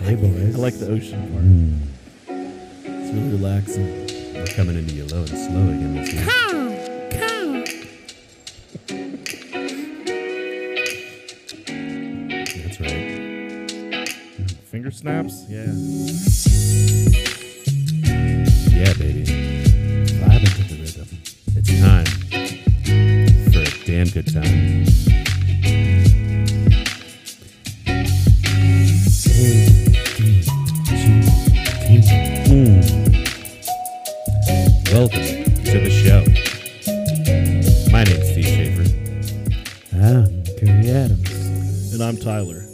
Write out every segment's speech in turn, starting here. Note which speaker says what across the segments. Speaker 1: Hey, boys.
Speaker 2: I like the ocean part.
Speaker 1: It's really relaxing.
Speaker 2: We're coming into you low and slow again this week. That's right.
Speaker 3: Finger snaps? Yeah.
Speaker 2: Yeah, baby.
Speaker 1: Vibing to the rhythm.
Speaker 2: It's time for a damn good time. Hmm. Welcome to the show. My name's Steve Schaefer,
Speaker 1: Ah, I'm Kerry Adams.
Speaker 3: And I'm Tyler.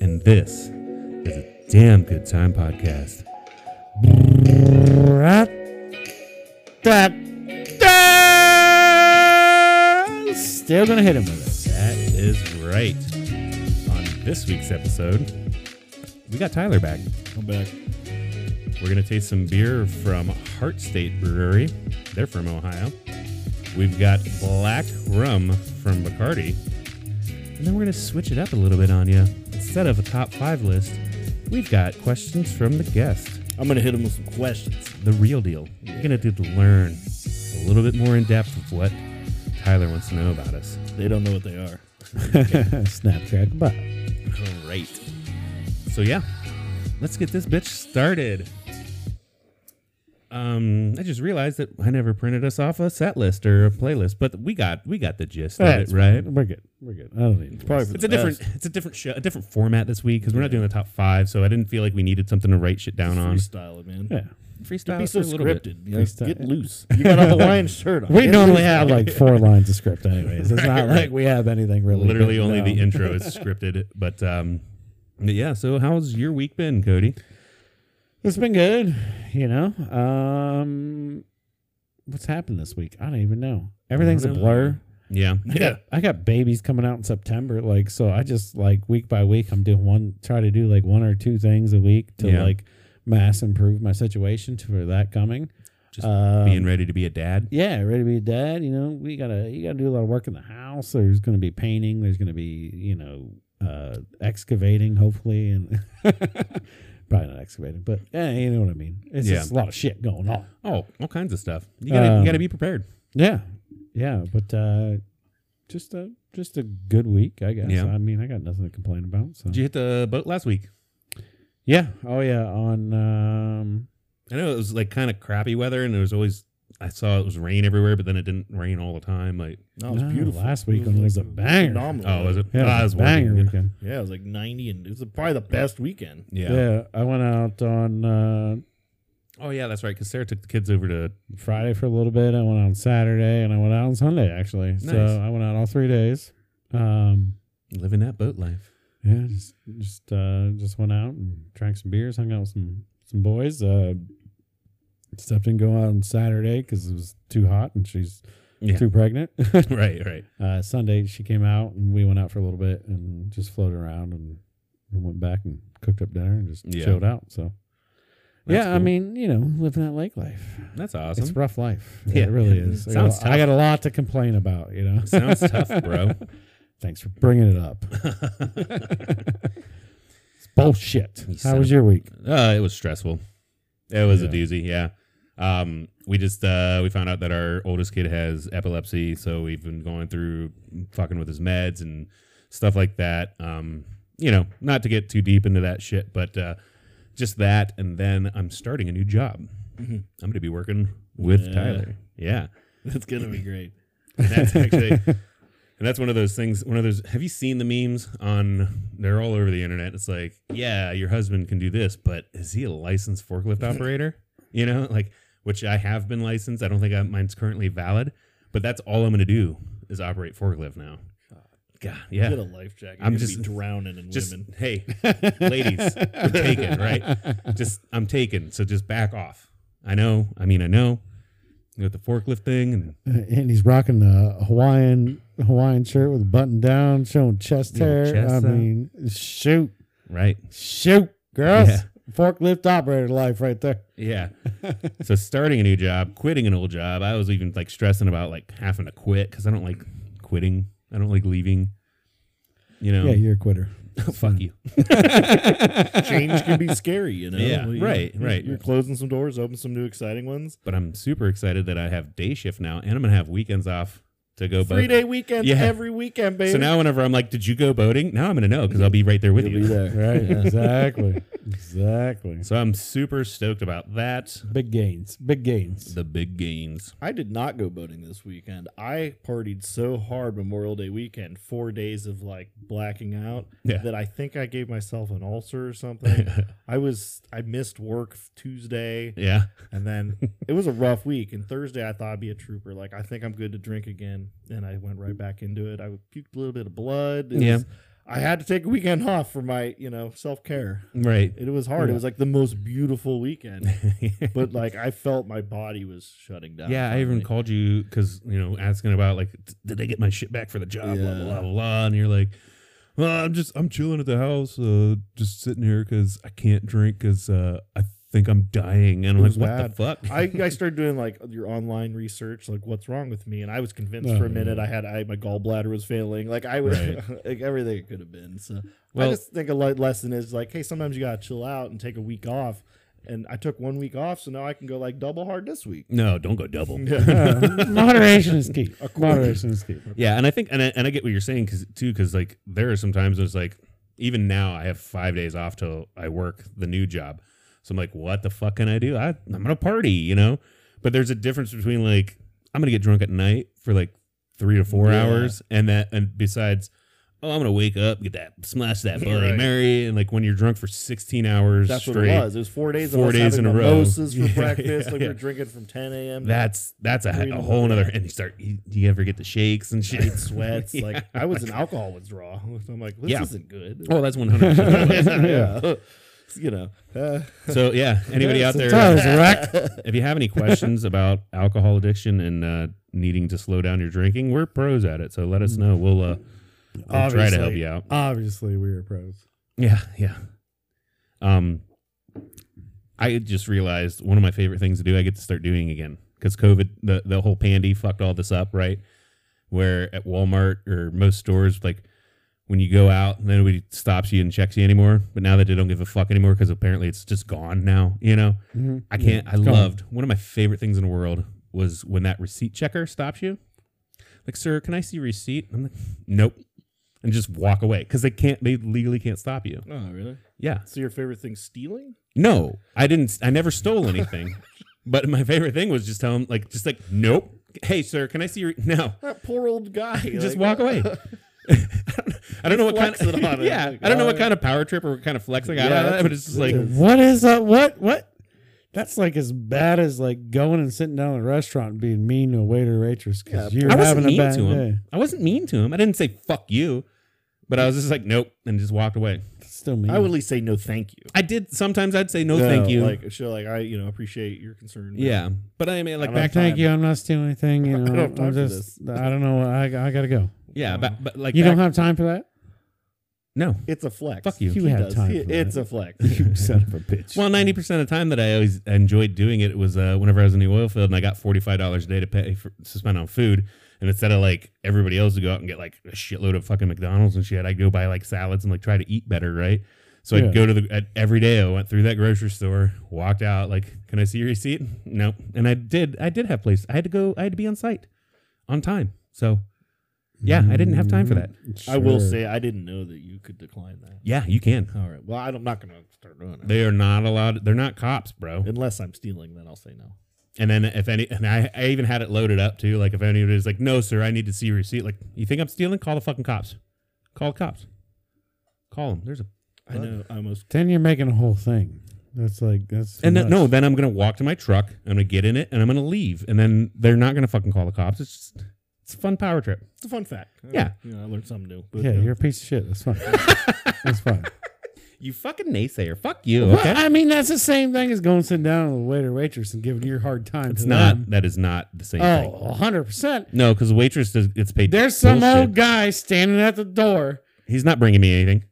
Speaker 2: and this is a damn good time podcast.
Speaker 1: Still gonna hit him with it.
Speaker 2: That is right. On this week's episode, we got Tyler back.
Speaker 3: I'm back.
Speaker 2: We're going to taste some beer from Heart State Brewery. They're from Ohio. We've got black rum from Bacardi. And then we're going to switch it up a little bit on you. Instead of a top five list, we've got questions from the guest.
Speaker 3: I'm going to hit him with some questions.
Speaker 2: The real deal. You're going to get to learn a little bit more in depth of what Tyler wants to know about us.
Speaker 3: They don't know what they are.
Speaker 1: Snap, crack, pop.
Speaker 2: Great. So yeah, let's get this bitch started. Um, I just realized that I never printed us off a set list or a playlist, but we got we got the gist
Speaker 1: That's
Speaker 2: of it, right?
Speaker 1: We're good. We're good. I don't need to
Speaker 3: probably
Speaker 1: listen.
Speaker 2: It's a different it's a different show, a different format this week because we're not doing the top five, so I didn't feel like we needed something to write shit down on.
Speaker 3: Freestyle it, man.
Speaker 1: Yeah.
Speaker 2: Freestyle
Speaker 3: Be
Speaker 2: for
Speaker 3: so
Speaker 2: a little bit.
Speaker 3: scripted. you know,
Speaker 1: Freestyle.
Speaker 3: Get loose. You got a Hawaiian shirt on.
Speaker 1: We
Speaker 3: Get
Speaker 1: normally
Speaker 3: loose.
Speaker 1: have like four lines of script, anyways. It's not like we have anything really.
Speaker 2: Literally,
Speaker 1: written
Speaker 2: only the
Speaker 1: down.
Speaker 2: intro is scripted, but um, but yeah. So, how's your week been, Cody?
Speaker 1: It's been good, you know. Um, what's happened this week? I don't even know. Everything's a
Speaker 2: know.
Speaker 1: blur.
Speaker 2: Yeah,
Speaker 3: Yeah.
Speaker 1: I got babies coming out in September, like so. I just like week by week, I'm doing one, try to do like one or two things a week to
Speaker 2: Yeah.
Speaker 1: like mass improve my situation to for that coming.
Speaker 2: Just
Speaker 1: Um,
Speaker 2: being ready to be a dad.
Speaker 1: yeah, ready to be a dad. You know, we gotta you gotta do a lot of work in the house. There's gonna be painting. There's gonna be you know uh excavating, hopefully, and probably not excavating, but eh, you know what I mean. It's
Speaker 2: Yeah.
Speaker 1: just a lot of shit going on.
Speaker 2: Oh, all kinds of stuff. You gotta
Speaker 1: Um,
Speaker 2: you gotta be prepared.
Speaker 1: Yeah, yeah, but uh just a just a good week, I guess.
Speaker 2: Yeah.
Speaker 1: I mean, I got nothing to complain about. So
Speaker 2: Did you hit the boat last week?
Speaker 1: yeah, oh yeah, on um
Speaker 2: I know it was like kind of crappy weather, and there was always I saw it was rain everywhere, but then it didn't rain all the time. Like,
Speaker 3: No, it was
Speaker 1: No,
Speaker 3: beautiful.
Speaker 1: last week
Speaker 3: It
Speaker 1: one was
Speaker 3: like
Speaker 1: a banger.
Speaker 3: phenomenal.
Speaker 2: oh, was it?
Speaker 1: yeah,
Speaker 2: Ah,
Speaker 1: it
Speaker 2: I
Speaker 1: was
Speaker 2: was
Speaker 1: a banger
Speaker 2: working.
Speaker 1: weekend.
Speaker 3: Yeah, it was like 90, and it was probably the best weekend.
Speaker 2: Yeah.
Speaker 1: Yeah. I went out on uh
Speaker 2: Oh yeah, that's right. Because Sarah took the kids over to.
Speaker 1: Friday for a little bit. I went out on Saturday and I went out on Sunday actually.
Speaker 2: Nice.
Speaker 1: So I went out all three days. Um,
Speaker 2: Living that boat life.
Speaker 1: yeah, just just uh, just went out and drank some beers, hung out with some some boys. Uh, Steph didn't go out on Saturday because it was too hot and she's
Speaker 2: Yeah.
Speaker 1: too pregnant.
Speaker 2: right. Right.
Speaker 1: uh, Sunday she came out and we went out for a little bit and just floated around and, and went back and cooked up dinner and just
Speaker 2: Yeah.
Speaker 1: chilled out. So.
Speaker 2: That's
Speaker 1: yeah, I
Speaker 2: cool.
Speaker 1: mean, you know, living that lake life.
Speaker 2: That's awesome.
Speaker 1: It's rough life.
Speaker 2: Yeah.
Speaker 1: It really is. I
Speaker 2: Sounds
Speaker 1: got, I got a lot to complain about, you know.
Speaker 2: Sounds tough, bro.
Speaker 1: Thanks for bringing it up. It's bullshit.
Speaker 2: You
Speaker 1: How
Speaker 2: son
Speaker 1: was
Speaker 2: of-
Speaker 1: your week?
Speaker 2: Uh, it was stressful. It was
Speaker 1: Yeah.
Speaker 2: a doozy. Yeah. Um, we just uh, we found out that our oldest kid has epilepsy, so we've been going through fucking with his meds and stuff like that. Um, you know, not to get too deep into that shit, but uh, just that. And then I'm starting a new job. I'm going to be working with
Speaker 3: Yeah.
Speaker 2: Tyler. Yeah,
Speaker 3: It's going to be great.
Speaker 2: and that's actually. And that's one of those things. One of those. Have you seen the memes on? They're all over the internet. It's like, yeah, your husband can do this, but is he a licensed forklift operator? You know, like which I have been licensed. I don't think I, mine's currently valid, but that's all I'm going to do is operate forklift now. God, yeah.
Speaker 3: Get a life jacket.
Speaker 2: I'm
Speaker 3: I'm just
Speaker 2: just-
Speaker 3: drowning in
Speaker 2: Just
Speaker 3: women.
Speaker 2: hey, ladies, I'm taken, right? Just I'm taken. So just back off. I know. I mean, I know. With the forklift thing and
Speaker 1: Uh, And he's rocking a Hawaiian Hawaiian shirt with a button down, showing chest
Speaker 2: Little
Speaker 1: hair.
Speaker 2: chest
Speaker 1: I
Speaker 2: out.
Speaker 1: mean, shoot,
Speaker 2: right.
Speaker 1: shoot, girls,
Speaker 2: Yeah.
Speaker 1: forklift operator life right there.
Speaker 2: Yeah. so starting a new job, quitting an old job, I was even like stressing about like having to quit because I don't like quitting. I don't like leaving. You know,
Speaker 1: yeah, you're a quitter.
Speaker 2: Fuck you.
Speaker 3: Change can be scary, you know.
Speaker 2: Yeah,
Speaker 3: You-
Speaker 2: right, right.
Speaker 3: You're closing some doors, open some new exciting ones.
Speaker 2: But I'm super excited that I have day shift now, and I'm gonna have weekends off to go
Speaker 3: Three
Speaker 2: boating.
Speaker 3: day weekends
Speaker 2: Yeah.
Speaker 3: every weekend, baby.
Speaker 2: So now, whenever I'm like, "Did you go boating?" Now I'm gonna know because I'll be right there with you.
Speaker 1: right? Exactly. Exactly.
Speaker 2: So I'm super stoked about that.
Speaker 1: Big gains. Big gains.
Speaker 2: The big gains.
Speaker 3: I did not go boating this weekend. I partied so hard Memorial Day weekend, four days of like blacking out,
Speaker 2: Yeah.
Speaker 3: that I think I gave myself an ulcer or something. I was I missed work Tuesday,
Speaker 2: yeah.
Speaker 3: and then it was a rough week. And Thursday, I thought I'd be a trooper. Like I think I'm good to drink again, and I went right back into it. I puked a little bit of blood. It
Speaker 2: Yeah.
Speaker 3: was- I had to take a weekend off for my you know self care.
Speaker 2: Right.
Speaker 3: It was hard.
Speaker 1: Yeah.
Speaker 3: It was like the most beautiful weekend, but like I felt my body was shutting down.
Speaker 2: yeah, I even
Speaker 3: finally.
Speaker 2: called you because you know asking about like, "D- did I get my shit back for the job? Blah blah
Speaker 3: Yeah.
Speaker 2: blah blah. blah. And you're like, well, I'm just I'm chilling at the house, uh, just sitting here because I can't drink because uh, I think I'm dying. And I'm
Speaker 3: It
Speaker 2: like,
Speaker 3: was
Speaker 2: what the fuck?
Speaker 3: I, I started doing like your online research, like what's wrong with me, and I was convinced
Speaker 1: Oh,
Speaker 3: for a
Speaker 1: yeah.
Speaker 3: minute I had I my gallbladder was failing, like I was
Speaker 2: Right.
Speaker 3: like everything it could have been. So
Speaker 2: Well-
Speaker 3: I just think a light lesson is like, hey, sometimes you gotta chill out and take a week off, and I took one week off, so now I can go like double hard this week.
Speaker 2: no, don't go double.
Speaker 1: Uh, moderation is key. Moderation is key.
Speaker 2: Yeah, and I think and I, and I get what you're saying cause, too, because like there are some times it's like even now I have five days off till I work the new job, so I'm like, what the fuck can I do? I, I'm gonna party, you know. But there's a difference between like I'm gonna get drunk at night for like three to four
Speaker 3: Yeah.
Speaker 2: hours, and that and besides, oh, I'm gonna wake up, get that smash that Bloody
Speaker 3: Right.
Speaker 2: Mary, and like when you're drunk for 16 hours
Speaker 3: That's
Speaker 2: straight,
Speaker 3: what it was. It was four days.
Speaker 2: Four
Speaker 3: of us
Speaker 2: days
Speaker 3: having
Speaker 2: in a row.
Speaker 3: Mimosas for
Speaker 2: Yeah,
Speaker 3: breakfast.
Speaker 2: yeah,
Speaker 3: like we
Speaker 2: yeah.
Speaker 3: were drinking from 10 a.m. to
Speaker 2: that's that's a,
Speaker 3: Three
Speaker 2: a
Speaker 3: to
Speaker 2: whole
Speaker 3: four.
Speaker 2: another. And you start, you, do you ever get the shakes and shit?
Speaker 3: night sweats. Like I was an alcohol withdrawal. I'm like, this
Speaker 2: Yeah.
Speaker 3: isn't good.
Speaker 2: oh, that's 100.
Speaker 3: yeah. You know, uh,
Speaker 2: So yeah, anybody out there?
Speaker 1: Sometimes, Rack.
Speaker 2: If you have any questions about alcohol addiction and uh, needing to slow down your drinking, we're pros at it. So let us know. We'll, uh, we'll try to help you out.
Speaker 1: Obviously, we are pros.
Speaker 2: Yeah, yeah. Um, I just realized one of my favorite things to do. I get to start doing again because COVID, the the whole pandy fucked all this up, right? Where at Walmart or most stores, like when you go out, nobody stops you and checks you anymore. But now that they don't give a fuck anymore because apparently it's just gone now. You know,
Speaker 1: Mhm.
Speaker 2: I can't. I
Speaker 1: Go on.
Speaker 2: loved one of my favorite things in the world was when that receipt checker stops you. Like, sir, can I see your receipt? I'm like, nope, and just walk away because they can't. They legally can't stop you.
Speaker 3: oh really?
Speaker 2: Yeah.
Speaker 3: So your favorite thing, stealing?
Speaker 2: No, I didn't. I never stole anything. but my favorite thing was just tell him, like, just like, nope. Hey, sir, can I see your? No,
Speaker 3: That poor old guy.
Speaker 2: just walk
Speaker 3: like,
Speaker 2: away. I don't know what kind
Speaker 3: Flex
Speaker 2: of
Speaker 3: it on him.
Speaker 2: yeah.
Speaker 3: Like,
Speaker 2: I don't know
Speaker 3: all
Speaker 2: what
Speaker 3: right.
Speaker 2: kind of power trip or what kind of flex I got
Speaker 3: Yeah,
Speaker 2: out of that,
Speaker 3: that's-
Speaker 2: but it's just like
Speaker 1: what is that? What? What? That's like as bad as like going and sitting down at a restaurant and being mean to a waiter or waitress because
Speaker 3: Yeah,
Speaker 1: you're
Speaker 2: I
Speaker 1: having
Speaker 2: wasn't
Speaker 1: a
Speaker 2: mean
Speaker 1: bad
Speaker 2: to him.
Speaker 1: day.
Speaker 2: I wasn't mean to him. I didn't say fuck you, but I was just like nope and just walked away.
Speaker 1: It's still mean.
Speaker 3: I would at least say no, thank you.
Speaker 2: I did sometimes. I'd say no, thank you.
Speaker 3: Like she'll like I you know appreciate your concern.
Speaker 2: yeah, but I mean like
Speaker 3: I
Speaker 2: back
Speaker 1: Like, thank
Speaker 3: time.
Speaker 1: you. I'm not stealing anything. You
Speaker 3: I
Speaker 1: know,
Speaker 3: don't have
Speaker 1: I'm
Speaker 3: time for
Speaker 1: just. I don't know. I, I gotta go.
Speaker 2: yeah, but, but like
Speaker 1: you
Speaker 2: back,
Speaker 1: don't have time for that.
Speaker 2: no.
Speaker 3: it's a flex.
Speaker 2: Fuck you.
Speaker 1: You had time
Speaker 3: He-
Speaker 1: for
Speaker 3: it's
Speaker 1: that.
Speaker 3: a flex.
Speaker 1: You son of a bitch.
Speaker 2: Well, ninety percent of the time that I always enjoyed doing it was uh, whenever I was in the oil field and I got forty five dollars a day to pay for, to spend on food, and instead of like everybody else to go out and get like a shitload of fucking McDonald's and shit, I'd go buy like salads and like try to eat better, right? So
Speaker 1: Yeah.
Speaker 2: I'd go to the at, every day. I went through that grocery store, walked out. Like, can I see your receipt? Nope. And I did. I did have place. I had to go. I had to be on site, on time. So, yeah, I didn't have time for that.
Speaker 3: I will
Speaker 1: Mm, Sure.
Speaker 3: say I didn't know that you could decline that.
Speaker 2: Yeah, you can.
Speaker 3: All right. Well, I don't- I'm not gonna start doing it
Speaker 2: They are not allowed. They're not cops, bro.
Speaker 3: unless I'm stealing. Then I'll say no.
Speaker 2: And then if any, and I, I even had it loaded up too. Like if anybody's like, no, sir, I need to see your receipt. Like, you think I'm stealing? Call the fucking cops. Call the cops. Call them. There's a.
Speaker 3: I know. I almost.
Speaker 1: Then you're making a whole thing. That's like that's. too
Speaker 2: And then,
Speaker 1: much.
Speaker 2: no, then I'm gonna walk to my truck. I'm gonna get in it, and I'm gonna leave. And then they're not gonna fucking call the cops. It's just, it's a fun power trip.
Speaker 3: It's a fun fact. All
Speaker 2: Yeah.
Speaker 3: right. You know, I learned something new. But
Speaker 1: Yeah,
Speaker 3: uh,
Speaker 1: you're a piece of shit. That's fine. that's fine.
Speaker 2: You fucking naysayer. Fuck you.
Speaker 1: Well,
Speaker 2: Okay.
Speaker 1: I mean, that's the same thing as going sitting down with a waiter, waitress, and giving your hard time.
Speaker 2: It's
Speaker 1: to
Speaker 2: not.
Speaker 1: Them.
Speaker 2: That is not the same thing.
Speaker 1: Oh, 100 percent.
Speaker 2: No, because the waitress does, gets paid.
Speaker 1: There's some
Speaker 2: bullshit.
Speaker 1: old guy standing at the door.
Speaker 2: He's not bringing me anything.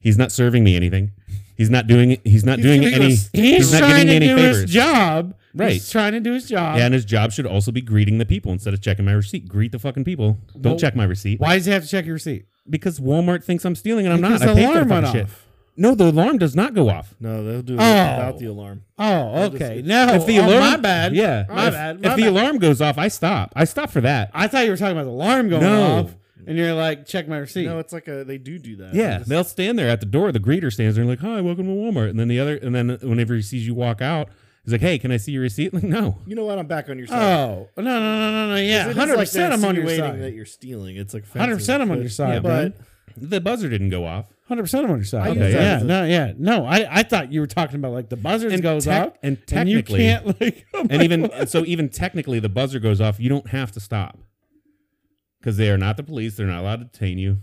Speaker 2: He's not serving me anything. He's not doing. He's not doing
Speaker 3: giving
Speaker 2: any.
Speaker 3: us-
Speaker 1: He's
Speaker 2: not giving
Speaker 1: trying to
Speaker 2: me any
Speaker 1: do
Speaker 2: favors.
Speaker 1: his job.
Speaker 2: Right.
Speaker 1: He's trying to do his job.
Speaker 2: Yeah, and his job should also be greeting the people instead of checking my receipt. Greet the fucking people. Don't
Speaker 1: Well,
Speaker 2: check my receipt.
Speaker 1: Why does he have to check your receipt?
Speaker 2: because Walmart thinks I'm stealing and I'm
Speaker 1: Because
Speaker 2: not. I
Speaker 1: the
Speaker 2: paid for that
Speaker 1: alarm went
Speaker 2: fucking shit.
Speaker 1: off.
Speaker 2: No, the alarm does not go off.
Speaker 3: No, they'll do it
Speaker 1: Oh.
Speaker 3: without the alarm.
Speaker 1: Oh,
Speaker 3: just-
Speaker 1: okay. No,
Speaker 2: if the
Speaker 1: oh,
Speaker 2: alarm,
Speaker 1: my bad.
Speaker 2: Yeah,
Speaker 1: my
Speaker 2: if,
Speaker 1: bad.
Speaker 2: If
Speaker 1: my
Speaker 2: the
Speaker 1: bad.
Speaker 2: alarm goes off, I stop. I stop for that.
Speaker 1: I thought you were talking about the alarm going
Speaker 2: No.
Speaker 1: off, and you're like, check my receipt.
Speaker 3: No, it's like a they do do that.
Speaker 2: Yeah,
Speaker 3: They just-
Speaker 2: they'll stand there at the door. The greeter stands there and like, "Hi, welcome to Walmart." And then the other, and then whenever he sees you walk out, he's like, "Hey, can I see your receipt?" like, no.
Speaker 3: you know what? I'm back on your side.
Speaker 1: oh, no, no, no, no, no.
Speaker 3: 'Cause
Speaker 1: Yeah,
Speaker 3: it is
Speaker 1: hundred
Speaker 3: like they're
Speaker 1: percent. I'm on your
Speaker 3: insinuating that
Speaker 1: side.
Speaker 3: you're stealing. It's like offensive,
Speaker 1: Hundred percent. I'm on
Speaker 3: but-
Speaker 1: your
Speaker 2: Yeah,
Speaker 1: side.
Speaker 2: but-
Speaker 1: But
Speaker 2: The buzzer didn't go off.
Speaker 1: hundred percent, I'm on your side.
Speaker 3: I
Speaker 1: Okay,
Speaker 2: use that
Speaker 1: yeah,
Speaker 3: as a-
Speaker 1: no, yeah, no. I, I thought you were talking about like the buzzer goes
Speaker 2: tec-
Speaker 1: off,
Speaker 2: and
Speaker 1: and you
Speaker 2: technically,
Speaker 1: can't like. oh I'm
Speaker 2: and
Speaker 1: like,
Speaker 2: even
Speaker 1: what?
Speaker 2: and so even technically, the buzzer goes off. You don't have to stop because they are not the police. They're not allowed to detain you.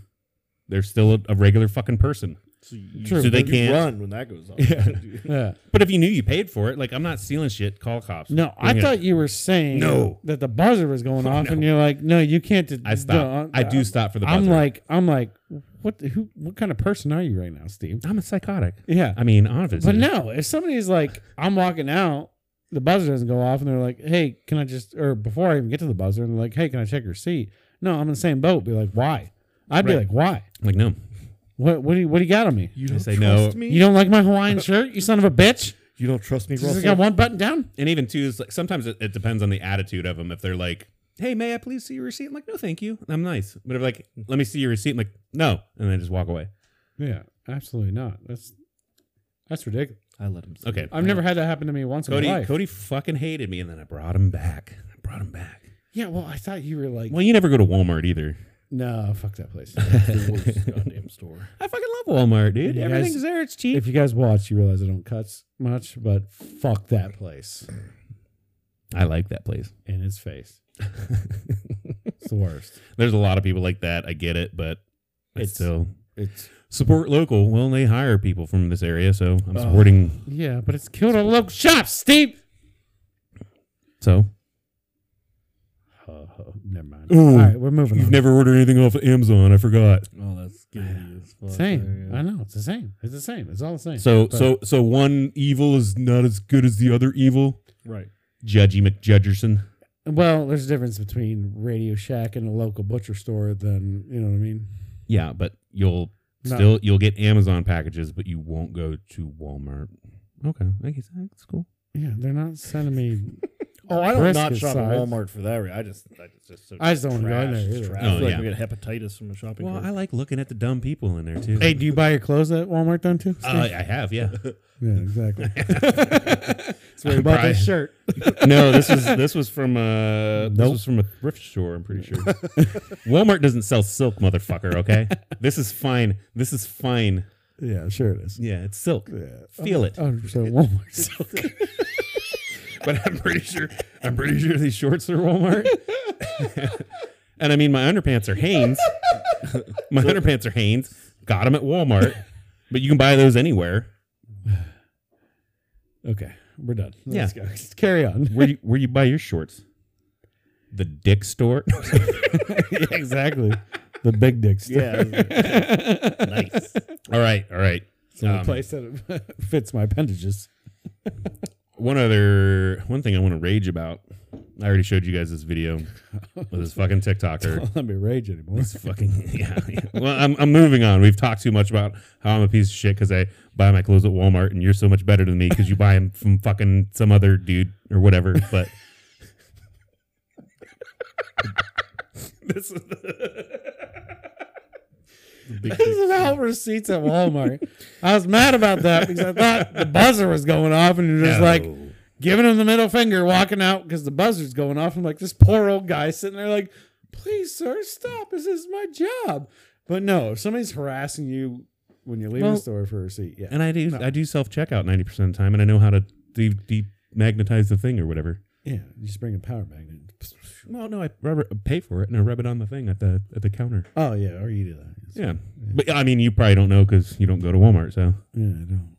Speaker 2: They're still a, a regular fucking person.
Speaker 3: So, you,
Speaker 1: True, So
Speaker 2: they
Speaker 3: you
Speaker 2: can't-
Speaker 3: run when that goes off.
Speaker 2: Yeah.
Speaker 1: Yeah.
Speaker 2: But if you knew you paid for it, like I'm not stealing shit. Call cops.
Speaker 1: No, I
Speaker 2: Bring it.
Speaker 1: thought you were saying
Speaker 2: No.
Speaker 1: that the buzzer was going off,
Speaker 2: No.
Speaker 1: and you're like, no, you can't. d-
Speaker 2: I stop.
Speaker 1: don't-
Speaker 2: I do stop for the buzzer.
Speaker 1: uh, I'm like, I'm like, what? the- Who? What kind of person are you right now, Steve?
Speaker 2: I'm a psychotic.
Speaker 1: Yeah,
Speaker 2: I mean, obviously.
Speaker 1: but no, if somebody's like, I'm walking out, the buzzer doesn't go off, and they're like, hey, can I just, or before I even get to the buzzer, and they're like, hey, can I check your seat? No, I'm in the same boat. Be like, why? I'd be
Speaker 2: Right.
Speaker 1: like, why?
Speaker 2: like no.
Speaker 1: What? What do you? What do you got on me?
Speaker 3: You
Speaker 2: I
Speaker 3: don't
Speaker 2: say
Speaker 3: trust
Speaker 2: no.
Speaker 3: me.
Speaker 1: You don't like my Hawaiian shirt, you son of a bitch?
Speaker 3: You don't trust me,
Speaker 1: Just
Speaker 3: Russell.
Speaker 1: got one button down.
Speaker 2: and even two is like sometimes it, it depends on the attitude of them. If they're like, "Hey, may I please see your receipt?" I'm like, "No, thank you. I'm nice." But if like, "Let me see your receipt," I'm like, "No," and then just walk away.
Speaker 1: Yeah, absolutely not. That's that's ridiculous.
Speaker 3: I let him.
Speaker 2: Okay,
Speaker 1: I've never had that happen to me once in my
Speaker 2: Cody,
Speaker 1: life.
Speaker 2: Cody fucking hated me, and then I brought him back. I brought him back.
Speaker 1: Yeah, well, I thought you were like,
Speaker 2: Well, you never go to Walmart either.
Speaker 1: no, fuck that place.
Speaker 3: goddamn store.
Speaker 2: I fucking love Walmart, dude.
Speaker 1: You guys-
Speaker 2: Everything's there. It's cheap.
Speaker 1: if you guys watch, you realize I don't cut s- much, but fuck that place
Speaker 2: I like that place.
Speaker 1: in his face. It's the worst.
Speaker 2: There's a lot of people like that. I get it, but it's
Speaker 1: It's-
Speaker 2: still
Speaker 1: It's
Speaker 2: support local. Well, they hire people from this area, so
Speaker 1: Uh,
Speaker 2: I'm supporting.
Speaker 1: yeah, but it's killed our local shops, Steve.
Speaker 2: So
Speaker 1: Oh, never mind.
Speaker 2: Ooh,
Speaker 1: All right, we're moving
Speaker 2: you've
Speaker 1: on.
Speaker 2: never ordered anything off of Amazon. I forgot.
Speaker 3: Oh, that's guilty as fuck.
Speaker 1: same. I know it's the same. It's the same. It's all the same.
Speaker 2: So
Speaker 1: But-
Speaker 2: so so one evil is not as good as the other evil.
Speaker 3: Right.
Speaker 2: Judgy McJudgerson.
Speaker 1: well, there's a difference between Radio Shack and a local butcher store. Than you know what I mean?
Speaker 2: Yeah, but you'll
Speaker 1: No.
Speaker 2: still you'll get Amazon packages, but you won't go to Walmart. Okay, I guess that's cool.
Speaker 1: Yeah, they're not sending me
Speaker 3: Oh, I don't
Speaker 1: Brisket
Speaker 3: not shop at
Speaker 1: size.
Speaker 3: Walmart for that. Reason. I just, I just, just so
Speaker 1: I just don't wanna go
Speaker 3: trash.
Speaker 1: in there
Speaker 3: It's
Speaker 1: either.
Speaker 3: trash.
Speaker 2: Oh,
Speaker 3: I feel
Speaker 2: yeah.
Speaker 3: like I get hepatitis from a shopping
Speaker 2: Well,
Speaker 3: cart.
Speaker 2: I like looking at the dumb people in there too.
Speaker 1: Hey, do you buy your clothes at Walmart then too? Steve?
Speaker 2: Uh, I have, yeah.
Speaker 1: yeah, exactly.
Speaker 2: That's
Speaker 1: Sorry about this shirt.
Speaker 2: No, this was this was from uh this
Speaker 1: Nope.
Speaker 2: was from a thrift store. I'm pretty sure. Walmart doesn't sell silk, motherfucker. Okay, this is fine. This is fine.
Speaker 1: Yeah, sure it is.
Speaker 2: Yeah, it's silk.
Speaker 1: Yeah.
Speaker 2: Feel it.
Speaker 1: 100% Walmart. So,
Speaker 2: but I'm pretty sure I'm pretty sure these shorts are Walmart. and I mean, my underpants are Hanes. my underpants are Hanes. Got them at Walmart, but you can buy those anywhere.
Speaker 1: okay, we're done.
Speaker 2: Yeah.
Speaker 1: go. Just carry on.
Speaker 2: Where you, where you buy your shorts? The dick store.
Speaker 1: exactly. The big dick store.
Speaker 3: yeah, nice.
Speaker 2: all right, all right.
Speaker 1: It's the only
Speaker 2: Um,
Speaker 1: place
Speaker 3: Oh,
Speaker 1: that fits my appendages.
Speaker 2: One other one thing I want to rage about. I already showed you guys this video with this fucking TikToker.
Speaker 1: Don't let me rage anymore.
Speaker 2: It's fucking yeah, yeah. Well, I'm, I'm moving on. We've talked too much about how I'm a piece of shit because I buy my clothes at Walmart, and you're so much better than me because you buy them from fucking some other dude or whatever. But this is
Speaker 1: This is about receipts at Walmart. I was mad about that because I thought the buzzer was going off and you're just like, giving him the middle finger, walking out because the buzzer's going off. I'm like, this poor old guy sitting there, like, please, sir, stop. This is my job. But no, if somebody's harassing you when you leave
Speaker 2: Well-
Speaker 1: the store for a receipt, yeah.
Speaker 2: and I do I do self checkout ninety percent of the time, and I know how to de- demagnetize the thing or whatever.
Speaker 1: Yeah, you just bring a power magnet.
Speaker 2: Well, no, I rub it, pay for it and I rub it on the thing at the at the counter.
Speaker 1: Oh, yeah, or you do that.
Speaker 2: Yeah, but I mean, you probably don't know because you don't go to Walmart, so.
Speaker 1: Yeah, I don't.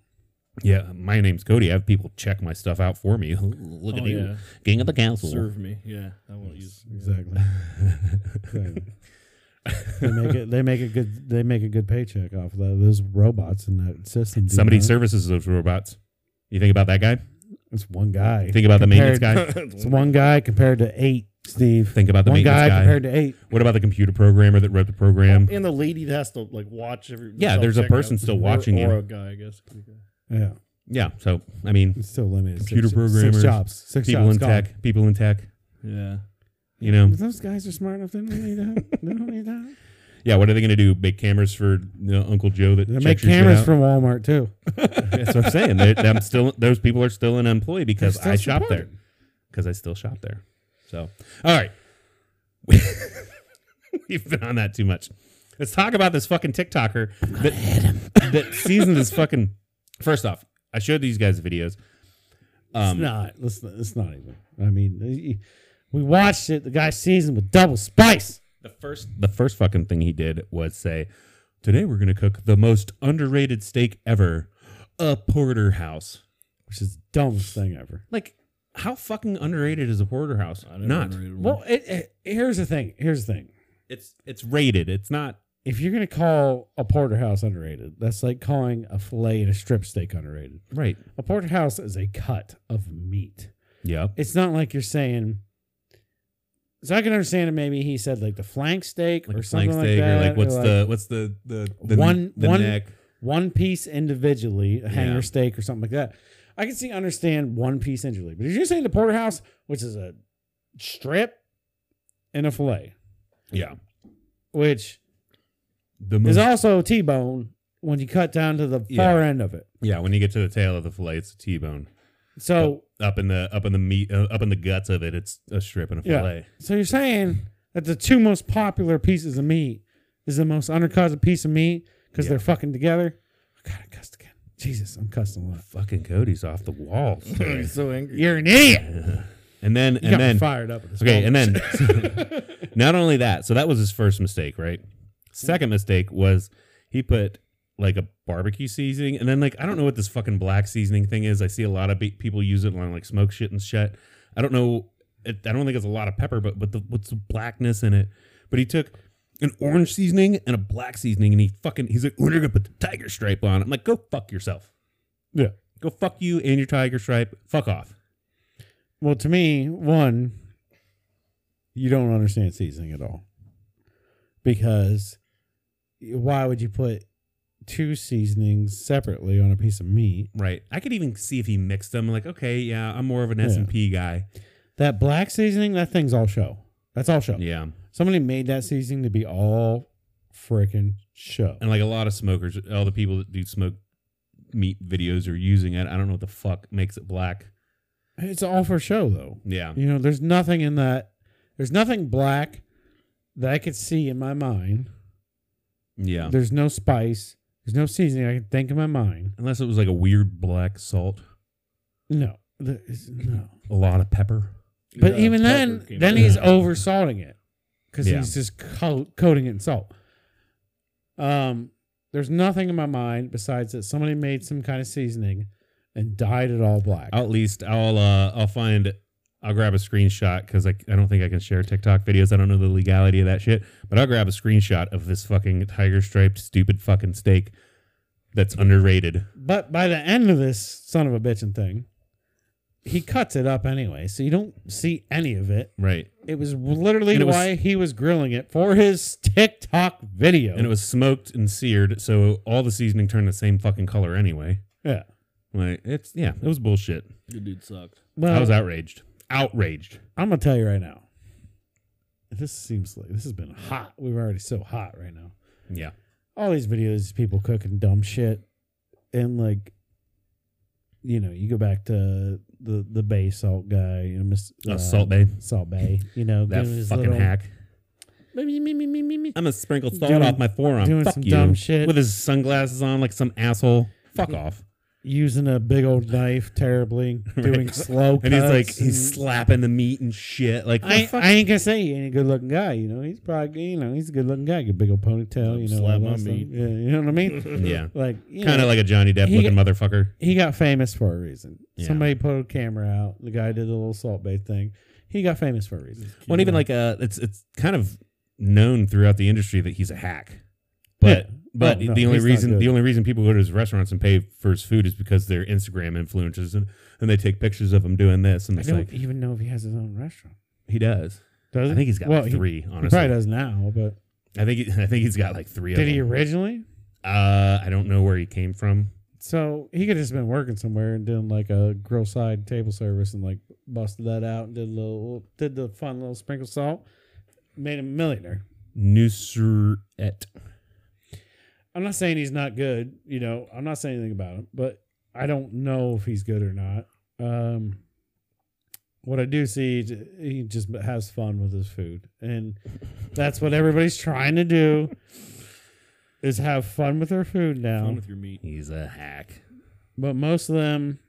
Speaker 2: Yeah, my name's Cody. I have people check my stuff out for me. Look
Speaker 3: Oh,
Speaker 2: at you,
Speaker 3: yeah.
Speaker 2: king of the council.
Speaker 3: Serve me. Yeah, I won't use.
Speaker 1: Exactly. Exactly. they make it. They make a good. They make a good paycheck off of that. Those robots in that system. do
Speaker 2: Somebody
Speaker 1: that.
Speaker 2: services those robots. You think about that guy?
Speaker 1: It's one guy.
Speaker 2: Think about the maintenance
Speaker 1: Compared-
Speaker 2: guy.
Speaker 1: It's one guy compared to eight, Steve.
Speaker 2: Think about the
Speaker 1: one
Speaker 2: maintenance
Speaker 1: guy,
Speaker 2: guy.
Speaker 1: compared to eight.
Speaker 2: What about the computer programmer that wrote the program?
Speaker 3: and the lady that has to like watch every.
Speaker 2: Yeah, there's a
Speaker 3: self-checkout.
Speaker 2: person still
Speaker 3: Or-
Speaker 2: watching you.
Speaker 3: Or a guy, I guess.
Speaker 1: Yeah,
Speaker 2: Yeah. So I mean,
Speaker 1: it's still limited. Six-
Speaker 2: Computer programmers,
Speaker 1: six jobs, six
Speaker 2: people
Speaker 1: jobs
Speaker 2: in
Speaker 1: gone. Mm-hmm.
Speaker 2: tech, people in tech.
Speaker 3: Yeah.
Speaker 2: You know,
Speaker 1: Those guys are smart enough. They don't need that. They don't need that.
Speaker 2: yeah. What are they going to do? Make cameras for you know, Uncle Joe that
Speaker 1: They
Speaker 2: checks
Speaker 1: make
Speaker 2: your shit
Speaker 1: cameras
Speaker 2: out?
Speaker 1: from Walmart too.
Speaker 2: That's what I'm saying. They, I'm still those people are still an employee because
Speaker 1: still
Speaker 2: I shop there.
Speaker 1: supported.
Speaker 2: Because I still shop there. So all right, we've been on that too much. Let's talk about this fucking TikToker that that seasoned his fucking. First off, I showed these guys the videos. Um,
Speaker 1: it's not. Let's. not- It's not even. I mean, y- we watched it. The guy seasoned with double spice.
Speaker 2: The first the first fucking thing he did was say, "Today we're going to cook the most underrated steak ever, a porterhouse."
Speaker 1: which is the dumbest thing ever.
Speaker 2: Like how fucking underrated is a porterhouse? Not.
Speaker 1: Well, it, it, here's the thing. Here's the thing.
Speaker 2: It's it's rated. It's not
Speaker 1: If you're gonna call a porterhouse underrated, that's like calling a fillet and a strip steak underrated.
Speaker 2: right.
Speaker 1: A porterhouse is a cut of meat.
Speaker 2: Yeah.
Speaker 1: It's not like you're saying. So I can understand it. Maybe he said like the flank steak
Speaker 2: Like
Speaker 1: or
Speaker 2: a flank
Speaker 1: something
Speaker 2: steak,
Speaker 1: like that.
Speaker 2: or like what's
Speaker 1: or, like,
Speaker 2: the what's the the, the
Speaker 1: One-
Speaker 2: the
Speaker 1: one-
Speaker 2: neck?
Speaker 1: one piece individually, a hanger
Speaker 2: Yeah.
Speaker 1: steak or something like that. I can see understand one piece individually, but if you're saying the porterhouse, which is a strip and a fillet,
Speaker 2: Yeah.
Speaker 1: which
Speaker 2: The
Speaker 1: There's
Speaker 2: most,
Speaker 1: also T bone when you cut down to the
Speaker 2: Yeah.
Speaker 1: far end of it.
Speaker 2: yeah. When you get to the tail of the fillet, it's a T-bone.
Speaker 1: So
Speaker 2: Up in the up in the meat uh, up in the guts of it, it's a strip and a
Speaker 1: Yeah.
Speaker 2: fillet.
Speaker 1: so you're saying that the two most popular pieces of meat is the most undercut piece of meat because
Speaker 2: Yeah.
Speaker 1: they're fucking together. I gotta cuss again. Jesus, I'm cussing a lot.
Speaker 2: Fucking Cody's off the walls. today.
Speaker 3: so angry.
Speaker 1: You're an idiot.
Speaker 2: and then
Speaker 1: You
Speaker 2: and
Speaker 1: got me
Speaker 2: then
Speaker 1: fired up. At this
Speaker 2: Okay,
Speaker 1: moment.
Speaker 2: and then not only that, so that was his first mistake, right? Second mistake was he put like a barbecue seasoning, and then like I don't know what this fucking black seasoning thing is. I see a lot of be- people use it on like smoke shit and shit. I don't know. It, I don't think it's a lot of pepper, but but the, what's the blackness in it? But he took an orange seasoning and a black seasoning, and he fucking he's like, we're gonna put the tiger stripe on. I'm like, go fuck yourself.
Speaker 1: Yeah.
Speaker 2: Go fuck you and your tiger stripe. Fuck off.
Speaker 1: well, to me, one, you don't understand seasoning at all because why would you put two seasonings separately on a piece of meat?
Speaker 2: Right. I could even see if he mixed them. Like, okay, yeah, I'm more of an
Speaker 1: Yeah.
Speaker 2: S and P guy.
Speaker 1: That black seasoning, that thing's all show. That's all show.
Speaker 2: Yeah,
Speaker 1: Somebody made that seasoning to be all freaking show.
Speaker 2: and like a lot of smokers, all the people that do smoke meat videos are using it. I don't know what the fuck makes it black.
Speaker 1: It's all for show though.
Speaker 2: Yeah,
Speaker 1: You know, there's nothing in that. There's nothing black that I could see in my mind.
Speaker 2: yeah.
Speaker 1: There's no spice. There's no seasoning I can think in my mind.
Speaker 2: Unless it was like a weird black salt,
Speaker 1: No, there is, no.
Speaker 2: a lot of pepper.
Speaker 1: But
Speaker 3: Yeah,
Speaker 1: even
Speaker 3: pepper
Speaker 1: then,
Speaker 3: came
Speaker 1: then
Speaker 3: out.
Speaker 1: he's over salting it because
Speaker 2: Yeah.
Speaker 1: he's just coat, coating it in salt. Um, there's nothing in my mind besides that somebody made some kind of seasoning and dyed it all black.
Speaker 2: At least I'll uh, I'll find I'll grab a screenshot because I I don't think I can share TikTok videos. I don't know the legality of that shit, but I'll grab a screenshot of this fucking tiger striped stupid fucking steak that's underrated.
Speaker 1: But by the end of this son of a bitchin' thing, he cuts it up anyway, so you don't see any of it.
Speaker 2: Right.
Speaker 1: It was literally
Speaker 2: And it was-
Speaker 1: why he was grilling it for his TikTok video.
Speaker 2: And it was smoked and seared, so all the seasoning turned the same fucking color anyway.
Speaker 1: yeah.
Speaker 2: Like it's yeah, it was bullshit.
Speaker 3: The dude sucked.
Speaker 2: I was
Speaker 1: Well,
Speaker 2: outraged. Outraged.
Speaker 1: I'm gonna tell you right now. This seems like this has been hot. We were already so hot right now.
Speaker 2: Yeah.
Speaker 1: All these videos, people cooking dumb shit, and like, you know, you go back to the the bay salt guy, you know, Miss
Speaker 2: Uh, Salt Bay.
Speaker 1: Salt Bay, you know,
Speaker 2: That
Speaker 1: doing his
Speaker 2: fucking
Speaker 1: little-
Speaker 2: hack.
Speaker 1: Me, me, me, me, me, me.
Speaker 2: I'm gonna sprinkle salt
Speaker 1: Doing-
Speaker 2: off my forearm.
Speaker 1: doing
Speaker 2: Fuck
Speaker 1: some
Speaker 2: you.
Speaker 1: dumb shit.
Speaker 2: With his sunglasses on like some asshole. Fuck off.
Speaker 1: using a big old knife terribly, doing slow cuts.
Speaker 2: And he's like
Speaker 1: and-
Speaker 2: he's slapping the meat and shit. Like
Speaker 1: I,
Speaker 2: fuck-
Speaker 1: I ain't gonna say he ain't a good looking guy. You know, he's probably you know he's a good looking guy. Got a big old ponytail. You know,
Speaker 3: Slap
Speaker 1: all
Speaker 3: my
Speaker 1: that stuff.
Speaker 3: meat.
Speaker 1: Yeah, you know what I mean.
Speaker 2: Yeah.
Speaker 1: Like you
Speaker 2: Kind of
Speaker 1: know,
Speaker 2: like a Johnny Depp
Speaker 1: He-
Speaker 2: looking motherfucker.
Speaker 1: he got famous for a reason.
Speaker 2: Yeah.
Speaker 1: Somebody put a camera out. The guy did a little salt bay thing. He got famous for a reason.
Speaker 2: Well, and even like uh it's it's kind of known throughout the industry that he's a hack. But
Speaker 1: Yeah.
Speaker 2: but
Speaker 1: Oh, no,
Speaker 2: the only
Speaker 1: he's not
Speaker 2: reason
Speaker 1: good.
Speaker 2: the only reason people go to his restaurants and pay for his food is because they're Instagram influencers and and they take pictures of him doing this, and
Speaker 1: I
Speaker 2: it's
Speaker 1: don't
Speaker 2: like
Speaker 1: even know if he has his own restaurant.
Speaker 2: he does.
Speaker 1: Does
Speaker 2: I
Speaker 1: he?
Speaker 2: think he's got
Speaker 1: Well,
Speaker 2: like
Speaker 1: he-
Speaker 2: three.
Speaker 1: He
Speaker 2: honestly,
Speaker 1: probably does now, but
Speaker 2: I think he, I think he's got like three. of
Speaker 1: did he
Speaker 2: them.
Speaker 1: originally?
Speaker 2: Uh, I don't know where he came from.
Speaker 1: So he could have just been working somewhere and doing like a grill side table service and like busted that out and did a little did the fun little sprinkle salt, made him a millionaire.
Speaker 2: Nusret.
Speaker 1: I'm not saying he's not good, you know, I'm not saying anything about him, but I don't know if he's good or not. Um what I do see is he just has fun with his food and that's what everybody's trying to do is have fun with their food now.
Speaker 3: Fun with your meat.
Speaker 2: He's a hack.
Speaker 1: but most of them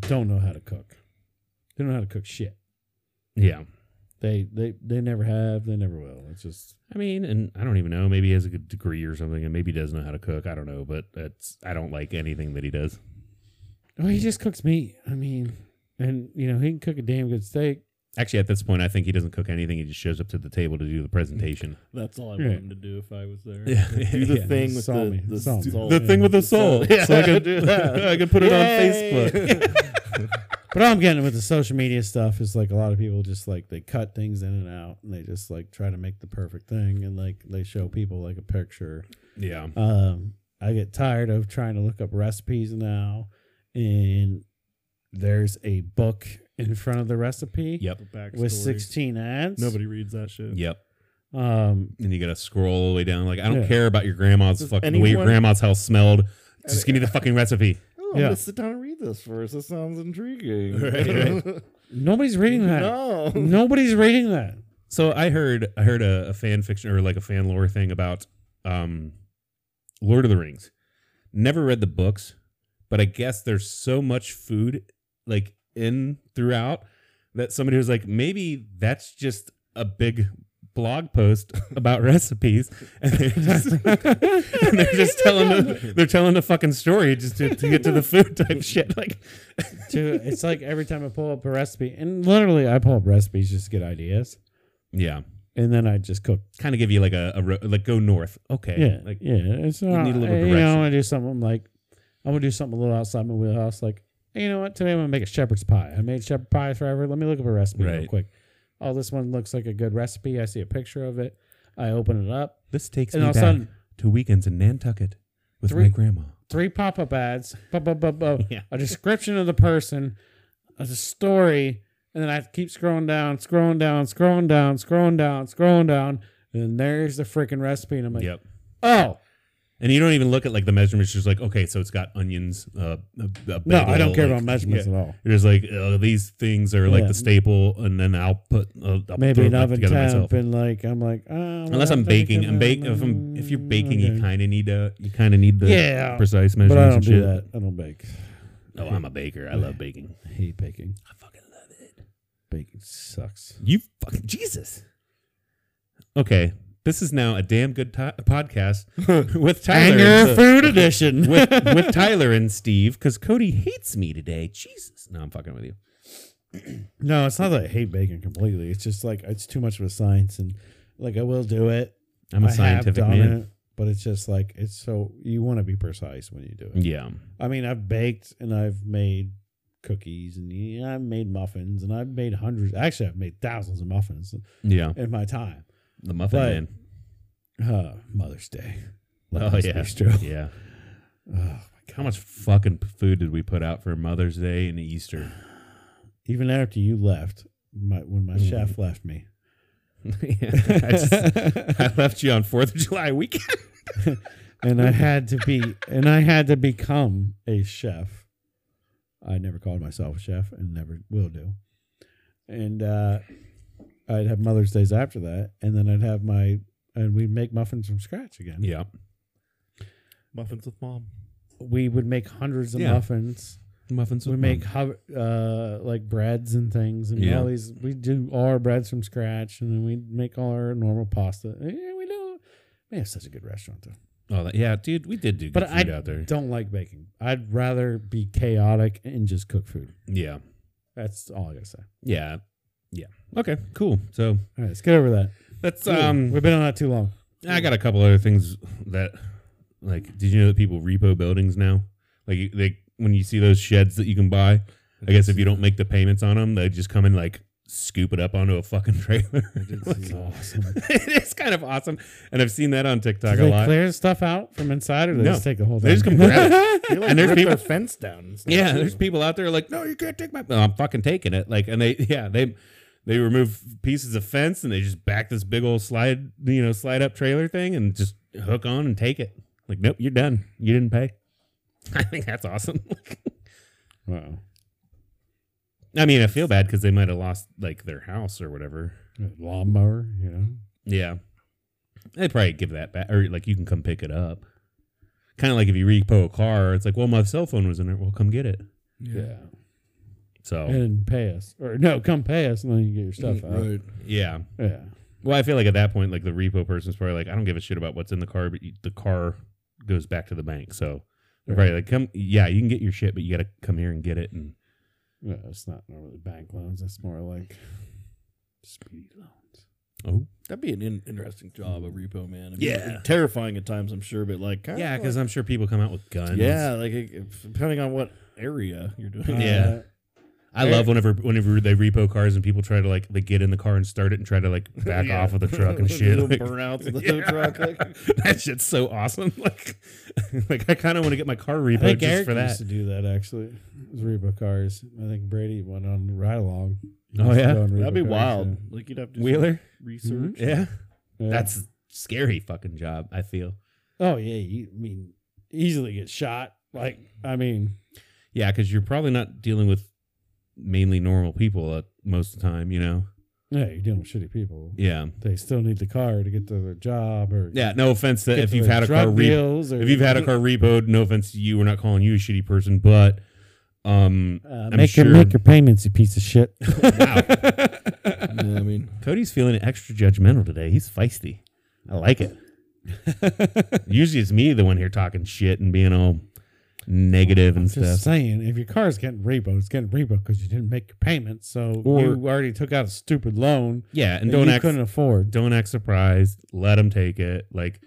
Speaker 1: don't know how to cook. They don't know how to cook shit.
Speaker 2: Yeah.
Speaker 1: They they they never have. They never will. It's just
Speaker 2: I mean, and I don't even know. Maybe he has a good degree or something, and maybe he does know how to cook. I don't know, but that's I don't like anything that he does.
Speaker 1: well, he just cooks meat. I mean, and you know he can cook a damn good steak.
Speaker 2: Actually, at this point, I think he doesn't cook anything. He just shows up to the table to do the presentation.
Speaker 3: That's all I
Speaker 1: Yeah.
Speaker 3: want him to do if I was there.
Speaker 2: Yeah.
Speaker 3: Do the
Speaker 1: Yeah,
Speaker 3: thing with
Speaker 1: saw me.
Speaker 3: the, the,
Speaker 1: Saw me.
Speaker 3: salt.
Speaker 1: The thing with
Speaker 2: the soul. So I could-
Speaker 3: do that.
Speaker 2: I could put it on Facebook.
Speaker 1: But I'm getting with the social media stuff is like a lot of people just like they cut things in and out and they just like try to make the perfect thing and like they show people like a picture.
Speaker 2: Yeah.
Speaker 1: Um, I get tired of trying to look up recipes now, and there's a book in front of the recipe.
Speaker 2: Yep.
Speaker 3: The backstory.
Speaker 1: with 16 ads.
Speaker 3: Nobody reads that shit.
Speaker 2: Yep.
Speaker 1: Um,
Speaker 2: And you got to scroll all the way down. Like, I don't
Speaker 1: Yeah.
Speaker 2: care about your grandma's
Speaker 3: Does
Speaker 2: fucking the way your
Speaker 3: anyone-
Speaker 2: grandma's house smelled. Just give me the fucking recipe.
Speaker 3: Oh,
Speaker 1: Yeah.
Speaker 3: I'm gonna sit down and read this first. This sounds intriguing.
Speaker 2: Right.
Speaker 1: nobody's reading that.
Speaker 3: no.
Speaker 1: Nobody's reading that.
Speaker 2: So I heard I heard a, a fan fiction or like a fan lore thing about um Lord of the Rings. Never read the books, but I guess there's so much food like in throughout that somebody was like, maybe that's just a big blog post about recipes and they're just, and they're just telling the, they're telling the fucking story just to, to get to the food type shit like
Speaker 1: Dude, it's like every time I pull up a recipe, and literally I pull up recipes just to get ideas,
Speaker 2: yeah
Speaker 1: and then I just cook.
Speaker 2: kind of give you like a, a ro- like go north okay
Speaker 1: Yeah,
Speaker 2: like
Speaker 1: yeah. It's
Speaker 2: you
Speaker 1: not,
Speaker 2: need a little
Speaker 1: I- You know,
Speaker 2: direction.
Speaker 1: I wanna do something like I'm gonna do something a little outside my wheelhouse. Like, hey, you know what? Today I'm gonna make a shepherd's pie. I made shepherd pie forever. Let me look up a recipe real
Speaker 2: Right.
Speaker 1: quick. Oh, this one looks like a good recipe. I see a picture of it. I open it up,
Speaker 2: This takes
Speaker 1: and
Speaker 2: me
Speaker 1: all
Speaker 2: back
Speaker 1: of a sudden,
Speaker 2: to weekends in Nantucket with
Speaker 1: Three-
Speaker 2: my grandma.
Speaker 1: three pop-up ads, bu- bu- bu- bu-
Speaker 2: Yeah.
Speaker 1: a description of the person, a story, and then I keep scrolling down, scrolling down, scrolling down, scrolling down, scrolling down, and then there's the freaking recipe, and I'm like,
Speaker 2: Yep.
Speaker 1: oh
Speaker 2: And you don't even look at like the measurements. You're just like, okay, so it's got onions. Uh, a, a
Speaker 1: no, I
Speaker 2: bagel,
Speaker 1: don't care
Speaker 2: like-
Speaker 1: about measurements
Speaker 2: Yeah.
Speaker 1: at all.
Speaker 2: You're just like uh, these things are like
Speaker 1: Yeah.
Speaker 2: the staple, and then I'll put uh, I'll
Speaker 1: Maybe
Speaker 2: throw
Speaker 1: an
Speaker 2: it back
Speaker 1: oven temp,
Speaker 2: together myself.
Speaker 1: and like I'm like, oh, well,
Speaker 2: Unless I'm
Speaker 1: that doesn't
Speaker 2: baking,
Speaker 1: come
Speaker 2: I'm
Speaker 1: out,
Speaker 2: bake. If, I'm, if you're baking,
Speaker 1: okay.
Speaker 2: you kind of need to. You kind of need the
Speaker 1: Yeah.
Speaker 2: precise measurements.
Speaker 1: But I don't
Speaker 2: and
Speaker 1: do
Speaker 2: shit.
Speaker 1: that. I don't bake.
Speaker 2: Oh, I'm a baker. I love baking.
Speaker 1: I hate baking.
Speaker 2: I fucking love it.
Speaker 1: Baking sucks.
Speaker 2: You fucking Jesus. Okay, this is now a damn good ti podcast with Tyler.
Speaker 1: Anger
Speaker 2: So-
Speaker 1: food edition.
Speaker 2: with, with Tyler and Steve because Cody hates me today. Jesus. No, I'm fucking with you.
Speaker 1: No, it's not that I hate bacon completely. It's just like it's too much of a science, and like I will do it.
Speaker 2: I'm a
Speaker 1: I have
Speaker 2: scientific
Speaker 1: done
Speaker 2: man.
Speaker 1: it, but it's just like it's so you want to be precise when you do it.
Speaker 2: Yeah.
Speaker 1: I mean, I've baked and I've made cookies and yeah, I've made muffins and I've made hundreds. Actually, I've made thousands of muffins
Speaker 2: Yeah.
Speaker 1: in my time.
Speaker 2: The Muffin
Speaker 1: But-
Speaker 2: Man.
Speaker 1: Uh, Mother's Day.
Speaker 2: Oh,
Speaker 1: This
Speaker 2: yeah.
Speaker 1: week's Joe.
Speaker 2: Yeah.
Speaker 1: Oh,
Speaker 2: How much fucking food did we put out for Mother's Day and Easter?
Speaker 1: even after you left, my, when my chef left me,
Speaker 2: yeah. I, just- I left you on 4th of July weekend.
Speaker 1: and I had to be and I had to become a chef. I never called myself a chef and never will do. And uh, I'd have Mother's Days after that, and then I'd have my and we'd make muffins from scratch again.
Speaker 2: Yeah.
Speaker 3: Muffins with mom.
Speaker 1: We would make hundreds of
Speaker 2: Yeah.
Speaker 1: muffins.
Speaker 2: Muffins
Speaker 1: we
Speaker 2: with
Speaker 1: make
Speaker 2: mom.
Speaker 1: hov- uh, like breads and things, and
Speaker 2: Yeah.
Speaker 1: all these. We do all our breads from scratch, and then we make all our normal pasta. Yeah, we do. We have such a good restaurant, though.
Speaker 2: Oh, that, yeah, dude, we did do good
Speaker 1: But I
Speaker 2: food out there.
Speaker 1: don't like baking. I'd rather be chaotic and just cook food.
Speaker 2: Yeah.
Speaker 1: That's all I gotta say.
Speaker 2: Yeah. Yeah. Okay, cool. So
Speaker 1: All right, let's get over that.
Speaker 2: that's um
Speaker 1: We've been on that too long.
Speaker 2: I got a couple other things that, like, did you know that people repo buildings now? Like, you- they when you see those sheds that you can buy, I guess if you don't make the payments on them, they just come and like scoop it up onto a fucking trailer.
Speaker 3: did
Speaker 2: Like,
Speaker 3: see
Speaker 1: It's awesome.
Speaker 2: it is kind of awesome, and I've seen that on
Speaker 1: Do
Speaker 2: TikTok a
Speaker 1: they
Speaker 2: lot.
Speaker 1: clear stuff out from inside, or they
Speaker 2: No.
Speaker 1: just take the whole thing?
Speaker 2: They just come grab
Speaker 3: They like
Speaker 2: And there's
Speaker 3: rip
Speaker 2: people-
Speaker 3: their fence down. and stuff,
Speaker 2: Yeah,
Speaker 3: too.
Speaker 2: there's people out there like, no, you can't take my. No, I'm fucking taking it. Like, and they, yeah, they, they remove pieces of fence and they just back this big old slide, you know, slide up trailer thing and just hook on and take it. Like, nope, you're done. You didn't pay. I think that's awesome.
Speaker 1: Wow,
Speaker 2: I mean, I feel bad because they might have lost like their house or whatever.
Speaker 1: lawnmower. You know,
Speaker 2: Yeah, they'd probably give that back or like you can come pick it up. Kind of like if you repo a car, it's like, well, my cell phone was in it. Well, come get it. So
Speaker 1: and pay us, or no, come pay us, and then you get your stuff out.
Speaker 3: Right.
Speaker 2: yeah.
Speaker 1: Yeah,
Speaker 2: Well, I feel like at that point, like the repo person's probably like, I don't give a shit about what's in the car, but you, the car goes back to the bank. So they're probably like, come, yeah, you can get your shit, but you got to come here and get it. And
Speaker 1: no, it's not normally bank loans. It's more like speed loans.
Speaker 2: oh,
Speaker 3: That'd be an in- interesting job, a repo man. I mean,
Speaker 2: Yeah.
Speaker 3: terrifying at times, I'm sure, but like, kinda
Speaker 2: yeah,
Speaker 3: like-
Speaker 2: because I'm sure people come out with guns.
Speaker 3: yeah, like it- it- depending on what area you're doing.
Speaker 2: Yeah. I love whenever whenever they repo cars and people try to like they get in the car and start it and try to like back
Speaker 3: Yeah.
Speaker 2: off of the truck and
Speaker 3: Little
Speaker 2: shit. Like,
Speaker 3: burnouts of the
Speaker 2: Yeah.
Speaker 3: truck. Like,
Speaker 2: that shit's so awesome. Like, like I kind of want to get my car
Speaker 1: I
Speaker 2: repo
Speaker 1: think
Speaker 2: just
Speaker 1: Eric
Speaker 2: for
Speaker 1: used
Speaker 2: that.
Speaker 1: to do that actually. It was Reba cars. I think Brady went on ride along.
Speaker 2: Oh, yeah?
Speaker 3: that'd be wild. Like you'd have to
Speaker 2: Wheeler,
Speaker 3: research.
Speaker 2: yeah,
Speaker 1: Yeah.
Speaker 2: that's a scary fucking job. I feel.
Speaker 1: oh yeah. You I mean easily get shot? Like I mean,
Speaker 2: Yeah, because you're probably not dealing with mainly normal people at most of the time, you know?
Speaker 1: yeah, you're dealing with shitty people.
Speaker 2: Yeah.
Speaker 1: They still need the car to get to their job or
Speaker 2: Yeah, no offense to
Speaker 1: get
Speaker 2: if
Speaker 1: to
Speaker 2: you've
Speaker 1: their
Speaker 2: had a
Speaker 1: drug
Speaker 2: car repo.
Speaker 1: deals or
Speaker 2: If you've had a car repoed, no offense to you, we're not calling you a shitty person, but um
Speaker 1: Uh,
Speaker 2: I'm
Speaker 1: make
Speaker 2: sure-
Speaker 1: your make your payments, you piece of shit.
Speaker 2: wow.
Speaker 1: Mm-hmm.
Speaker 3: Yeah, I mean,
Speaker 2: Cody's feeling extra judgmental today. He's feisty. I like it. Usually it's me the one here talking shit and being all negative and
Speaker 1: Just
Speaker 2: stuff.
Speaker 1: saying, if your car's getting repo, it's getting repo because you didn't make your payments, so
Speaker 2: Or-
Speaker 1: you already took out a stupid loan
Speaker 2: Yeah, and
Speaker 1: and
Speaker 2: don't
Speaker 1: you
Speaker 2: act
Speaker 1: couldn't afford.
Speaker 2: don't act surprised. Let them take it. Like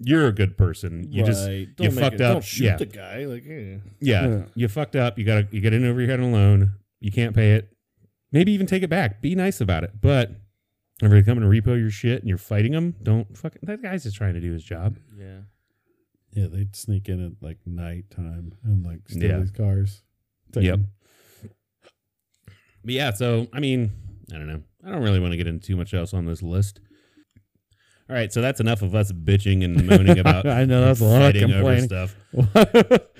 Speaker 2: you're a good person. You just
Speaker 3: right. Don't make
Speaker 2: fucked
Speaker 3: it-
Speaker 2: up.
Speaker 3: Don't shoot
Speaker 2: Yeah.
Speaker 3: the guy. Like, eh.
Speaker 2: Yeah,
Speaker 1: Yeah.
Speaker 2: you fucked up. You gotta you get in over your head on a loan. You can't pay it. Maybe even take it back. Be nice about it. But if they come and repo your shit and you're fighting them, don't fucking. That guy's just trying to do his job.
Speaker 3: yeah.
Speaker 1: Yeah, they'd sneak in at like nighttime and like steal
Speaker 2: Yeah.
Speaker 1: these cars.
Speaker 2: Yep. But yeah, so I mean, I don't know. I don't really want to get into too much else on this list. All right, so that's enough of us bitching and moaning about.
Speaker 1: I know, that's a lot of
Speaker 2: fighting over
Speaker 1: complaining. Uh,
Speaker 2: stuff.
Speaker 1: I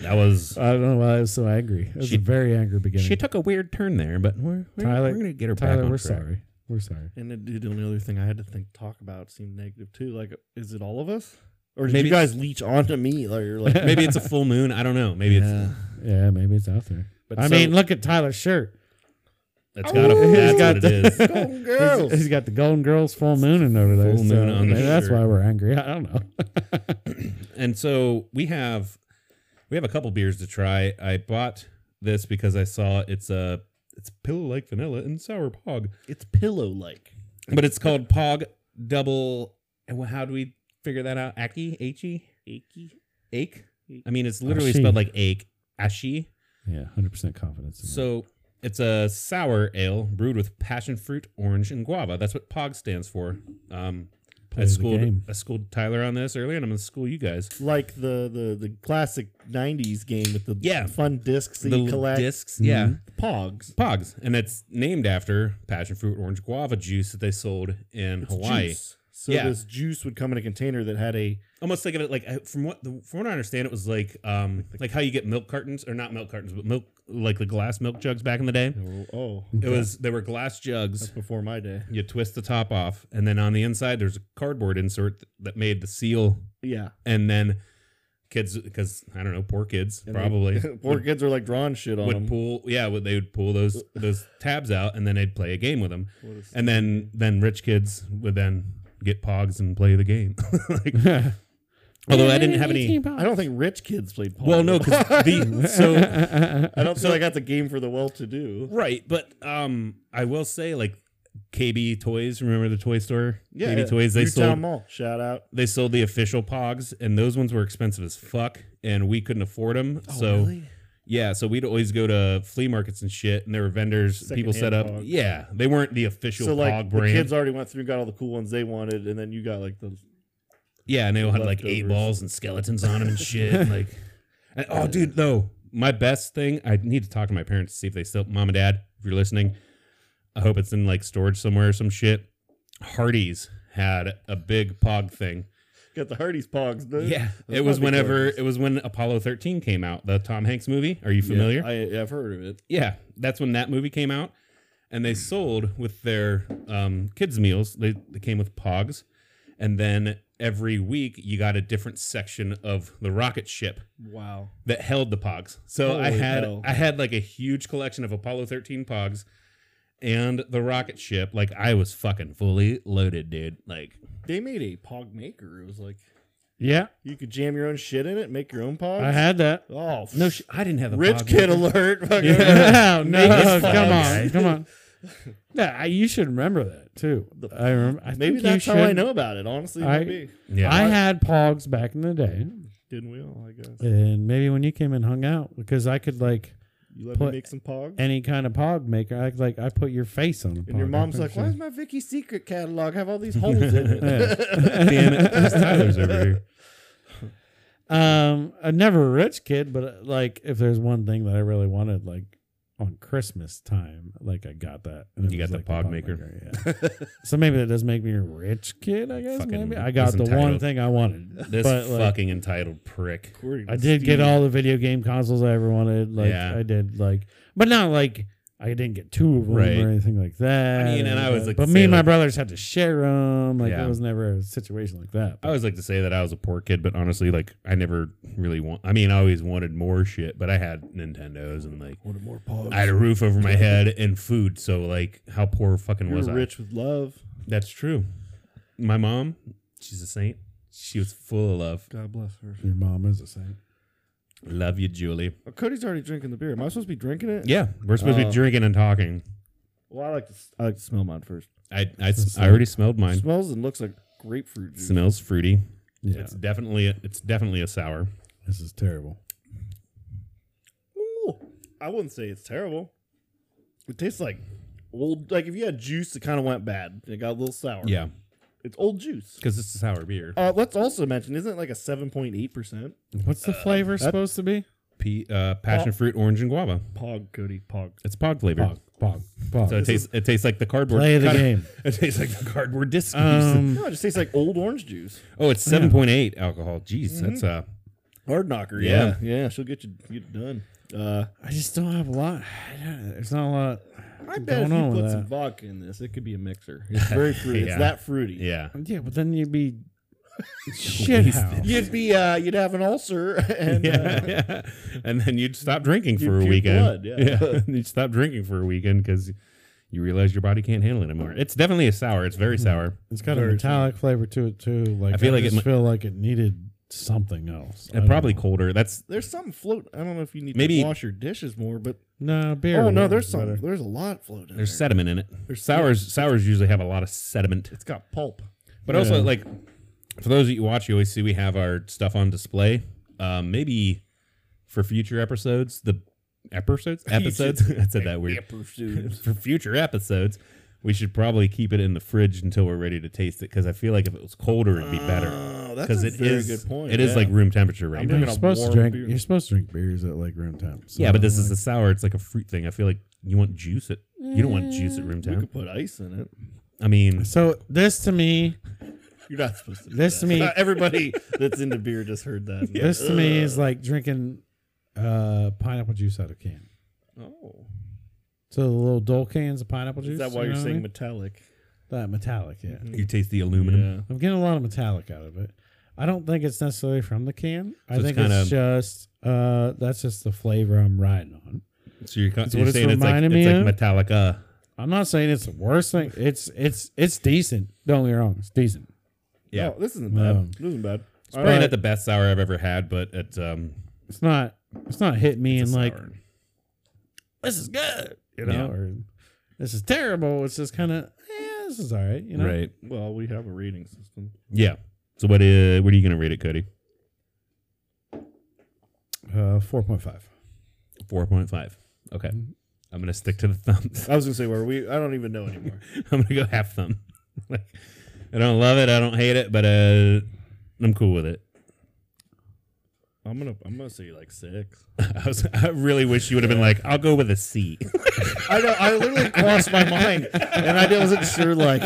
Speaker 2: That was.
Speaker 1: don't know why I was so angry. It was
Speaker 2: She-
Speaker 1: a very angry beginning.
Speaker 2: She took a weird turn there, but we're we're,
Speaker 1: Tyler-
Speaker 2: we're gonna get her back
Speaker 1: Tyler,
Speaker 2: on
Speaker 1: we're
Speaker 2: track.
Speaker 1: sorry. We're sorry.
Speaker 3: And then, dude, the only other thing I had to think talk about seemed negative too. Like, is it all of us, or did
Speaker 2: Maybe
Speaker 3: you guys leech onto me? Like, you're like,
Speaker 2: Maybe it's a full moon. I don't know. Maybe it's.
Speaker 1: Yeah, maybe it's out there.
Speaker 3: But
Speaker 1: I
Speaker 3: so-
Speaker 1: mean, look at Tyler's shirt.
Speaker 2: It's got a.
Speaker 1: Ooh.
Speaker 2: That's
Speaker 1: He's got
Speaker 2: what it
Speaker 1: the-
Speaker 2: is.
Speaker 3: Golden
Speaker 1: He's-
Speaker 3: Girls.
Speaker 1: he's got the Golden Girls full moon in over there.
Speaker 2: Full
Speaker 1: so
Speaker 2: moon on the
Speaker 1: maybe that's
Speaker 2: shirt.
Speaker 1: why we're angry. I don't know.
Speaker 2: and so we have we have a couple beers to try. I bought this because I saw it's a it's pillow like vanilla and sour pog,
Speaker 3: it's pillow like.
Speaker 2: but it's called pog double. and wh- How do we figure that out? Aki, H-E?
Speaker 3: Achy.
Speaker 2: ache. I mean, it's literally
Speaker 1: Ashi.
Speaker 2: spelled like ache, ashi.
Speaker 1: yeah, hundred percent confidence. in
Speaker 2: So it's a sour ale brewed with passion fruit, orange, and guava. That's what pog stands for. Um,
Speaker 1: that. Play
Speaker 2: I
Speaker 1: the
Speaker 2: schooled
Speaker 1: game.
Speaker 2: I schooled Tyler on this earlier, and I'm gonna school you guys.
Speaker 3: Like the, the the classic '90s game with the
Speaker 2: Yeah.
Speaker 3: fun discs that
Speaker 2: The
Speaker 3: you collect.
Speaker 2: discs, yeah.
Speaker 3: Pogs.
Speaker 2: Pogs, and it's named after passion fruit orange guava juice that they sold in
Speaker 3: It's
Speaker 2: Hawaii.
Speaker 3: juice. So
Speaker 2: Yeah.
Speaker 3: this juice would come in a container that had a
Speaker 2: Almost think of it like uh, from what the, from what I understand, it was like um like how you get milk cartons or not milk cartons, but milk like the glass milk jugs back in the day.
Speaker 3: oh
Speaker 2: It was they were glass
Speaker 3: that's
Speaker 2: jugs.
Speaker 3: before my day.
Speaker 2: You twist the top off, and then on the inside there's a cardboard insert that made the seal,
Speaker 3: Yeah,
Speaker 2: and then kids because I don't know poor kids
Speaker 3: And they-
Speaker 2: probably
Speaker 3: poor kids are like drawing shit on
Speaker 2: would,
Speaker 3: them.
Speaker 2: would pull yeah would, they would pull those those tabs out, and then they'd play a game with them. and then then rich kids would then get pogs and play the game. like, although I didn't have any.
Speaker 3: I don't think rich kids played Pog.
Speaker 2: Well, no, because the so
Speaker 3: I don't feel like that's a game for the well-to-do.
Speaker 2: right, but um, I will say like KB Toys. Remember the toy store? KB Toys. They
Speaker 3: Newtown
Speaker 2: sold
Speaker 3: Mall. Shout out.
Speaker 2: they sold Oh,
Speaker 3: Oh,
Speaker 2: the official pogs, and those ones were expensive as fuck, and we couldn't afford them. so Yeah, so we'd always go to flea markets and shit, and there were vendors, people set up.
Speaker 3: Secondhand pog.
Speaker 2: Yeah, they weren't the official
Speaker 3: So like
Speaker 2: pog
Speaker 3: the
Speaker 2: brand.
Speaker 3: kids already went through and got all the cool ones they wanted, and then you got like the
Speaker 2: Yeah, and they all had like eight
Speaker 3: Leftovers.
Speaker 2: balls and skeletons on them and shit. and like, and- oh, dude, though, my best thing, I need to talk to my parents to see if they still, mom and dad, if you're listening, I hope it's in like storage somewhere or some shit. Hardee's had a big pog thing.
Speaker 3: got the Hardy's pogs. Dude.
Speaker 2: Yeah,
Speaker 3: Those
Speaker 2: it was
Speaker 3: might be
Speaker 2: whenever
Speaker 3: gorgeous.
Speaker 2: it was when Apollo 13 came out, the Tom Hanks movie. Are you familiar?
Speaker 3: Yeah, I, yeah, I've heard of it.
Speaker 2: yeah, that's when that movie came out, and they sold with their um, kids meals. They they came with pogs, and then every week you got a different section of the rocket ship
Speaker 3: Wow.
Speaker 2: that held the pogs. So I
Speaker 3: Holy
Speaker 2: had
Speaker 3: hell.
Speaker 2: I had like a huge collection of Apollo 13 pogs and the rocket ship. Like I was fucking fully loaded, dude. Like
Speaker 3: They made a pog maker. It was like
Speaker 1: Yeah,
Speaker 3: you could jam your own shit in it, make your own pogs.
Speaker 1: I had that.
Speaker 3: oh,
Speaker 2: no, sh- I didn't have a
Speaker 3: rich
Speaker 2: pog
Speaker 3: kid
Speaker 2: maker.
Speaker 3: alert. fucking-
Speaker 1: Yeah, no,
Speaker 3: Make
Speaker 1: come on,
Speaker 3: pogs.
Speaker 1: come on. Yeah, I, you should remember that too. I remember. I
Speaker 3: Maybe
Speaker 1: think
Speaker 3: that's
Speaker 1: you
Speaker 3: how I
Speaker 1: should.
Speaker 3: know about it. Honestly,
Speaker 1: I-
Speaker 3: maybe
Speaker 2: Yeah.
Speaker 1: I had Pogs back in the day,
Speaker 3: didn't we all? I guess
Speaker 1: and maybe when you came and hung out, because I could like
Speaker 3: you let
Speaker 1: Put-
Speaker 3: me make some pogs.
Speaker 1: any kind of Pog maker. I could, like I put your face on. A
Speaker 3: And your
Speaker 1: Pog. I
Speaker 3: mom's like,
Speaker 1: put
Speaker 3: "Why
Speaker 1: your-
Speaker 3: does my Vicky Secret catalog have all these holes in it?"
Speaker 2: Damn it, Chris Tyler's over here.
Speaker 1: Um, I'm never a rich kid, but uh, like if there's one thing that I really wanted, like on Christmas time, like I got that. And it
Speaker 2: You
Speaker 1: was,
Speaker 2: got the
Speaker 1: like,
Speaker 2: Pog Maker.
Speaker 1: yeah. so maybe that does make me a rich kid, I guess.
Speaker 2: Fucking
Speaker 1: maybe I got the one
Speaker 2: disentangled.
Speaker 1: thing I wanted.
Speaker 2: This
Speaker 1: But, like,
Speaker 2: fucking entitled prick.
Speaker 3: According to
Speaker 1: I did get
Speaker 3: Steve.
Speaker 1: all the video game consoles I ever wanted. Like
Speaker 2: Yeah.
Speaker 1: I did, like, but not like I didn't get two of them
Speaker 2: Right.
Speaker 1: or anything like that.
Speaker 2: I mean, and I was, like,
Speaker 1: but
Speaker 2: to
Speaker 1: me
Speaker 2: say,
Speaker 1: and my
Speaker 2: like-
Speaker 1: brothers had to share them. Like
Speaker 2: Yeah. Oh.
Speaker 1: it was never a situation like that.
Speaker 2: I always like to say that I was a poor kid, but honestly, like I never really want. I mean, I always wanted more shit, but I had Nintendos and like
Speaker 3: Wanted more pogs.
Speaker 2: I had a roof over my head and food. So like, how poor fucking
Speaker 3: You're
Speaker 2: was
Speaker 3: rich with love.
Speaker 2: I? That's true. My mom, she's a saint. She was full of love.
Speaker 3: God bless her.
Speaker 1: Your mom is the same.
Speaker 2: Love you, Julie.
Speaker 3: Oh, Cody's already drinking the beer. Am I supposed to be drinking it?
Speaker 2: Yeah, we're supposed to
Speaker 3: Oh.
Speaker 2: be drinking and talking.
Speaker 3: Well, I like to. s- I like to smell mine first.
Speaker 2: I I, s- I already smelled mine.
Speaker 3: Smells and looks like grapefruit juice.
Speaker 2: Smells fruity.
Speaker 1: Yeah,
Speaker 2: It's definitely a, it's definitely a sour.
Speaker 1: this is terrible.
Speaker 3: Ooh, I wouldn't say it's terrible. It tastes like old. Like if you had juice, it kind of went bad. It got a little sour.
Speaker 2: Yeah,
Speaker 3: it's old juice.
Speaker 2: because it's a sour beer.
Speaker 3: Uh, let's also mention, isn't it like a seven point eight percent?
Speaker 1: What's
Speaker 2: Uh,
Speaker 1: the flavor supposed to be?
Speaker 2: P, uh, passion fruit, orange, and guava.
Speaker 3: Pog, Cody, Oh. pog.
Speaker 2: It's pog flavor.
Speaker 1: Pog, pog, pog.
Speaker 2: So it tastes it tastes like the cardboard.
Speaker 1: Play the
Speaker 2: cut-
Speaker 1: game.
Speaker 2: It tastes like the cardboard disc.
Speaker 1: Um,
Speaker 3: No, it just tastes like old orange juice.
Speaker 2: oh, it's seven point eight alcohol. Jeez, that's uh
Speaker 3: Hard knocker.
Speaker 2: Yeah.
Speaker 3: Yeah, yeah. she'll get you get it done. Uh,
Speaker 1: I just don't have a lot. I don't- There's not a lot.
Speaker 3: I
Speaker 1: Don't
Speaker 3: bet if
Speaker 1: know
Speaker 3: you put
Speaker 1: that.
Speaker 3: some vodka in this, it could be a mixer. It's very fruity.
Speaker 2: Yeah.
Speaker 3: It's that fruity.
Speaker 2: yeah.
Speaker 1: Yeah, but then you'd be shit house.
Speaker 3: You'd be uh, you'd have an ulcer and
Speaker 2: Yeah,
Speaker 3: uh,
Speaker 2: yeah. and then you'd stop drinking
Speaker 3: You'd
Speaker 2: for a
Speaker 3: puke
Speaker 2: weekend.
Speaker 3: blood, yeah.
Speaker 2: you'd stop drinking for a weekend because you realize your body can't handle it anymore. It's definitely a sour. Mm-hmm. It's very sour.
Speaker 1: It's got a metallic flavor to it too. Like I
Speaker 2: feel like
Speaker 1: feel like
Speaker 2: it
Speaker 1: just
Speaker 2: might-
Speaker 1: feel like it needed something else. I
Speaker 2: And
Speaker 1: don't
Speaker 2: probably
Speaker 1: know.
Speaker 2: colder. That's
Speaker 3: there's something floating. I don't know if you need
Speaker 2: Maybe-
Speaker 3: to wash your dishes more, but
Speaker 1: no beer.
Speaker 3: oh no,
Speaker 1: would
Speaker 3: there's
Speaker 1: be better.
Speaker 3: some. There's a lot floating.
Speaker 2: there's
Speaker 3: there.
Speaker 2: sediment in it.
Speaker 3: There's-
Speaker 2: sours sours usually have a lot of sediment.
Speaker 3: It's got pulp.
Speaker 2: But also,
Speaker 1: Yeah.
Speaker 2: like, for those that you watch, you always see we have our stuff on display. Um, maybe for future episodes, the episodes, episodes. I said that weird. For future episodes, we should probably keep it in the fridge until we're ready to taste it because I feel like if it was colder, it'd be better.
Speaker 3: Oh,
Speaker 2: Because
Speaker 3: that's a
Speaker 2: it
Speaker 3: very
Speaker 2: is,
Speaker 3: good point.
Speaker 2: it is
Speaker 3: yeah.
Speaker 2: like room temperature right
Speaker 3: I'm
Speaker 2: now.
Speaker 3: drinking
Speaker 1: You're
Speaker 3: a
Speaker 1: supposed to
Speaker 3: warm
Speaker 1: drink.
Speaker 3: beer.
Speaker 1: You're supposed to drink beers at like room temp. so-
Speaker 2: yeah, but this is a sour. It's like a fruit thing. I feel like you want juice at you don't want juice at room
Speaker 3: you
Speaker 2: temp.
Speaker 3: Eh, could put ice in it.
Speaker 2: I mean,
Speaker 1: So this to me,
Speaker 3: You're not supposed to. do
Speaker 1: This
Speaker 3: that.
Speaker 1: to me-
Speaker 3: everybody that's into beer just heard that.
Speaker 1: this to me is like drinking uh, pineapple juice out of a can.
Speaker 3: Oh,
Speaker 1: So the little dole cans of pineapple juice.
Speaker 3: is that
Speaker 1: you
Speaker 3: why you're
Speaker 1: know what I
Speaker 3: saying Mm-hmm.
Speaker 1: mean?
Speaker 3: metallic?
Speaker 1: that metallic? Yeah,
Speaker 2: you taste the aluminum.
Speaker 1: I'm getting a lot of metallic out of it. I don't think it's necessarily from the can. I
Speaker 2: So it's
Speaker 1: think
Speaker 2: kinda-
Speaker 1: it's just uh, that's just the flavor I'm riding on.
Speaker 2: So you're,
Speaker 1: That's
Speaker 2: you're
Speaker 1: what it's
Speaker 2: saying it's like
Speaker 1: reminding
Speaker 2: it's
Speaker 1: me
Speaker 2: like Metallica.
Speaker 1: I'm not saying it's the worst thing. It's it's it's decent. Don't get me wrong. It's decent.
Speaker 2: Yeah,
Speaker 3: No, Oh, this isn't bad.
Speaker 1: Um,
Speaker 3: this isn't bad. All
Speaker 2: probably
Speaker 3: right.
Speaker 2: not the best sour I've ever had, but it um,
Speaker 1: It's not it's not hit me
Speaker 2: it's
Speaker 1: and
Speaker 2: a
Speaker 1: like
Speaker 2: sour.
Speaker 1: this is good, you know, or this is terrible. It's just kind of yeah, this is all right, you know.
Speaker 2: right?
Speaker 3: Well, we have a rating system.
Speaker 2: Yeah. So what? Uh, what are you gonna rate it, Cody?
Speaker 1: Uh, four point five.
Speaker 2: Four point five. Okay,
Speaker 1: Mm-hmm.
Speaker 2: I'm gonna stick to the thumbs.
Speaker 3: I was gonna say where we. I don't even know anymore.
Speaker 2: I'm gonna go half thumb. like, I don't love it. I don't hate it, but uh, I'm cool with it.
Speaker 3: I'm gonna. I'm gonna say like six.
Speaker 2: I, was, I really wish you would have been like, I'll go with a C.
Speaker 3: I know. I literally crossed my mind, and I wasn't sure like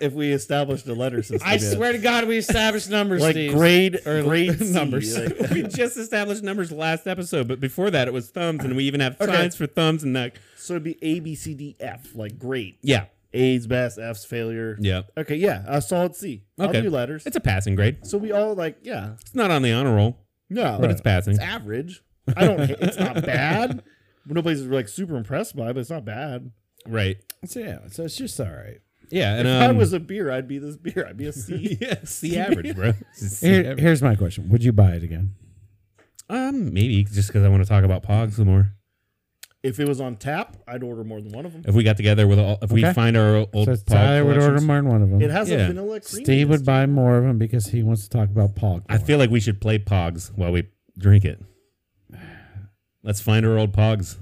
Speaker 3: if we established a letter system.
Speaker 4: I
Speaker 3: yet.
Speaker 4: swear to God, we established numbers.
Speaker 3: like
Speaker 4: Steve.
Speaker 3: grade
Speaker 4: Or
Speaker 3: grade C,
Speaker 4: numbers.
Speaker 3: like-
Speaker 2: we just established numbers last episode, but before that, it was thumbs, and we even have
Speaker 3: Okay.
Speaker 2: signs for thumbs and that.
Speaker 3: so it'd be A B C D F. Like great.
Speaker 2: Yeah,
Speaker 3: A's best. F's failure.
Speaker 2: yeah.
Speaker 3: Okay. Yeah. A solid C. I'll
Speaker 2: Okay.
Speaker 3: do letters.
Speaker 2: It's a passing grade.
Speaker 3: so we all like yeah.
Speaker 2: It's not on the honor roll,
Speaker 3: No,
Speaker 2: but it's passing.
Speaker 3: it's average. I don't. hate- It's not bad. Nobody's like super impressed by, it, but it's not bad.
Speaker 2: right.
Speaker 1: So yeah, so it's just all right.
Speaker 2: Yeah, and
Speaker 3: if I
Speaker 2: um,
Speaker 3: was a beer, I'd be this beer. I'd be a C.
Speaker 2: yeah, C average, bro. C
Speaker 1: Here, here's my question: Would you buy it again?
Speaker 2: Um, maybe just because I want to talk about Pogs some more.
Speaker 3: if it was on tap, I'd order more than one of them.
Speaker 2: If we got together with all, if we
Speaker 1: Okay.
Speaker 2: find our old
Speaker 1: so
Speaker 2: Pog
Speaker 1: Tyler would order
Speaker 2: collections-
Speaker 1: more than one of them.
Speaker 3: It has
Speaker 2: Yeah.
Speaker 3: a vanilla cream.
Speaker 1: Steve would
Speaker 3: taste.
Speaker 1: buy more of them because he wants to talk about Paul.
Speaker 2: I feel like we should play Pogs while we drink it. Let's find our old Pogs.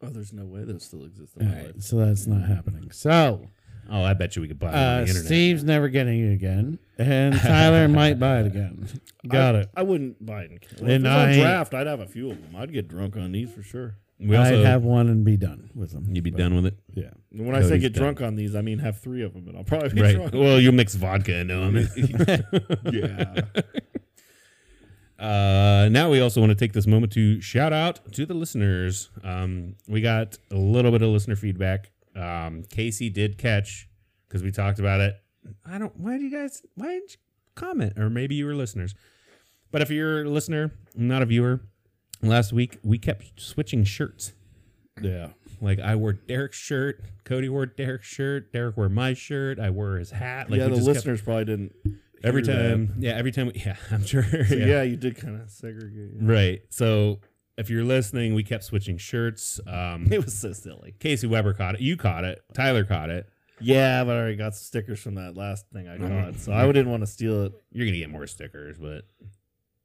Speaker 3: Oh, there's no way those still exist.
Speaker 1: All
Speaker 3: In my life.
Speaker 1: right, so that's not happening. So
Speaker 2: Oh, I bet you we could buy it on
Speaker 1: uh,
Speaker 2: the internet.
Speaker 1: Steve's never getting it again, and Tyler might buy it again. Got
Speaker 3: I,
Speaker 1: it.
Speaker 3: I wouldn't buy it. In Canada. if
Speaker 1: And
Speaker 3: it was on
Speaker 1: I-
Speaker 3: draft, I'd have a few of them. I'd get drunk on these for sure.
Speaker 2: we also
Speaker 1: I'd have one and be done with them.
Speaker 2: you'd be done with it,
Speaker 1: Yeah.
Speaker 3: And when I
Speaker 2: No,
Speaker 3: say
Speaker 2: he's
Speaker 3: get
Speaker 2: done.
Speaker 3: drunk on these, I mean have three of them, and I'll probably be
Speaker 2: right?
Speaker 3: drunk.
Speaker 2: Well, you mix vodka um, into them.
Speaker 3: Yeah.
Speaker 2: Uh, now we also want to take this moment to shout out to the listeners. Um, we got a little bit of listener feedback. Um, Casey did catch because we talked about it. I don't. Why do you guys? Why didn't you comment? Or maybe you were listeners. But if you're a listener, not a viewer, last week we kept switching shirts.
Speaker 3: yeah.
Speaker 2: Like I wore Derek's shirt, Cody wore Derek's shirt, Derek wore my shirt, I wore his hat. Like
Speaker 3: yeah.
Speaker 2: we
Speaker 3: The
Speaker 2: just kept-
Speaker 3: listeners probably didn't.
Speaker 2: every
Speaker 3: hear that.
Speaker 2: time. Yeah, every time. We, yeah, I'm sure.
Speaker 3: So, yeah. you did kind of segregate. yeah.
Speaker 2: Right. So if you're listening, we kept switching shirts. Um,
Speaker 3: It was so silly.
Speaker 2: Casey Weber caught it. You caught it. Tyler caught it.
Speaker 3: Yeah, but I already got stickers from that last thing I
Speaker 2: Mhm.
Speaker 3: got, so I didn't want to steal it.
Speaker 2: You're gonna get more stickers, but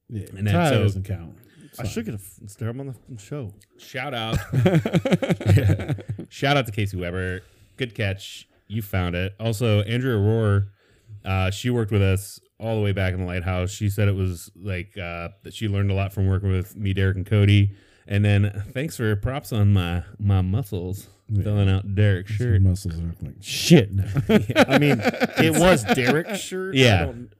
Speaker 1: yeah.
Speaker 2: And then-
Speaker 1: Tyler
Speaker 2: so-
Speaker 1: doesn't count. It's
Speaker 3: I
Speaker 1: fine.
Speaker 3: should get a f- stare him on the f- show.
Speaker 2: shout out, shout out to Casey Weber. Good catch. You found it. Also, Andrea Rohr, uh, she worked with us all the way back in the lighthouse. She said it was like uh, that she learned a lot from working with me, Derek, and Cody. And then thanks for props on my my muscles filling out Derek's
Speaker 1: Your
Speaker 2: shirt.
Speaker 1: muscles are like shit now.
Speaker 3: I mean, it was Derek's shirt. I
Speaker 2: Yeah.
Speaker 3: don't-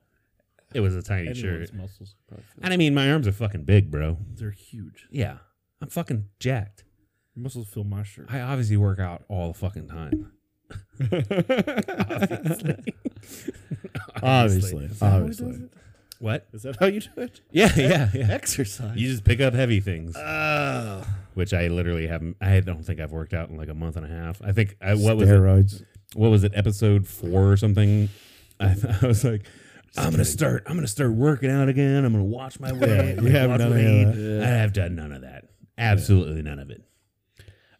Speaker 2: It was a tiny
Speaker 3: anyone's
Speaker 2: shirt.
Speaker 3: muscles could probably feel
Speaker 2: And I mean, my arms are fucking big, bro.
Speaker 3: They're huge.
Speaker 2: Yeah. I'm fucking jacked.
Speaker 3: Your muscles fill my shirt.
Speaker 2: I obviously work out all the fucking time. obviously.
Speaker 1: obviously, obviously.
Speaker 2: What?
Speaker 3: Is that how you do it?
Speaker 2: Yeah, yeah, yeah.
Speaker 3: Exercise.
Speaker 2: You just pick up heavy things,
Speaker 3: Oh.
Speaker 2: which I literally haven't. I don't think I've worked out in like a month and a half. I think I, what was it?
Speaker 1: Steroids.
Speaker 2: What was it? Episode four or something? I, I was like, I'm gonna start. I'm gonna start working out again. I'm gonna watch my weight.
Speaker 1: you haven't
Speaker 2: watch
Speaker 1: done
Speaker 2: what I
Speaker 1: any of
Speaker 2: eat.
Speaker 3: that.
Speaker 2: I have done none of that. Absolutely none of it.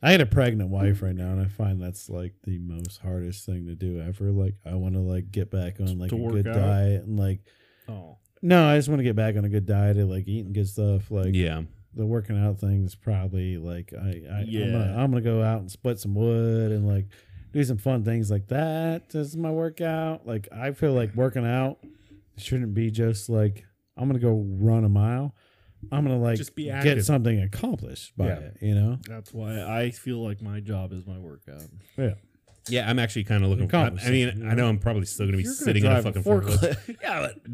Speaker 1: I had a pregnant wife right now, and I find that's like the most hardest thing to do ever. Like, I want to like get back on like
Speaker 3: To
Speaker 1: a
Speaker 3: work
Speaker 1: good
Speaker 3: out?
Speaker 1: diet and like
Speaker 3: Oh.
Speaker 1: no, I just want to get back on a good diet and like eating good stuff. Like,
Speaker 2: Yeah.
Speaker 1: the working out thing is probably like I, I I'm, gonna,
Speaker 3: Yeah.
Speaker 1: I'm gonna go out and split some wood and like do some fun things like that. This is my workout. Like I feel like working out shouldn't be just like I'm gonna go run a mile. I'm gonna like
Speaker 2: Just be
Speaker 1: get
Speaker 2: active.
Speaker 1: something accomplished by
Speaker 2: Yeah.
Speaker 1: it. You know?
Speaker 3: That's why I feel like my job is my workout.
Speaker 1: Yeah.
Speaker 2: Yeah, I'm actually kind of looking. For, I,
Speaker 1: Accomplish
Speaker 2: I mean, I know I'm probably still going to be
Speaker 3: You're gonna
Speaker 2: sitting in a
Speaker 3: drive a
Speaker 2: fucking forklift. yeah, but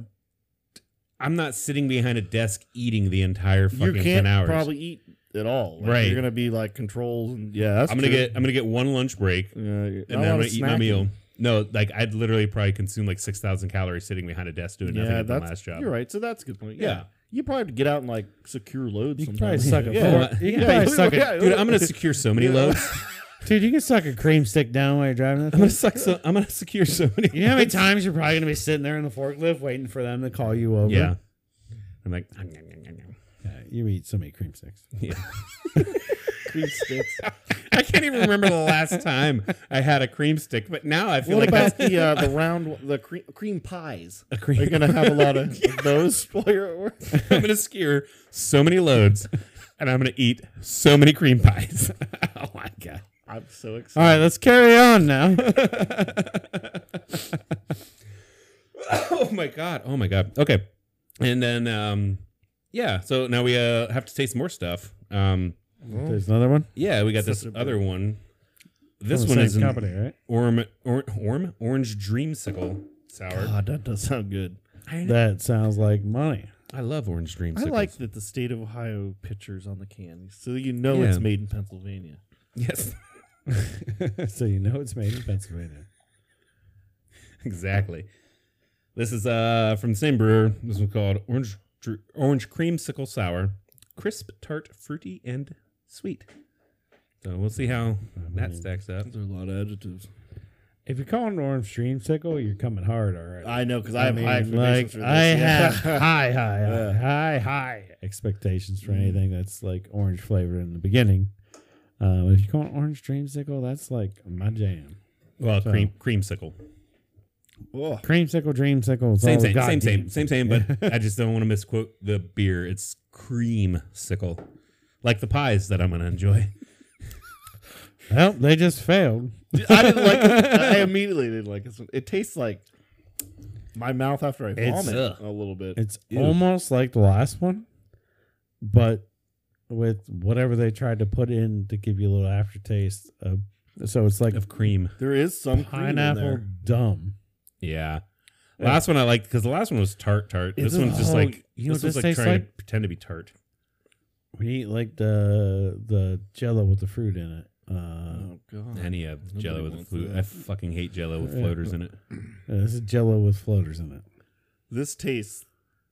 Speaker 2: I'm not sitting behind a desk eating the entire
Speaker 3: You
Speaker 2: fucking ten
Speaker 3: can't
Speaker 2: hours.
Speaker 3: probably eat at all. Like,
Speaker 2: Right.
Speaker 3: You're gonna be like controlled. And, yeah. That's
Speaker 2: I'm gonna
Speaker 3: true.
Speaker 2: get. I'm gonna get one lunch break,
Speaker 3: Yeah, and
Speaker 2: and then I'm gonna eat my meal. No, like I'd literally probably consume like six thousand calories sitting behind a desk doing nothing
Speaker 3: Yeah,
Speaker 2: at my
Speaker 3: that's
Speaker 2: last job.
Speaker 3: You're right. So that's a good point. Yeah.
Speaker 2: Yeah.
Speaker 3: You probably have to get out and like secure loads.
Speaker 1: You can probably
Speaker 3: sometimes.
Speaker 1: suck a
Speaker 2: Yeah.
Speaker 1: fork. You can
Speaker 3: Yeah.
Speaker 1: probably suck a,
Speaker 3: Yeah.
Speaker 2: Dude, I'm gonna secure so many loads.
Speaker 1: dude. You can suck a cream stick down while you're driving. That
Speaker 2: I'm gonna
Speaker 1: thing.
Speaker 2: suck. So, I'm gonna secure so many.
Speaker 1: You know how many times you're probably gonna be sitting there in the forklift waiting for them to call you over.
Speaker 2: Yeah. I'm like, "Nom, nom, nom, nom, nom."
Speaker 1: Yeah, you eat so many cream sticks.
Speaker 2: yeah.
Speaker 3: Cream sticks.
Speaker 2: I can't even remember the last time I had a cream stick, but now I feel like
Speaker 3: What
Speaker 2: that's
Speaker 3: about the uh, the round the cream, cream pies?
Speaker 2: a cream.
Speaker 3: Are you gonna have a lot of those while you're at work?
Speaker 2: I'm gonna skewer so many loads. and I'm gonna eat so many cream pies. oh my god!
Speaker 3: I'm so
Speaker 1: All
Speaker 3: excited.
Speaker 1: right, let's carry on now.
Speaker 2: Oh my god! Oh my god! Okay, and then um, yeah. So now we uh have to taste more stuff. Um,
Speaker 1: There's another one.
Speaker 2: yeah, we got this
Speaker 3: Such a- Oh,
Speaker 2: other one. This
Speaker 1: From the
Speaker 2: one
Speaker 1: same
Speaker 2: is an
Speaker 1: company, right?
Speaker 2: orm, or, orm orange dreamsicle sour.
Speaker 3: God, that does sound good.
Speaker 2: I, know.
Speaker 1: That sounds like money.
Speaker 2: I love orange dreamsicle.
Speaker 3: I like that the state of Ohio pictures on the can, so you know
Speaker 2: Yeah.
Speaker 3: it's made in Pennsylvania.
Speaker 2: yes,
Speaker 1: so you know it's made in Pennsylvania.
Speaker 2: exactly. This is uh from the same brewer. This one's called orange Dr- orange creamsicle sour, crisp, tart, fruity, and sweet. So we'll see how that stacks up.
Speaker 3: There are a lot of adjectives.
Speaker 1: If you're calling it orange stream sickle, you're coming hard, all right.
Speaker 3: I know because I,
Speaker 1: I
Speaker 3: have
Speaker 1: mean,
Speaker 3: high expectations
Speaker 1: like,
Speaker 3: for this.
Speaker 1: I
Speaker 3: Yeah.
Speaker 1: have high, high, high, high expectations for anything that's like orange flavored in the beginning. Uh, but if you call it orange dreamsicle, that's like my jam.
Speaker 2: Well, cream creamsicle.
Speaker 3: Oh,
Speaker 1: Creamsicle, dreamsicle, it's
Speaker 2: Same same,
Speaker 1: all
Speaker 2: same same
Speaker 1: goddamn-
Speaker 2: same same. But I just don't want to misquote the beer. It's creamsicle, like the pies that I'm gonna enjoy.
Speaker 1: Well, they just failed.
Speaker 3: I didn't like. it. I immediately didn't like it. It tastes like my mouth after I
Speaker 1: It's-
Speaker 3: vomit
Speaker 2: Ugh.
Speaker 3: a little bit.
Speaker 1: It's almost like the last one, but with whatever they tried to put in to give you a little aftertaste of. So it's like
Speaker 2: Of cream.
Speaker 3: there is some
Speaker 1: pineapple
Speaker 3: pineapple.
Speaker 1: dumb.
Speaker 2: Yeah. Last one I liked because the last one was tart tart.
Speaker 1: It
Speaker 2: This
Speaker 1: doesn't-
Speaker 2: one's just
Speaker 1: oh,
Speaker 2: like
Speaker 1: you know
Speaker 2: this
Speaker 1: what
Speaker 2: one's
Speaker 1: this
Speaker 2: like
Speaker 1: tastes
Speaker 2: trying to
Speaker 1: like?
Speaker 2: pretend to be tart.
Speaker 1: We eat like the the jello with the fruit in it. Uh,
Speaker 3: Oh god!
Speaker 2: Any of
Speaker 3: Nobody
Speaker 2: Jello with a
Speaker 3: wants
Speaker 2: flute.
Speaker 3: that.
Speaker 2: I fucking hate Jello with
Speaker 1: Yeah.
Speaker 2: floaters in it.
Speaker 1: this is jello with floaters in it.
Speaker 3: This tastes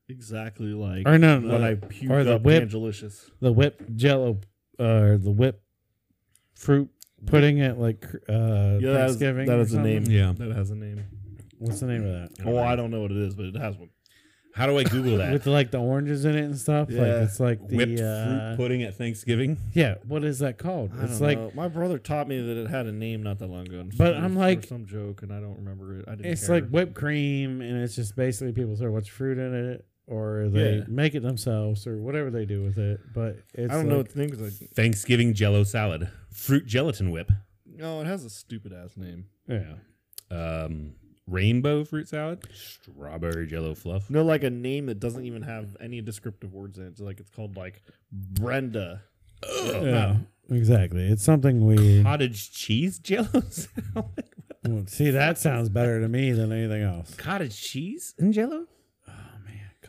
Speaker 3: exactly like
Speaker 1: Or no,
Speaker 3: when
Speaker 1: the-
Speaker 3: I
Speaker 1: or
Speaker 3: puked
Speaker 1: the
Speaker 3: up
Speaker 1: whip.
Speaker 3: Angelicious.
Speaker 1: The whip jello uh, or the whip fruit pudding at like cr- uh,
Speaker 3: Yeah, that is-
Speaker 1: Thanksgiving.
Speaker 3: that
Speaker 1: or
Speaker 3: is the
Speaker 1: something?
Speaker 3: name.
Speaker 2: Yeah.
Speaker 3: That has a name.
Speaker 1: What's the name of that?
Speaker 3: Oh, I don't know what it is, but it has one.
Speaker 2: How do I Google that?
Speaker 1: With like the oranges in it and stuff.
Speaker 3: Yeah.
Speaker 1: Like it's like the
Speaker 2: Whipped
Speaker 1: uh,
Speaker 2: fruit pudding at Thanksgiving.
Speaker 1: yeah. What is that called?
Speaker 3: I
Speaker 1: It's
Speaker 3: don't
Speaker 1: like
Speaker 3: know. my brother taught me that it had a name not that long ago. and
Speaker 1: But
Speaker 3: it
Speaker 1: I'm
Speaker 3: was
Speaker 1: like-
Speaker 3: for some joke, and I don't remember it. I didn't
Speaker 1: it's
Speaker 3: care.
Speaker 1: like whipped cream, and it's just basically people throw what's fruit in it, or they
Speaker 3: Yeah.
Speaker 1: make it themselves, or whatever they do with it. But it's
Speaker 3: I don't
Speaker 1: like,
Speaker 3: know what the name is. Like,
Speaker 2: Thanksgiving Jello salad, fruit gelatin whip,
Speaker 3: no, it has a stupid ass name.
Speaker 1: Yeah.
Speaker 2: um, rainbow fruit salad, strawberry Jello fluff.
Speaker 3: No, like a name that doesn't even have any descriptive words in it. It's like it's called like Brenda.
Speaker 1: Yeah, exactly. It's something weird.
Speaker 2: Cottage cheese Jello salad.
Speaker 1: Well, See, that sounds better to me than anything else. Oh,
Speaker 2: Cottage cheese and Jello.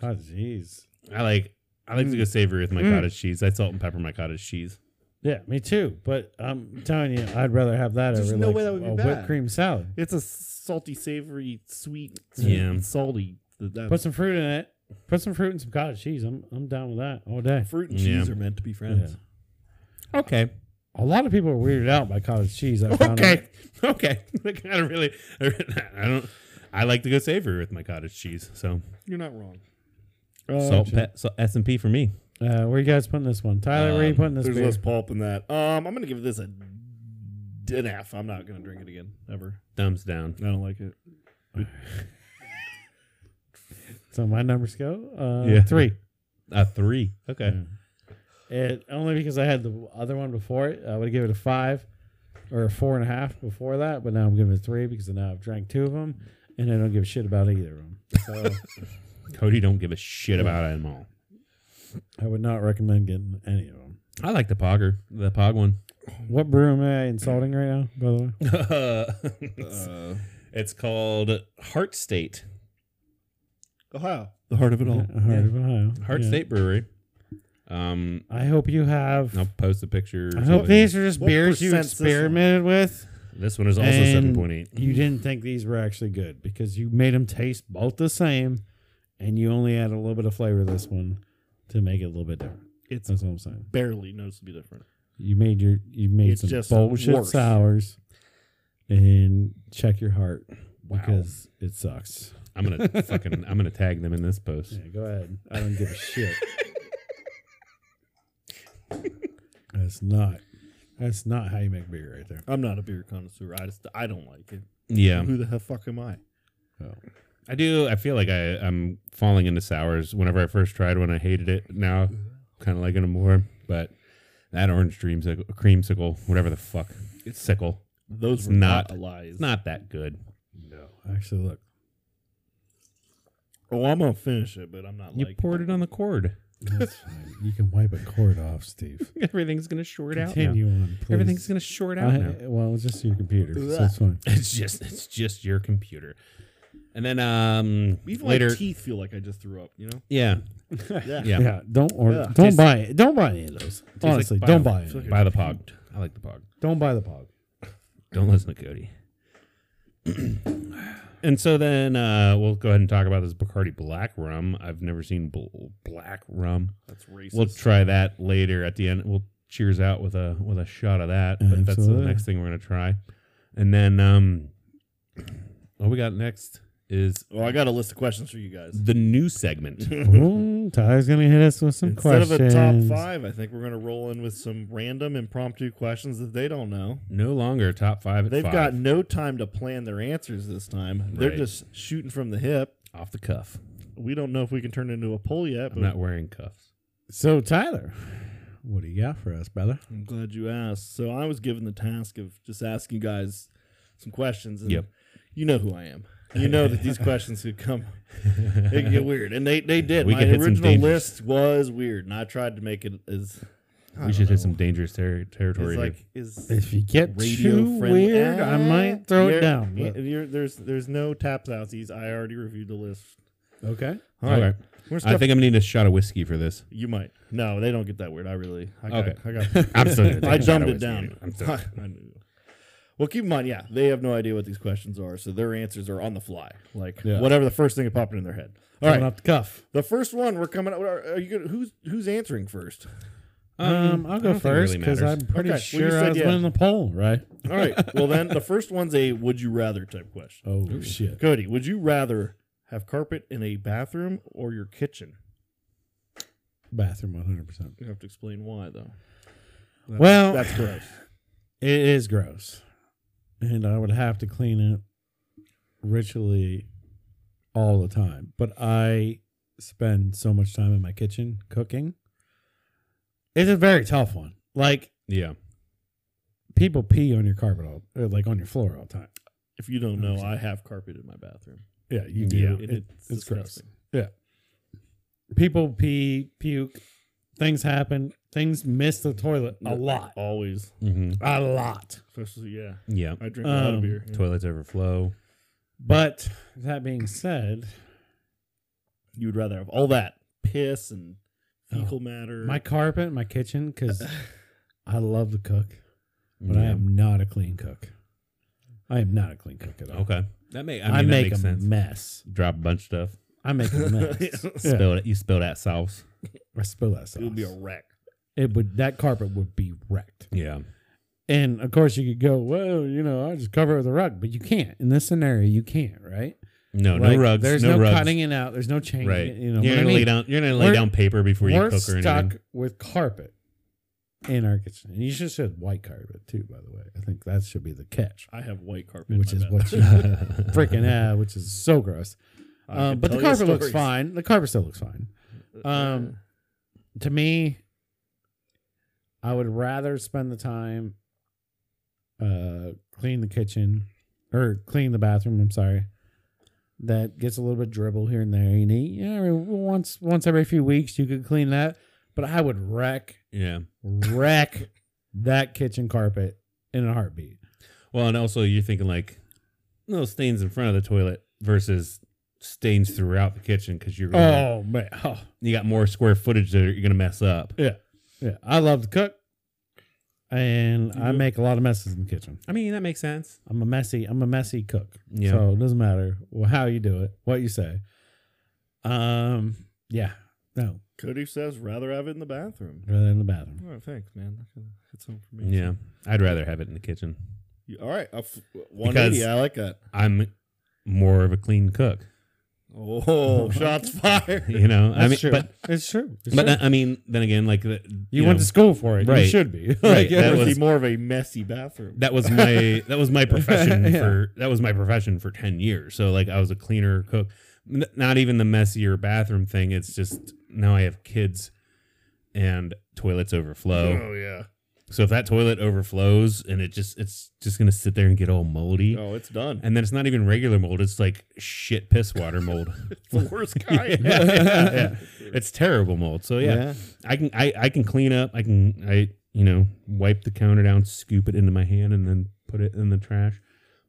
Speaker 1: God, jeez.
Speaker 2: I like. I like to go savory with my
Speaker 1: Mm.
Speaker 2: cottage cheese. I salt and pepper my cottage cheese.
Speaker 1: Yeah, me too. But I'm telling you, I'd rather have that
Speaker 3: There's
Speaker 1: over
Speaker 3: no
Speaker 1: like
Speaker 3: way that would be
Speaker 1: a
Speaker 3: bad.
Speaker 1: whipped cream salad.
Speaker 3: It's a salty, savory, sweet,
Speaker 2: Yeah.
Speaker 3: and salty. That- that-
Speaker 1: Put some fruit in it. Put some fruit and some cottage cheese. I'm I'm down with that all day.
Speaker 3: fruit and
Speaker 2: Yeah.
Speaker 3: cheese are meant to be friends.
Speaker 2: Okay.
Speaker 1: A lot of people are weirded out by cottage cheese. I found out.
Speaker 2: Okay. Okay. Like, I don't really. I don't. I like to go savory with my cottage cheese. So
Speaker 3: You're not wrong.
Speaker 1: Oh,
Speaker 2: salt,
Speaker 1: shit.
Speaker 2: pe- salt S and P for me.
Speaker 1: Uh, where you guys putting this one, Tyler? where you
Speaker 2: Um,
Speaker 1: putting this?
Speaker 3: There's
Speaker 1: beer?
Speaker 3: less pulp in that. Um, I'm gonna give this a d- an F. I'm not gonna drink it again ever.
Speaker 2: Thumbs down.
Speaker 3: I don't like it.
Speaker 1: So my numbers go uh,
Speaker 2: Yeah.
Speaker 1: three.
Speaker 2: A three. Okay.
Speaker 1: It only because I had the other one before it. I would give it a five or a four and a half before that, but now I'm giving it a three because now I've drank two of them and I don't give a shit about either of them. So
Speaker 2: Cody don't give a shit about them all.
Speaker 1: I would not recommend getting any of them.
Speaker 2: I like the Pogger, the Pog one.
Speaker 1: What brew am I insulting right now? By the way,
Speaker 2: it's, it's called Heart State,
Speaker 3: Ohio, the heart of it all.
Speaker 1: Heart of Ohio.
Speaker 2: Heart
Speaker 1: Yeah.
Speaker 2: State Brewery. Um,
Speaker 1: I hope you have.
Speaker 2: I'll post a picture.
Speaker 1: I hope these are just
Speaker 3: What
Speaker 1: beers you
Speaker 3: percent's this one?
Speaker 1: experimented with.
Speaker 2: This one is also
Speaker 1: And
Speaker 2: seven point eight.
Speaker 1: You didn't think these were actually good because you made them taste both the same, and you only add a little bit of flavor to this one to make it a little bit different.
Speaker 3: It's
Speaker 1: That's what I'm saying.
Speaker 3: barely noticeably different.
Speaker 1: You made your you made
Speaker 3: It's
Speaker 1: some
Speaker 3: just
Speaker 1: bullshit
Speaker 3: worse.
Speaker 1: sours, and check your heart because it sucks.
Speaker 2: I'm gonna fucking. I'm gonna tag them in this post.
Speaker 1: Yeah, go ahead. I don't give a shit. that's not. That's not how you make beer, right there.
Speaker 3: I'm not a beer connoisseur. I just I don't like it.
Speaker 2: Yeah,
Speaker 3: Who the hell fuck am I?
Speaker 2: I do. I feel like I, I'm falling into sours. Whenever I first tried one, I hated it. Now, kind of liking them more. But that orange dreamsicle, creamsicle, whatever the fuck, it's sickle.
Speaker 3: Those
Speaker 2: It's
Speaker 3: were not,
Speaker 2: not-
Speaker 3: lies.
Speaker 2: It's not that good.
Speaker 1: No, actually, look.
Speaker 3: Oh, I'm gonna finish it, but I'm not.
Speaker 2: You
Speaker 3: like,
Speaker 2: poured it on the cord.
Speaker 1: That's fine. You can wipe a cord off, Steve.
Speaker 2: Everything's gonna short out. Now.
Speaker 1: Continue on, please.
Speaker 2: Everything's gonna short out now.
Speaker 1: I, Well, it's just your computer. So that's fine.
Speaker 2: It's just it's just your computer. And then um
Speaker 3: Even
Speaker 2: later
Speaker 3: my teeth feel like I just threw up. You know.
Speaker 2: yeah,
Speaker 3: Yeah.
Speaker 2: yeah.
Speaker 1: Yeah, don't order.
Speaker 3: Yeah.
Speaker 1: Don't
Speaker 2: Tastes-
Speaker 1: buy it. Don't buy any of those.
Speaker 2: like
Speaker 1: Honestly,
Speaker 2: bio-
Speaker 1: don't buy any.
Speaker 3: It's like
Speaker 1: of them.
Speaker 2: Buy the pog. I like the pog.
Speaker 1: Don't buy the pog.
Speaker 2: Don't listen to Cody. and so then uh we'll go ahead and talk about this Bacardi Black Rum. I've never seen bl- black rum.
Speaker 3: That's racist.
Speaker 2: We'll try that later at the end. We'll cheers out with a with a shot of that. But that's the
Speaker 1: Absolutely.
Speaker 2: next thing we're gonna try. And then um what we got next is
Speaker 3: well, Oh, I got a list of questions for you guys.
Speaker 2: the new segment.
Speaker 1: Ooh, Tyler's gonna hit us with some
Speaker 3: Instead of
Speaker 1: questions.
Speaker 3: a top five, I think we're gonna roll in with some random impromptu questions that they don't know.
Speaker 2: No longer top five at
Speaker 3: They've
Speaker 2: five.
Speaker 3: got no time to plan their answers this time. They're
Speaker 2: Right.
Speaker 3: just shooting from the hip.
Speaker 2: off the cuff.
Speaker 3: We don't know if we can turn it into a poll yet,
Speaker 2: I'm
Speaker 3: but
Speaker 2: not wearing cuffs.
Speaker 1: So Tyler, what do you got for us, brother?
Speaker 3: I'm glad you asked. So I was given the task of just asking you guys some questions. And
Speaker 2: Yep.
Speaker 3: You know who I am. You know that these questions could come. It could get weird, and they they did.
Speaker 2: We
Speaker 3: My
Speaker 2: could hit some
Speaker 3: original
Speaker 2: dangerous-
Speaker 3: list was weird, and I tried to make it as I
Speaker 2: we
Speaker 3: don't
Speaker 2: should
Speaker 3: know.
Speaker 2: hit some dangerous ter- territory.
Speaker 3: It's
Speaker 2: here.
Speaker 3: like is
Speaker 1: If you get
Speaker 3: radio
Speaker 1: too
Speaker 3: friendly. Eh,
Speaker 1: weird, I might throw
Speaker 3: You're-
Speaker 1: it down.
Speaker 3: y-
Speaker 1: but-
Speaker 3: you're- there's there's no taps outsies. I already reviewed the list.
Speaker 1: okay.
Speaker 3: All
Speaker 2: Okay.
Speaker 3: right. We're
Speaker 2: I
Speaker 3: stuff-
Speaker 2: think I'm gonna need a shot of whiskey for this.
Speaker 3: you might. No, they don't get that weird. I really. I got,
Speaker 2: Okay.
Speaker 3: I got.
Speaker 2: I'm still. Gonna take
Speaker 3: I
Speaker 2: a shot of
Speaker 3: dumbed it
Speaker 2: whiskey
Speaker 3: down.
Speaker 2: anyway. I'm still-
Speaker 3: I knew. Well, keep in mind, yeah, they have no idea what these questions are, so their answers are on the fly, like
Speaker 1: Yeah.
Speaker 3: whatever the first thing that popped in their head. All
Speaker 1: Coming
Speaker 3: right,
Speaker 1: off the cuff.
Speaker 3: the first one we're coming. Up, are are you gonna, who's who's answering first?
Speaker 1: Um, I'll
Speaker 2: I don't
Speaker 1: go
Speaker 2: think it
Speaker 1: first
Speaker 2: really
Speaker 1: because
Speaker 2: matters.
Speaker 1: I'm pretty
Speaker 3: Okay, well, you
Speaker 1: sure
Speaker 3: said
Speaker 1: I was
Speaker 3: yeah.
Speaker 1: winning the poll, right?
Speaker 3: All right. Well, then the first one's a would you rather type question.
Speaker 1: Oh shit!
Speaker 3: Cody, would you rather have carpet in a bathroom or your kitchen?
Speaker 1: Bathroom, 100. percent
Speaker 3: You have to explain why though.
Speaker 1: Well,
Speaker 3: That's gross.
Speaker 1: It is gross. And I would have to clean it ritually all the time. But I spend so much time in my kitchen cooking. It's a very tough one. Like
Speaker 2: Yeah.
Speaker 1: people pee on your carpet all or like on your floor all the time.
Speaker 3: If you don't know, I have carpet in my bathroom.
Speaker 1: Yeah, you
Speaker 2: do.
Speaker 1: do.
Speaker 3: It-
Speaker 1: It-
Speaker 3: it's
Speaker 1: it's gross.
Speaker 3: disgusting.
Speaker 1: People pee, puke, things happen, things miss the toilet a lot.
Speaker 3: Always.
Speaker 2: hmm
Speaker 1: A lot.
Speaker 3: Especially yeah.
Speaker 2: Yeah.
Speaker 3: I drink a lot
Speaker 1: Um,
Speaker 3: of beer.
Speaker 2: Toilets overflow.
Speaker 1: But that being said,
Speaker 3: You'd rather have all that piss and fecal matter.
Speaker 1: my carpet, my kitchen, because I love to cook. but I
Speaker 2: Yeah.
Speaker 1: am not a clean cook. I am not a clean cook at all.
Speaker 2: Okay. That may. I,
Speaker 1: I,
Speaker 2: mean, that
Speaker 1: make a
Speaker 2: makes sense.
Speaker 1: mess.
Speaker 2: Drop a bunch of stuff.
Speaker 1: I make a mess. Yeah.
Speaker 2: Spill it. You spill that sauce.
Speaker 1: I spill that sauce.
Speaker 3: it would be a wreck.
Speaker 1: It would- that carpet would be wrecked.
Speaker 2: Yeah.
Speaker 1: And of course, you could go, well, you know, I just cover it with a rug, but you can't. In this scenario, you can't, right?
Speaker 2: No.
Speaker 1: Like,
Speaker 2: no rugs.
Speaker 1: There's
Speaker 2: no,
Speaker 1: no,
Speaker 2: rugs.
Speaker 1: cutting it out. There's no changing.
Speaker 2: Right.
Speaker 1: It, you know,
Speaker 2: you're
Speaker 1: what I
Speaker 2: gonna lay
Speaker 1: mean?
Speaker 2: down. You're gonna lay
Speaker 1: We're-
Speaker 2: down paper before you
Speaker 1: We're
Speaker 2: cook or
Speaker 1: stuck
Speaker 2: anything.
Speaker 1: with carpet in our kitchen. And you should have said white carpet too, by the way. I think that should be the catch,
Speaker 3: I have white carpet.
Speaker 1: which
Speaker 3: in
Speaker 1: is
Speaker 3: my
Speaker 1: what you freaking have, which is so gross.
Speaker 3: bathroom. I
Speaker 1: Um,
Speaker 3: could
Speaker 1: but the
Speaker 3: tell you
Speaker 1: carpet looks
Speaker 3: stories. Uh,
Speaker 1: fine. The carpet still looks fine. Um, to me, I would rather spend the time uh clean the kitchen or clean the bathroom, I'm sorry. That gets a little bit dribble here and there. You need you know, once once every few weeks you could clean that. But I would wreck
Speaker 2: yeah.
Speaker 1: wreck that kitchen carpet in a heartbeat.
Speaker 2: Well, and also you're thinking like no stains in front of the toilet versus stains throughout the kitchen because you're gonna,
Speaker 1: Oh man. Oh,
Speaker 2: you got more square footage that you're gonna mess up.
Speaker 1: yeah. I love to cook. And
Speaker 3: You
Speaker 1: I
Speaker 3: do?
Speaker 2: Mm-hmm.
Speaker 1: make a lot of messes in the kitchen.
Speaker 2: I mean that makes sense.
Speaker 1: I'm a messy. I'm a messy cook.
Speaker 2: Yeah.
Speaker 1: So it doesn't matter wh- how you do it, what you say. Um. Yeah. No.
Speaker 3: Cody says rather have it in the bathroom.
Speaker 1: Rather than the bathroom.
Speaker 3: All right, thanks, man. It's home for me.
Speaker 2: yeah, I'd rather have it in the kitchen.
Speaker 3: You- all right, a f- 180.
Speaker 2: Because-
Speaker 3: I like that.
Speaker 2: I'm more of a clean cook.
Speaker 3: Oh, shots fired.
Speaker 2: You know, I
Speaker 1: That's
Speaker 2: mean,
Speaker 1: true.
Speaker 2: but
Speaker 1: it's true. It's
Speaker 2: but
Speaker 1: true.
Speaker 2: I mean, then again, like the,
Speaker 1: you, went
Speaker 2: know,
Speaker 1: to school for it. You
Speaker 2: Right.
Speaker 1: should be.
Speaker 2: Right.
Speaker 1: yeah.
Speaker 2: That
Speaker 3: That would
Speaker 2: was-
Speaker 3: be more of a messy bathroom.
Speaker 2: that was my that was my profession
Speaker 1: Yeah.
Speaker 2: for that was my profession for 10 years so like i was a cleaner cook N- not even the messier bathroom thing it's just now i have kids and toilets overflow.
Speaker 3: Oh yeah.
Speaker 2: So if that toilet overflows and it just it's just gonna sit there and get all moldy.
Speaker 3: Oh, it's done.
Speaker 2: And then it's not even regular mold, it's like shit piss water mold.
Speaker 3: It's the worst
Speaker 2: yeah,
Speaker 3: kind.
Speaker 2: yeah, yeah. It's terrible mold. So yeah,
Speaker 3: Yeah.
Speaker 2: I can I, I can clean up. I can I you know wipe the counter down, scoop it into my hand, and then put it in the trash.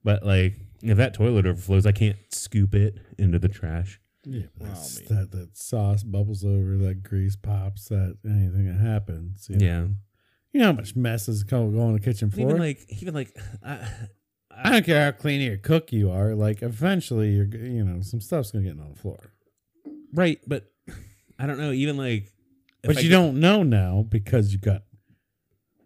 Speaker 2: But like if that toilet overflows, I can't scoop it into the trash.
Speaker 1: Yeah,
Speaker 3: Wow,
Speaker 1: that's-
Speaker 3: man.
Speaker 1: that that sauce bubbles over, that grease pops, that anything that happens. You know?
Speaker 2: Yeah,
Speaker 1: you know how much mess is go go on the kitchen floor.
Speaker 2: even like even like I,
Speaker 1: I don't care how clean your cook you are. Like eventually, you're g- you know some stuff's gonna get on the floor,
Speaker 2: right, but I don't know. Even like, if
Speaker 1: but
Speaker 2: I
Speaker 1: you
Speaker 2: get-
Speaker 1: don't know now because you got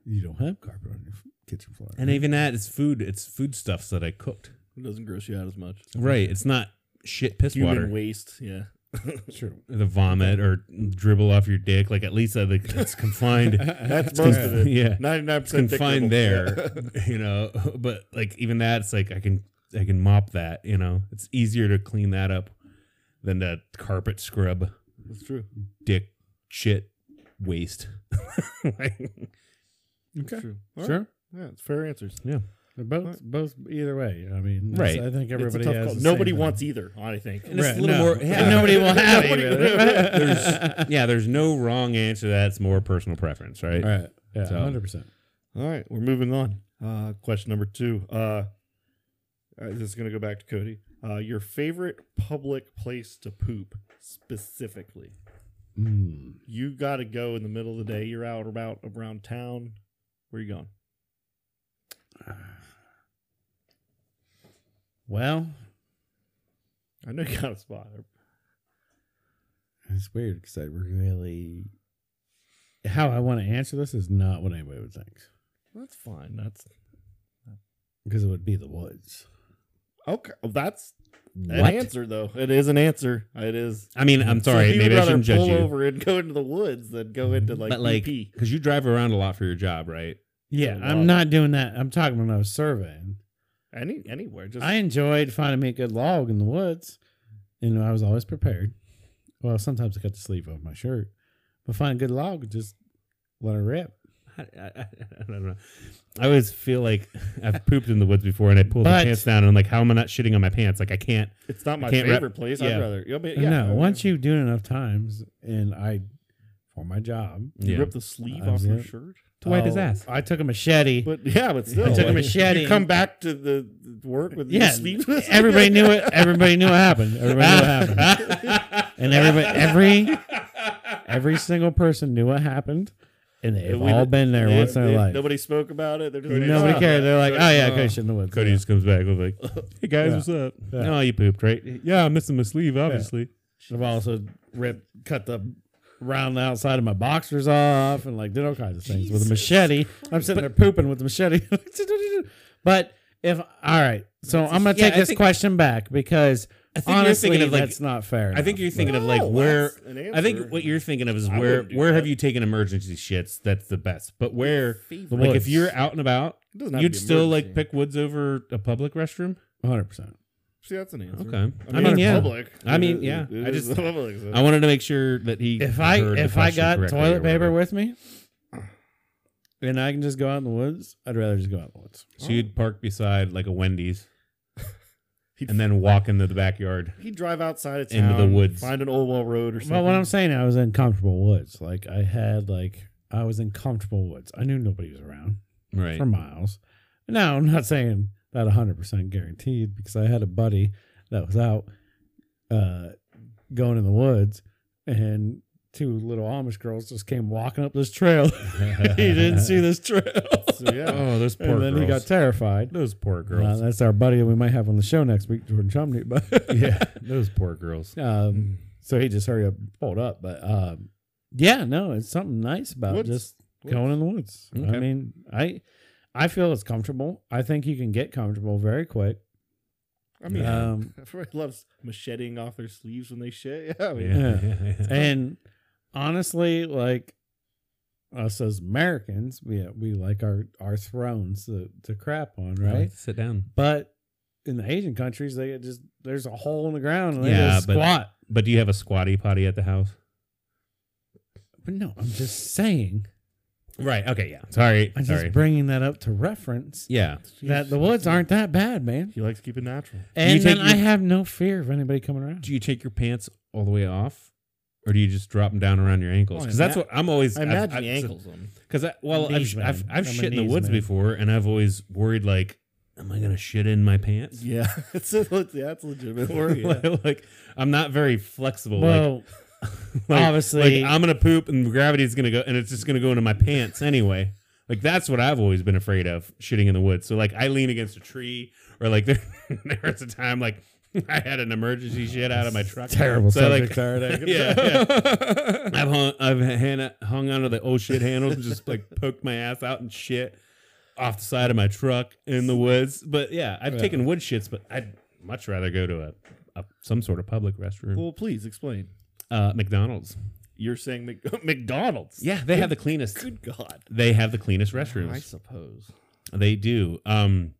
Speaker 1: you don't have carpet on your f- kitchen floor.
Speaker 2: And even that, it's food. It's food stuffs that I cooked.
Speaker 3: It doesn't gross you out as much.
Speaker 2: Right. It's not shit piss
Speaker 3: Human
Speaker 2: water.
Speaker 3: waste. Yeah.
Speaker 1: true.
Speaker 2: The vomit or dribble off your dick. Like at least I think it's confined.
Speaker 3: That's most of it.
Speaker 2: yeah.
Speaker 3: Ninety nine
Speaker 2: it's
Speaker 3: percent
Speaker 2: confined there, you know. But like even that, it's like I can I can mop that, you know. It's easier to clean that up than to carpet scrub
Speaker 3: That's true.
Speaker 2: dick shit waste. Like,
Speaker 1: Okay.
Speaker 3: True. All
Speaker 1: Sure.
Speaker 3: right. Yeah, it's fair answers.
Speaker 1: They're both
Speaker 3: Right.
Speaker 1: both either way. I mean,
Speaker 2: Right.
Speaker 1: right. I
Speaker 3: It's
Speaker 1: think
Speaker 3: a
Speaker 1: everybody
Speaker 3: tough
Speaker 1: has
Speaker 3: call.
Speaker 1: the
Speaker 3: Nobody
Speaker 1: same
Speaker 3: wants either. I think.
Speaker 2: And it's
Speaker 1: Right,
Speaker 2: a little
Speaker 1: no.
Speaker 2: more yeah.
Speaker 1: And nobody will have
Speaker 3: Nobody-
Speaker 1: either.
Speaker 2: There's- yeah, there's no wrong answer to that. It's more personal preference, right?
Speaker 1: thing. right. Yeah,
Speaker 2: So-
Speaker 1: hundred percent.
Speaker 3: All right, we're moving on. Uh, question number two. Uh, uh, this is going to go back to Cody. Uh, your favorite public place to poop specifically?
Speaker 1: Mm.
Speaker 3: You got to go in the middle of the day. You're out about around town. Where you going?
Speaker 1: Well,
Speaker 3: I know you got a spot.
Speaker 1: It's weird because I really how I want to answer this is not what anybody would think
Speaker 3: That's fine. That's
Speaker 1: because it would be the woods.
Speaker 3: okay. Well, that's an
Speaker 1: What?
Speaker 3: answer, though. It is an answer. It is.
Speaker 2: I mean, I'm sorry,
Speaker 3: Some people
Speaker 2: maybe I
Speaker 3: rather
Speaker 2: shouldn't judge
Speaker 3: pull
Speaker 2: you.
Speaker 3: over and go into the woods than go into like E
Speaker 2: but like
Speaker 3: BP.
Speaker 2: because you drive around a lot for your job, right?
Speaker 1: Yeah,
Speaker 3: So
Speaker 1: I'm
Speaker 3: wild.
Speaker 1: not doing that. I'm talking when I was surveying.
Speaker 3: any anywhere. Just
Speaker 1: I enjoyed finding me a good log in the woods, and I was always prepared. Well, sometimes I got the sleeve off my shirt, but find a good log, just let it rip.
Speaker 2: I, I, I don't know. I always feel like I've pooped in the woods before, and I pull
Speaker 1: But-
Speaker 2: the pants down, and I'm like, "How am I not shitting on my pants? Like, I can't."
Speaker 3: it's not my
Speaker 2: can't
Speaker 3: favorite
Speaker 2: wrap-
Speaker 3: place.
Speaker 2: yeah.
Speaker 3: I'd rather. Yeah, but
Speaker 1: No,
Speaker 3: yeah,
Speaker 1: once you do it enough times, and I for my job
Speaker 3: You
Speaker 2: Yeah.
Speaker 3: rip the sleeve
Speaker 1: I
Speaker 3: off
Speaker 1: was
Speaker 3: your
Speaker 1: it.
Speaker 3: shirt.
Speaker 2: To wipe his
Speaker 1: Oh,
Speaker 2: ass.
Speaker 1: I took a machete.
Speaker 3: But yeah, but still,
Speaker 1: took a
Speaker 3: like,
Speaker 1: machete
Speaker 3: You come
Speaker 1: and-
Speaker 3: back to the the work with your
Speaker 1: Yeah,
Speaker 3: sleeve.
Speaker 1: everybody knew it. Everybody knew what happened. Everybody knew what happened. And everybody, every every single person knew what happened, and they've
Speaker 3: And we
Speaker 1: all
Speaker 3: did-
Speaker 1: been there
Speaker 3: They-
Speaker 1: once in their
Speaker 3: they-
Speaker 1: life. Nobody,
Speaker 3: Nobody spoke about it. They're just like, "Oh,
Speaker 1: cared. They're like, oh yeah,
Speaker 3: Oh.
Speaker 1: Cody shit in the woods.
Speaker 2: Cody just comes back with like, "Hey guys,
Speaker 1: Yeah.
Speaker 2: what's up?
Speaker 1: Yeah.
Speaker 2: No, you pooped, right? Yeah, I'm missing my sleeve, obviously.
Speaker 1: I've also ripped, cut the round outside of my boxers off, and like did all kinds of things with a machete. I'm sitting there pooping with the machete. but if all right, so I'm gonna
Speaker 2: yeah,
Speaker 1: take
Speaker 2: I
Speaker 1: this
Speaker 2: think-
Speaker 1: question back because
Speaker 2: I think you're
Speaker 1: honestly,
Speaker 2: thinking of like,
Speaker 1: that's not fair.
Speaker 2: I think you're thinking of
Speaker 3: No,
Speaker 2: like where.
Speaker 3: that's an
Speaker 2: I think
Speaker 3: answer.
Speaker 2: what you're thinking of is
Speaker 3: I
Speaker 2: where
Speaker 3: wouldn't do
Speaker 2: where have
Speaker 3: that.
Speaker 2: you taken emergency shits? That's the best. But where,
Speaker 3: Favorite.
Speaker 2: like,
Speaker 1: woods.
Speaker 2: if you're out and about,
Speaker 3: It doesn't have to
Speaker 2: you'd
Speaker 3: be
Speaker 2: still like
Speaker 3: emergency.
Speaker 2: pick woods over a public restroom.
Speaker 1: 100. percent
Speaker 3: See, that's an answer.
Speaker 2: Okay. I
Speaker 3: I mean,
Speaker 2: mean,
Speaker 3: it's
Speaker 2: yeah.
Speaker 3: public.
Speaker 2: I mean,
Speaker 3: It-
Speaker 2: yeah.
Speaker 3: it
Speaker 2: I
Speaker 3: is
Speaker 2: just-
Speaker 3: public. so-
Speaker 2: I wanted to make sure that he.
Speaker 1: If I
Speaker 2: heard the
Speaker 1: if I
Speaker 2: question
Speaker 1: got
Speaker 2: correctly or
Speaker 1: toilet
Speaker 2: whatever.
Speaker 1: paper with me, and I can just go out in the woods, I'd rather just go out in the woods.
Speaker 2: So you'd park beside like a Wendy's
Speaker 3: He'd-
Speaker 2: and then walk into the backyard.
Speaker 3: He'd drive outside of town
Speaker 2: Into the woods.
Speaker 3: find an old well road or something.
Speaker 1: But what I'm saying, I was in comfortable woods. Like I had like I was in comfortable woods. I knew nobody was around
Speaker 2: Right.
Speaker 1: for miles. Now I'm not saying that 100 percent guaranteed because I had a buddy that was out uh, going in the woods, and two little Amish girls just came walking up this trail. he didn't see this trail,
Speaker 3: so yeah,
Speaker 2: oh, those poor
Speaker 1: and then
Speaker 2: girls.
Speaker 1: he got terrified.
Speaker 2: those poor
Speaker 1: Uh,
Speaker 2: girls.
Speaker 1: that's our buddy that we might have on the show next week, Jordan Chumney. But
Speaker 2: yeah, those poor girls.
Speaker 1: Um, so he just hurried up, and pulled up. But um, yeah, no, it's something nice about
Speaker 3: Woods.
Speaker 1: uh, just going in the woods.
Speaker 2: Okay.
Speaker 1: I mean, I I feel it's comfortable. I think you can get comfortable very quick.
Speaker 3: I mean,
Speaker 1: Um,
Speaker 3: everybody loves macheting off their sleeves when they shit. Yeah, I mean,
Speaker 2: Oh, Yeah.
Speaker 1: And honestly, like us as Americans, we we like our our thrones to, to crap on,
Speaker 2: I like
Speaker 1: right?
Speaker 2: to sit down.
Speaker 1: But in the Asian countries, they just there's a hole in the ground and they
Speaker 2: Yeah,
Speaker 1: just
Speaker 2: but-
Speaker 1: squat.
Speaker 2: But do you have a squatty potty at the house?
Speaker 1: But no, I'm just saying
Speaker 2: Right. Okay. Yeah. Sorry.
Speaker 1: I'm just
Speaker 2: Sorry.
Speaker 1: bringing that up to reference
Speaker 2: yeah.
Speaker 1: that the woods aren't that bad, man.
Speaker 3: He likes to keep it natural.
Speaker 1: And
Speaker 2: take
Speaker 1: then
Speaker 2: your-
Speaker 1: I have no fear of anybody coming around.
Speaker 2: Do you take your pants all the way off, or do you just drop them down around your ankles?
Speaker 3: Oh, I
Speaker 2: Because that's
Speaker 3: ima-
Speaker 2: what I'm always.
Speaker 3: I imagine the ankles on.
Speaker 2: Because I, well, I've,
Speaker 1: Knees, man.
Speaker 2: I've I've
Speaker 1: I'm a
Speaker 2: shit in the
Speaker 1: knees
Speaker 2: woods
Speaker 1: man.
Speaker 2: before, and I've always worried like, am I gonna shit in my pants?
Speaker 3: Yeah, it's a, yeah, it's a legitimate worry. yeah.
Speaker 2: like, like, I'm not very flexible.
Speaker 1: Well,
Speaker 2: like, like,
Speaker 1: obviously-
Speaker 2: like I'm gonna poop, and gravity's gonna go, and it's just gonna go into my pants anyway. Like that's what I've always been afraid of, shitting in the woods. So like I lean against a tree, or like there, there was a time like I had an emergency shit out of my truck.
Speaker 1: terrible
Speaker 2: So like,
Speaker 1: subjects, aren't they?
Speaker 2: yeah, yeah. I've hung, I've hung, hung onto the oh shit handles and just like poked my ass out and shit off the side of my truck in the woods. But yeah, I've taken wood shits, but I'd much rather go to a, a some sort of public restroom.
Speaker 3: Well, please explain.
Speaker 2: Uh, McDonald's.
Speaker 3: You're saying Mc- McDonald's?
Speaker 2: Yeah, they have the cleanest.
Speaker 3: Good God.
Speaker 2: They have the cleanest
Speaker 3: I
Speaker 2: restrooms.
Speaker 3: suppose.
Speaker 2: They do. Um,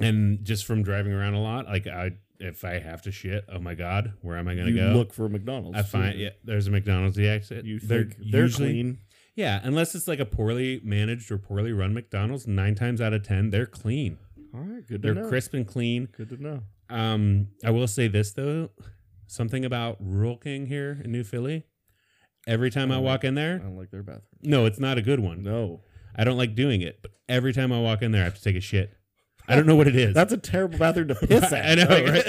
Speaker 2: and just from driving around a lot, like I, if I have to shit, oh my god, where am I gonna
Speaker 3: You
Speaker 2: go?
Speaker 3: look for McDonald's.
Speaker 2: I find
Speaker 3: too.
Speaker 2: yeah, there's a McDonald's. Yeah, exit.
Speaker 3: You think they're, clean.
Speaker 2: Yeah, unless it's like a poorly managed or poorly run McDonald's, nine times out of ten they're clean.
Speaker 3: All right, good
Speaker 2: They're
Speaker 3: to know.
Speaker 2: crisp and clean.
Speaker 3: Good to know.
Speaker 2: Um, I will say this though, something about Rural King here in New Philly. Every time
Speaker 3: Uh,
Speaker 2: I walk in
Speaker 3: I
Speaker 2: there,
Speaker 3: don't like their bathroom.
Speaker 2: no, it's not a good one.
Speaker 3: No,
Speaker 2: I don't like doing it, but every time I walk in there, I have to take a shit. I don't know what it is.
Speaker 3: that's a terrible bathroom to piss at.
Speaker 2: I know,
Speaker 3: Like,
Speaker 2: right?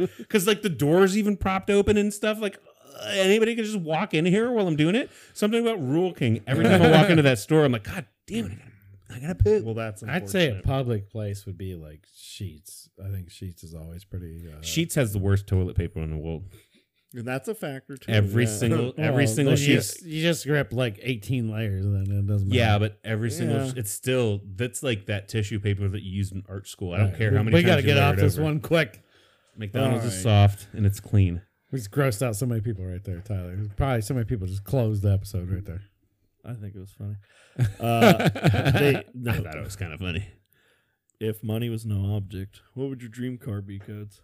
Speaker 2: right? Because like the doors even propped open and stuff. Like uh, anybody can just walk in here while I'm doing it. Something about Rule King. Every time I walk into that store, I'm like, God damn it, I gotta, I gotta poop.
Speaker 3: Well, that's.
Speaker 1: I'd say a
Speaker 3: unfortunate.
Speaker 1: public place would be like Sheets. I think Sheets is always pretty. Uh,
Speaker 2: Sheets has the worst toilet paper in the world.
Speaker 3: and that's a factor too.
Speaker 2: Every
Speaker 3: yeah.
Speaker 2: single, every
Speaker 1: Oh, Well,
Speaker 2: single
Speaker 1: then you
Speaker 2: sheet.
Speaker 1: just, you just grip like 18 layers and then it doesn't matter.
Speaker 2: Yeah, but every single
Speaker 3: Yeah.
Speaker 2: it's still that's like that tissue paper that you used in art school. I don't care
Speaker 1: we,
Speaker 2: how many.
Speaker 1: We gotta
Speaker 2: times you
Speaker 1: get
Speaker 2: layer
Speaker 1: off
Speaker 2: it
Speaker 1: this
Speaker 2: over.
Speaker 1: one quick.
Speaker 2: McDonald's is
Speaker 3: Alright.
Speaker 2: soft and it's clean.
Speaker 1: We just grossed out so many people right there, Tyler. Probably so many people just closed the episode right there.
Speaker 3: I think it was funny. Uh, they, no,
Speaker 2: I thought it was kind of funny.
Speaker 3: if money was no object, what would your dream car be, codes?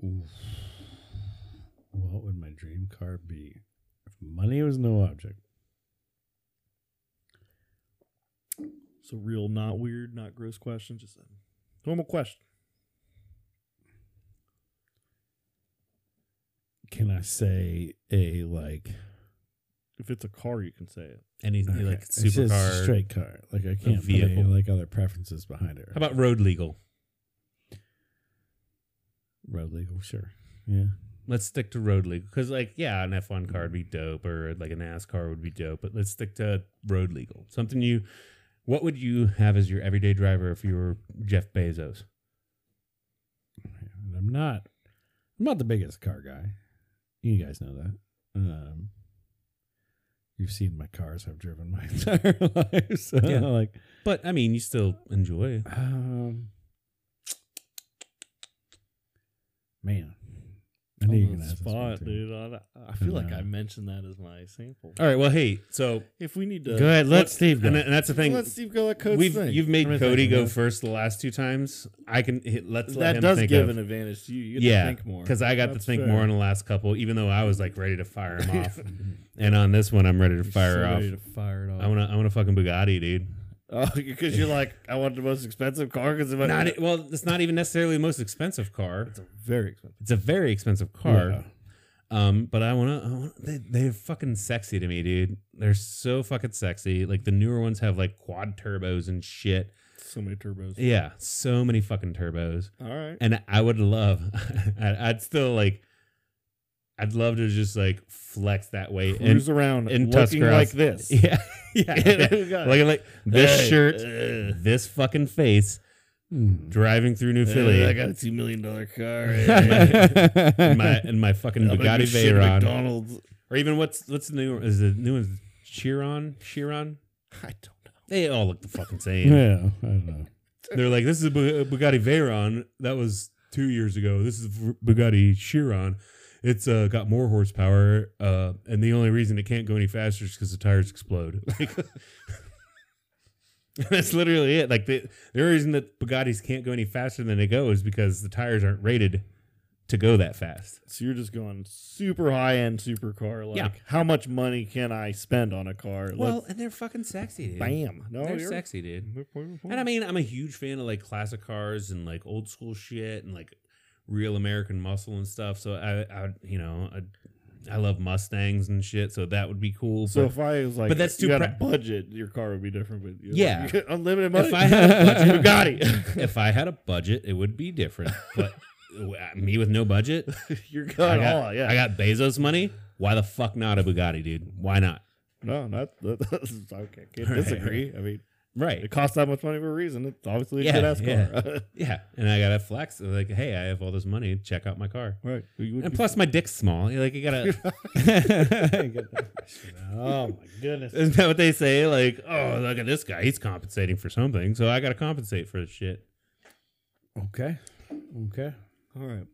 Speaker 1: What would my dream car be? If money was no object.
Speaker 3: It's a real, not weird, not gross question. Just a normal question.
Speaker 1: Can I say a like
Speaker 3: If it's a car, you can say it.
Speaker 2: Anything like
Speaker 1: It's just a
Speaker 2: supercar.
Speaker 1: straight car? Like I can't put any
Speaker 2: vehicle.
Speaker 1: like other preferences behind it.
Speaker 2: How about road legal?
Speaker 1: road legal? Sure. Yeah.
Speaker 2: let's stick to road legal because like yeah an f1 car would be dope or like a nascar would be dope but let's stick to road legal something you what would you have as your everyday driver if you were jeff bezos
Speaker 1: And I'm not I'm not the biggest car guy. You guys know that. Um You've seen my cars. I've driven my entire life. So
Speaker 2: Yeah.
Speaker 1: like
Speaker 2: but i mean you still enjoy it.
Speaker 1: Um, man, I knew you were
Speaker 3: On
Speaker 1: gonna
Speaker 3: the
Speaker 1: ask this one,
Speaker 3: spot,
Speaker 1: too.
Speaker 3: dude. I, I feel like
Speaker 1: Yeah.
Speaker 3: I mentioned that as my sample.
Speaker 2: all right well hey so
Speaker 3: If we need to
Speaker 1: Good. Let
Speaker 2: Let's-
Speaker 1: Steve go.
Speaker 2: and, and that's the thing
Speaker 3: let's see go at code's
Speaker 2: we've
Speaker 3: thing.
Speaker 2: you've made
Speaker 1: Let me think,
Speaker 2: cody go
Speaker 1: yeah.
Speaker 2: first the last two times i can hit, let's let
Speaker 3: that
Speaker 2: him
Speaker 3: does
Speaker 2: think
Speaker 3: give
Speaker 2: of,
Speaker 3: an advantage to you. You get
Speaker 2: yeah
Speaker 3: to think more
Speaker 2: because i got
Speaker 3: That's
Speaker 2: to think
Speaker 3: fair.
Speaker 2: more in the last couple even though i was like ready to fire him off and on this one i'm ready to
Speaker 3: You're
Speaker 2: fire
Speaker 3: so
Speaker 2: off
Speaker 3: ready to fire it off.
Speaker 2: i want to i want to fucking bugatti dude
Speaker 3: because Oh, you're like, I want the most expensive car because
Speaker 2: not e- well it's not even necessarily the most expensive car
Speaker 3: It's a very expensive.
Speaker 2: it's a very expensive car um but i want to they, they're fucking sexy to me dude they're so fucking sexy like the newer ones have like quad turbos and shit
Speaker 3: So many turbos.
Speaker 2: yeah so many fucking turbos
Speaker 3: All right.
Speaker 2: and i would love I, i'd still like i'd love to just like flex that way
Speaker 3: Cruise
Speaker 2: and
Speaker 3: around
Speaker 2: and
Speaker 3: looking
Speaker 2: Tuscarawas.
Speaker 3: like this.
Speaker 2: yeah yeah like like this
Speaker 3: Hey,
Speaker 2: shirt
Speaker 3: uh,
Speaker 2: this fucking face
Speaker 1: Hmm.
Speaker 2: driving through new
Speaker 3: uh,
Speaker 2: philly
Speaker 3: I got a two million dollar car.
Speaker 2: and my and my fucking
Speaker 3: I'm gonna
Speaker 2: Bugatti
Speaker 3: go shit at
Speaker 2: Veyron,
Speaker 3: McDonald's.
Speaker 2: or even what's what's the new is the new one Chiron Chiron?
Speaker 3: I don't know.
Speaker 2: They all look the fucking same.
Speaker 1: yeah, I don't know.
Speaker 2: They're like, this is a Bu- a Bugatti Veyron that was two years ago. This is a Bugatti Chiron. It's uh, got more horsepower, uh, and the only reason it can't go any faster is because the tires explode. Like, that's literally it. Like the the reason that Bugattis can't go any faster than they go is because the tires aren't rated to go that fast.
Speaker 3: So you're just going super high end supercar. Like,
Speaker 2: Yeah.
Speaker 3: how much money can I spend on a car?
Speaker 2: Well, and they're fucking sexy, dude.
Speaker 3: Let's- bam. No,
Speaker 2: they're
Speaker 3: you're-
Speaker 2: sexy, dude. And I mean, I'm a huge fan of like classic cars and like old school shit and like real American muscle and stuff. So I, I you know, I, I love Mustangs and shit. So that would be cool.
Speaker 3: so
Speaker 2: So
Speaker 3: if I was like,
Speaker 2: but that's
Speaker 3: you
Speaker 2: too
Speaker 3: got a
Speaker 2: pre-
Speaker 3: budget, your car would be different. But you
Speaker 2: Yeah.
Speaker 3: like, unlimited money.
Speaker 2: If I had a budget-
Speaker 3: Bugatti,
Speaker 2: if I had a budget, it would be different. But uh, me with no budget,
Speaker 3: you're going
Speaker 2: I
Speaker 3: all
Speaker 2: got,
Speaker 3: Oh, yeah.
Speaker 2: I got Bezos money. Why the fuck not a Bugatti, dude? Why not?
Speaker 3: no, not that, that's okay. Can't
Speaker 2: Right.
Speaker 3: disagree. I mean,
Speaker 2: Right.
Speaker 3: it costs that much money for a reason. It's obviously a
Speaker 2: Yeah,
Speaker 3: good ass
Speaker 2: yeah.
Speaker 3: car.
Speaker 2: Yeah. And I gotta flex. Like, hey, I have all this money. Check out my car.
Speaker 3: right. You would
Speaker 2: And
Speaker 3: be-
Speaker 2: plus, my dick's small. Like, you gotta.
Speaker 1: oh my goodness.
Speaker 2: Isn't that what they say? Like, oh, look at this guy. He's compensating for something. So I got to compensate for this shit.
Speaker 1: Okay. Okay.
Speaker 3: all right.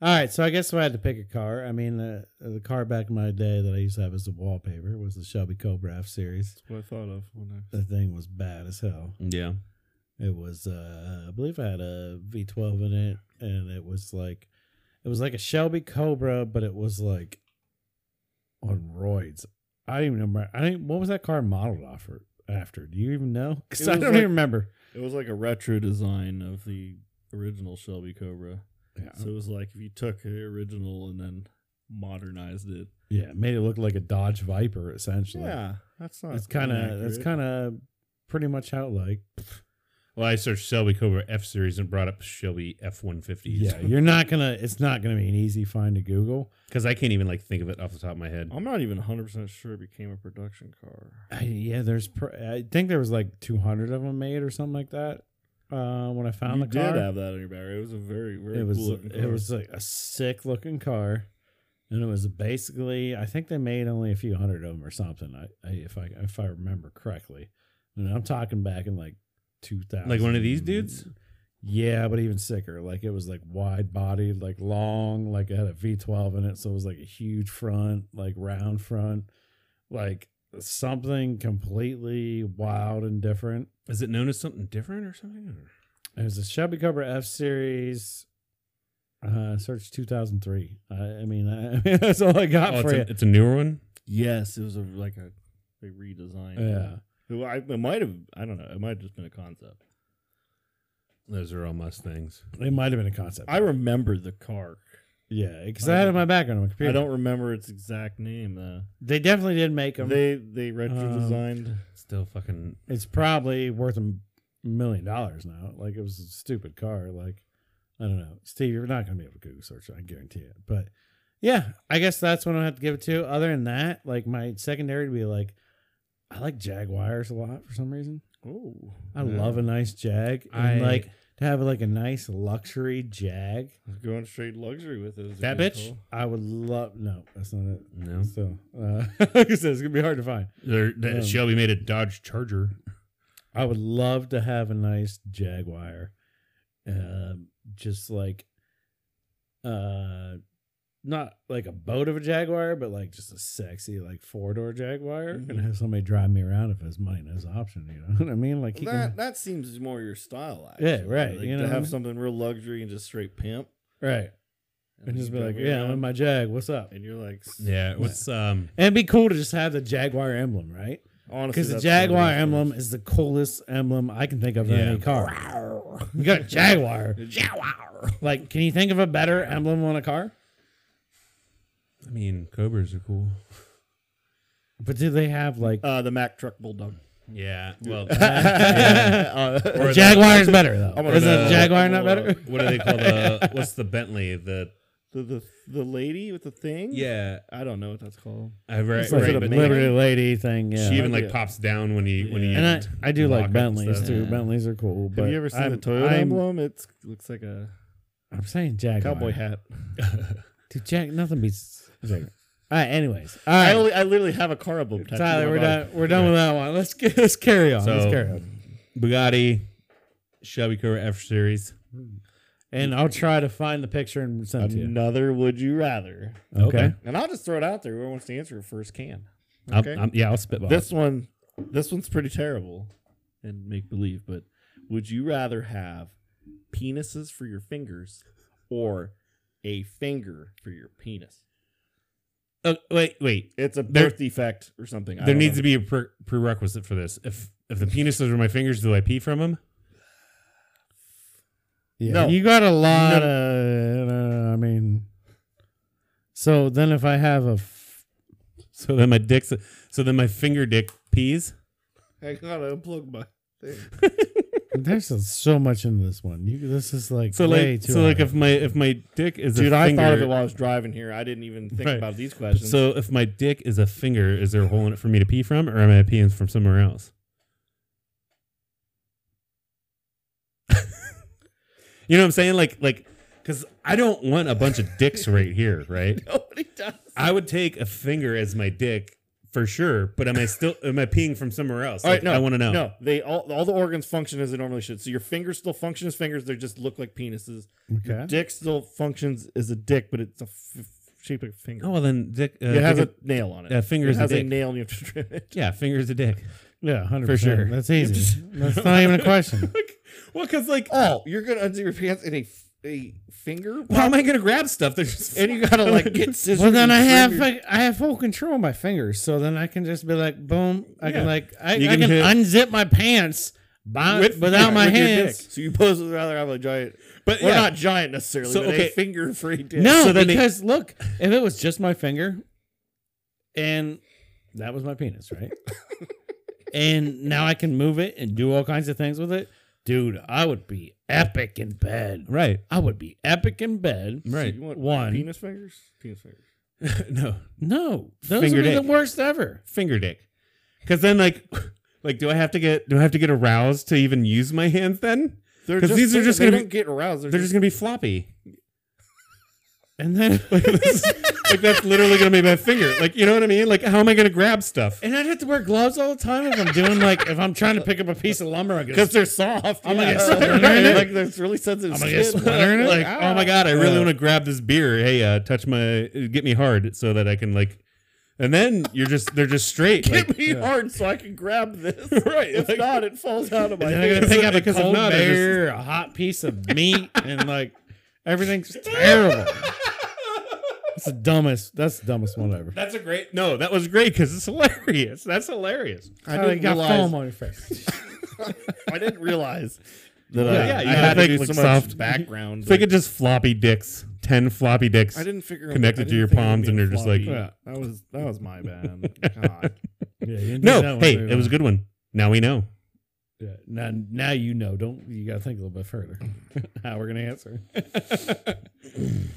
Speaker 1: All right, so I guess if I had to pick a car, I mean, uh, the car back in my day that I used to have as a wallpaper was the Shelby Cobra F series.
Speaker 3: That's what I thought of when I
Speaker 1: The thing was bad as hell.
Speaker 2: Yeah.
Speaker 1: It was, uh, I believe, I had a V12 in it, and it was like, it was like a Shelby Cobra, but it was like on roids. I don't even remember. I didn't, what was that car modeled off or after? Do you even know? Because
Speaker 3: It
Speaker 1: I
Speaker 3: was
Speaker 1: don't
Speaker 3: like-
Speaker 1: even remember.
Speaker 3: It was like a retro design of the original Shelby Cobra.
Speaker 1: Yeah.
Speaker 3: So it was like if you took the original and then modernized it.
Speaker 1: yeah, it made it look like a Dodge Viper essentially.
Speaker 3: that's not.
Speaker 1: it's kind of it's kind of pretty much how it like
Speaker 2: Well, I searched Shelby Cobra F series and brought up Shelby F 150s.
Speaker 1: yeah you're not gonna it's not gonna be an easy find to google
Speaker 2: Because I can't even like think of it off the top of my head.
Speaker 3: I'm not even 100 percent sure it became a production car.
Speaker 1: I, yeah there's pr- i think there was like 200 of them made or something like that uh when i found
Speaker 3: you
Speaker 1: the
Speaker 3: did
Speaker 1: car
Speaker 3: have that in your battery. It was a very very
Speaker 1: it was
Speaker 3: cool looking car.
Speaker 1: it was like a sick looking car and it was basically i think they made only a few hundred of them or something i, I if i if i remember correctly and i'm talking back in like 2000
Speaker 2: Like one of these dudes?
Speaker 1: yeah but even sicker like it was like wide bodied like long like it had a v12 in it so it was like a huge front like round front like something completely wild and different
Speaker 2: Is it known as something different or something? Or-
Speaker 1: it was a Shelby Cobra F Series. Uh, search 2003. I, I mean, I, I mean, that's all I got
Speaker 2: Oh, it's
Speaker 1: for
Speaker 2: a,
Speaker 1: you.
Speaker 2: it's a newer one?
Speaker 3: yes, it was a like a they redesigned.
Speaker 1: Yeah.
Speaker 3: Who I it might have I don't know. It might have just been a concept.
Speaker 2: Those are all Mustangs.
Speaker 1: It might have been a concept.
Speaker 3: I remember the car.
Speaker 1: yeah, because I had it in my background on my computer.
Speaker 3: I don't remember its exact name though.
Speaker 1: They definitely did make them.
Speaker 3: They they retro designed.
Speaker 2: Still fucking.
Speaker 1: it's probably worth a m- million dollars now. Like it was a stupid car. Like I don't know, Steve. You're not gonna be able to Google search. it, I guarantee it. But yeah, I guess that's what I have to give it to. Other than that, like my secondary would be like, I like Jaguars a lot for some reason.
Speaker 3: Oh,
Speaker 1: I
Speaker 2: Yeah.
Speaker 1: love a nice Jag.
Speaker 2: I
Speaker 1: And like to have like a nice luxury jag.
Speaker 3: Going straight luxury with it.
Speaker 2: That bitch?
Speaker 1: I would love no, that's not it.
Speaker 2: No.
Speaker 1: So uh like I said, it's gonna be hard to find.
Speaker 2: They're, that
Speaker 1: Um,
Speaker 2: Shelby made a Dodge Charger.
Speaker 1: I would love to have a nice Jaguar. Um just like uh not like a boat of a Jaguar, but like just a sexy like four door Jaguar and
Speaker 2: Mm-hmm.
Speaker 3: Mhm.
Speaker 1: have somebody drive me around if it's mine as an option, you know what I mean? Like he
Speaker 3: That
Speaker 1: can,
Speaker 3: that seems more your style. Actually.
Speaker 1: Yeah, right,
Speaker 3: Like,
Speaker 1: you know
Speaker 3: to
Speaker 1: what I
Speaker 3: have
Speaker 1: mean?
Speaker 3: something real luxury and just straight pimp,
Speaker 1: right. And just
Speaker 3: you
Speaker 1: be like,
Speaker 3: drive
Speaker 1: Yeah, I'm
Speaker 3: around
Speaker 1: in my Jag, what's up?
Speaker 3: and you're like,
Speaker 2: Yeah. What's, um,
Speaker 1: And it'd be cool to just have the Jaguar emblem, right?
Speaker 3: honestly,
Speaker 1: Because the
Speaker 3: that's one of
Speaker 1: Jaguar
Speaker 3: those
Speaker 1: emblem
Speaker 3: things.
Speaker 1: is the coolest emblem I can think of in
Speaker 2: Yeah.
Speaker 1: any car. You got a Jaguar.
Speaker 3: Jaguar.
Speaker 1: Like, can you think of a better emblem on a car?
Speaker 2: I mean, Cobras are cool.
Speaker 1: But do they have like
Speaker 3: Uh, the Mack truck Uh, bulldog.
Speaker 2: Yeah. Well,
Speaker 3: Yeah.
Speaker 1: the Jaguar is better though?
Speaker 3: I'm gonna-
Speaker 1: Isn't the
Speaker 2: uh,
Speaker 1: Jaguar
Speaker 3: I'm
Speaker 1: not
Speaker 3: gonna-
Speaker 1: better?
Speaker 2: what do they call the, what's the Bentley? The,
Speaker 3: the, the the lady with the thing.
Speaker 2: yeah.
Speaker 3: I don't know what that's called.
Speaker 2: I Uh, right,
Speaker 1: It's like
Speaker 2: right,
Speaker 1: a
Speaker 2: but-
Speaker 1: Liberty Lady thing, yeah.
Speaker 2: She even like
Speaker 3: Yeah.
Speaker 2: pops down when he when he
Speaker 1: and I, I do
Speaker 2: lock
Speaker 1: like
Speaker 2: up
Speaker 1: Bentleys
Speaker 2: stuff.
Speaker 1: too.
Speaker 3: Yeah.
Speaker 1: Bentleys are cool. But
Speaker 3: Have you ever seen
Speaker 1: I'm,
Speaker 3: the Toyota
Speaker 1: I'm,
Speaker 3: emblem? It looks like a
Speaker 1: I'm saying Jaguar.
Speaker 3: cowboy hat.
Speaker 1: Dude, Jag, nothing beats Jaguar. All right. Anyways, all
Speaker 3: I
Speaker 1: right.
Speaker 3: only, I literally have a car emblem. tattooed on
Speaker 1: Tyler,
Speaker 3: my
Speaker 1: we're
Speaker 3: body.
Speaker 1: done. We're done with that one. Let's get, let's carry on. let's
Speaker 2: So-
Speaker 1: carry on.
Speaker 2: Bugatti, Shelby Cobra F series.
Speaker 1: And I'll try to find the picture and send it
Speaker 2: Uh,
Speaker 1: to you.
Speaker 3: Another would you rather?
Speaker 1: Okay.
Speaker 3: And I'll just throw it out there. Whoever wants to answer it first can.
Speaker 2: I'll-
Speaker 3: Okay.
Speaker 2: I'm- yeah, I'll spitball.
Speaker 3: This one, this one's pretty terrible and make believe. But would you rather have penises for your fingers or a a finger for your penis.
Speaker 2: Oh, wait, wait.
Speaker 3: It's a
Speaker 2: There-
Speaker 3: birth defect or something.
Speaker 2: There needs to be a pre- prerequisite for this. If if the penises are my fingers, do I pee from them?
Speaker 1: Yeah,
Speaker 3: No.
Speaker 1: you got a lot of. uh, I mean, so then if I have a, f-
Speaker 2: So then my dick's so then my finger dick pees.
Speaker 3: I gotta unplug my thing.
Speaker 1: there's so much in this one. You, this is like
Speaker 2: So
Speaker 1: way
Speaker 2: like
Speaker 1: too
Speaker 2: so like
Speaker 1: hard.
Speaker 2: if my if my dick is
Speaker 3: Dude,
Speaker 2: a
Speaker 3: I
Speaker 2: finger,
Speaker 3: thought of it while I was driving here. I didn't even think
Speaker 2: Right.
Speaker 3: about these questions.
Speaker 2: So if my dick is a finger, is there a hole in it for me to pee from, or am I peeing from somewhere else? you know what I'm saying? Like like because I don't want a bunch of dicks right here, right?
Speaker 3: Nobody does.
Speaker 2: I would take a finger as my dick for sure, but am I still am I peeing from somewhere else?
Speaker 3: All right,
Speaker 2: Like,
Speaker 3: no,
Speaker 2: I want to know.
Speaker 3: No, they all all the organs function as they normally should. So your fingers still function as fingers. They just look like penises.
Speaker 1: okay.
Speaker 3: Dick still functions as a dick, but it's a f- shape of a finger.
Speaker 2: Oh well, then dick. Uh,
Speaker 3: it has a
Speaker 2: dick-
Speaker 3: nail on it.
Speaker 2: uh, finger
Speaker 3: it
Speaker 2: is a
Speaker 3: has a
Speaker 2: dick.
Speaker 3: nail, and you have to trim it.
Speaker 2: yeah, finger is a dick.
Speaker 1: yeah, hundred
Speaker 2: for sure.
Speaker 1: That's easy. That's not even a question.
Speaker 2: Well, because like,
Speaker 3: Oh, you're gonna undo your pants in a f- a finger,
Speaker 2: how am I gonna grab stuff? They're just
Speaker 3: and you gotta like get scissors.
Speaker 1: Well, then
Speaker 3: and
Speaker 1: I
Speaker 3: trim
Speaker 1: have
Speaker 3: your-
Speaker 1: like, I have full control of my fingers, so then I can just be like, boom. I
Speaker 2: Yeah.
Speaker 1: can like I
Speaker 2: You
Speaker 1: I
Speaker 2: can
Speaker 1: can
Speaker 2: hit-
Speaker 1: unzip my pants by, without
Speaker 3: yeah,
Speaker 1: my
Speaker 3: with your dick.
Speaker 1: hands.
Speaker 3: So you pose would rather have a giant,
Speaker 2: But
Speaker 3: well,
Speaker 2: yeah.
Speaker 3: not giant necessarily,
Speaker 2: So,
Speaker 3: but
Speaker 2: okay.
Speaker 3: a finger free dick.
Speaker 1: No,
Speaker 2: So then they-
Speaker 1: because look, if it was just my finger, and that was my penis, right? and now I can move it and do all kinds of things with it, dude. I would be epic in bed.
Speaker 2: right,
Speaker 1: I would be epic in bed.
Speaker 3: So
Speaker 2: right.
Speaker 3: you want
Speaker 1: One.
Speaker 3: penis fingers, penis fingers.
Speaker 2: no,
Speaker 1: No, those
Speaker 2: Finger
Speaker 1: would be
Speaker 2: dick.
Speaker 1: the worst ever.
Speaker 2: finger dick. Because then like, like, do I have to get do I have to get aroused to even use my hands? Then
Speaker 3: They're
Speaker 2: 'Cause these are
Speaker 3: they-
Speaker 2: just
Speaker 3: they
Speaker 2: gonna be-
Speaker 3: don't get aroused. They're,
Speaker 2: they're
Speaker 3: just,
Speaker 2: just gonna be floppy.
Speaker 1: And then
Speaker 2: Like, this is- like that's literally gonna be my finger. Like you know what I mean? Like how am I gonna grab stuff?
Speaker 1: And I'd have to wear gloves all the time if I'm doing like if I'm trying to pick up a piece of lumber. I guess
Speaker 3: because they're soft.
Speaker 1: I'm gonna
Speaker 3: yeah.
Speaker 1: get splinter in it.
Speaker 3: Like there's really sensitive.
Speaker 1: I'm gonna get
Speaker 3: skin. ah.
Speaker 1: splinter in it.
Speaker 2: Like oh my god, I really
Speaker 1: Uh,
Speaker 2: want to grab this beer. Hey, uh, touch my get me hard so that I can like. And then you're just they're just straight.
Speaker 3: Get
Speaker 2: like-
Speaker 3: me hard so I can grab this. right. If
Speaker 2: like-
Speaker 3: not, it falls out of my.
Speaker 1: and then I gotta
Speaker 3: hand.
Speaker 1: pick up a
Speaker 2: Because if
Speaker 1: cold
Speaker 2: not, I just-
Speaker 1: bear, a hot piece of meat, and like everything's terrible. That's the dumbest. That's the dumbest one ever.
Speaker 2: That's a great no. That was great because it's hilarious. That's hilarious.
Speaker 3: I
Speaker 1: Oh, you
Speaker 3: didn't
Speaker 1: got
Speaker 3: realize.
Speaker 1: foam on your face.
Speaker 3: I didn't realize that
Speaker 2: Yeah,
Speaker 3: I,
Speaker 2: yeah, you
Speaker 3: I
Speaker 2: gotta
Speaker 3: had
Speaker 2: think
Speaker 3: to do
Speaker 2: like
Speaker 3: so much
Speaker 2: soft-
Speaker 3: background.
Speaker 2: Think of just floppy dicks, ten floppy dicks.
Speaker 3: I didn't figure
Speaker 2: connected
Speaker 3: I
Speaker 2: to
Speaker 3: didn't
Speaker 2: your
Speaker 3: think it would
Speaker 2: palms
Speaker 3: be
Speaker 2: and
Speaker 3: a
Speaker 2: they're just like-
Speaker 3: floppy. yeah, that was that was my bad. God.
Speaker 1: Yeah, you didn't do that
Speaker 2: No,
Speaker 1: one
Speaker 2: hey,
Speaker 1: very
Speaker 2: it was a
Speaker 1: well.
Speaker 2: good one. Now we know.
Speaker 1: Yeah, now, now you know. Don't you gotta think a little bit further how we're gonna answer.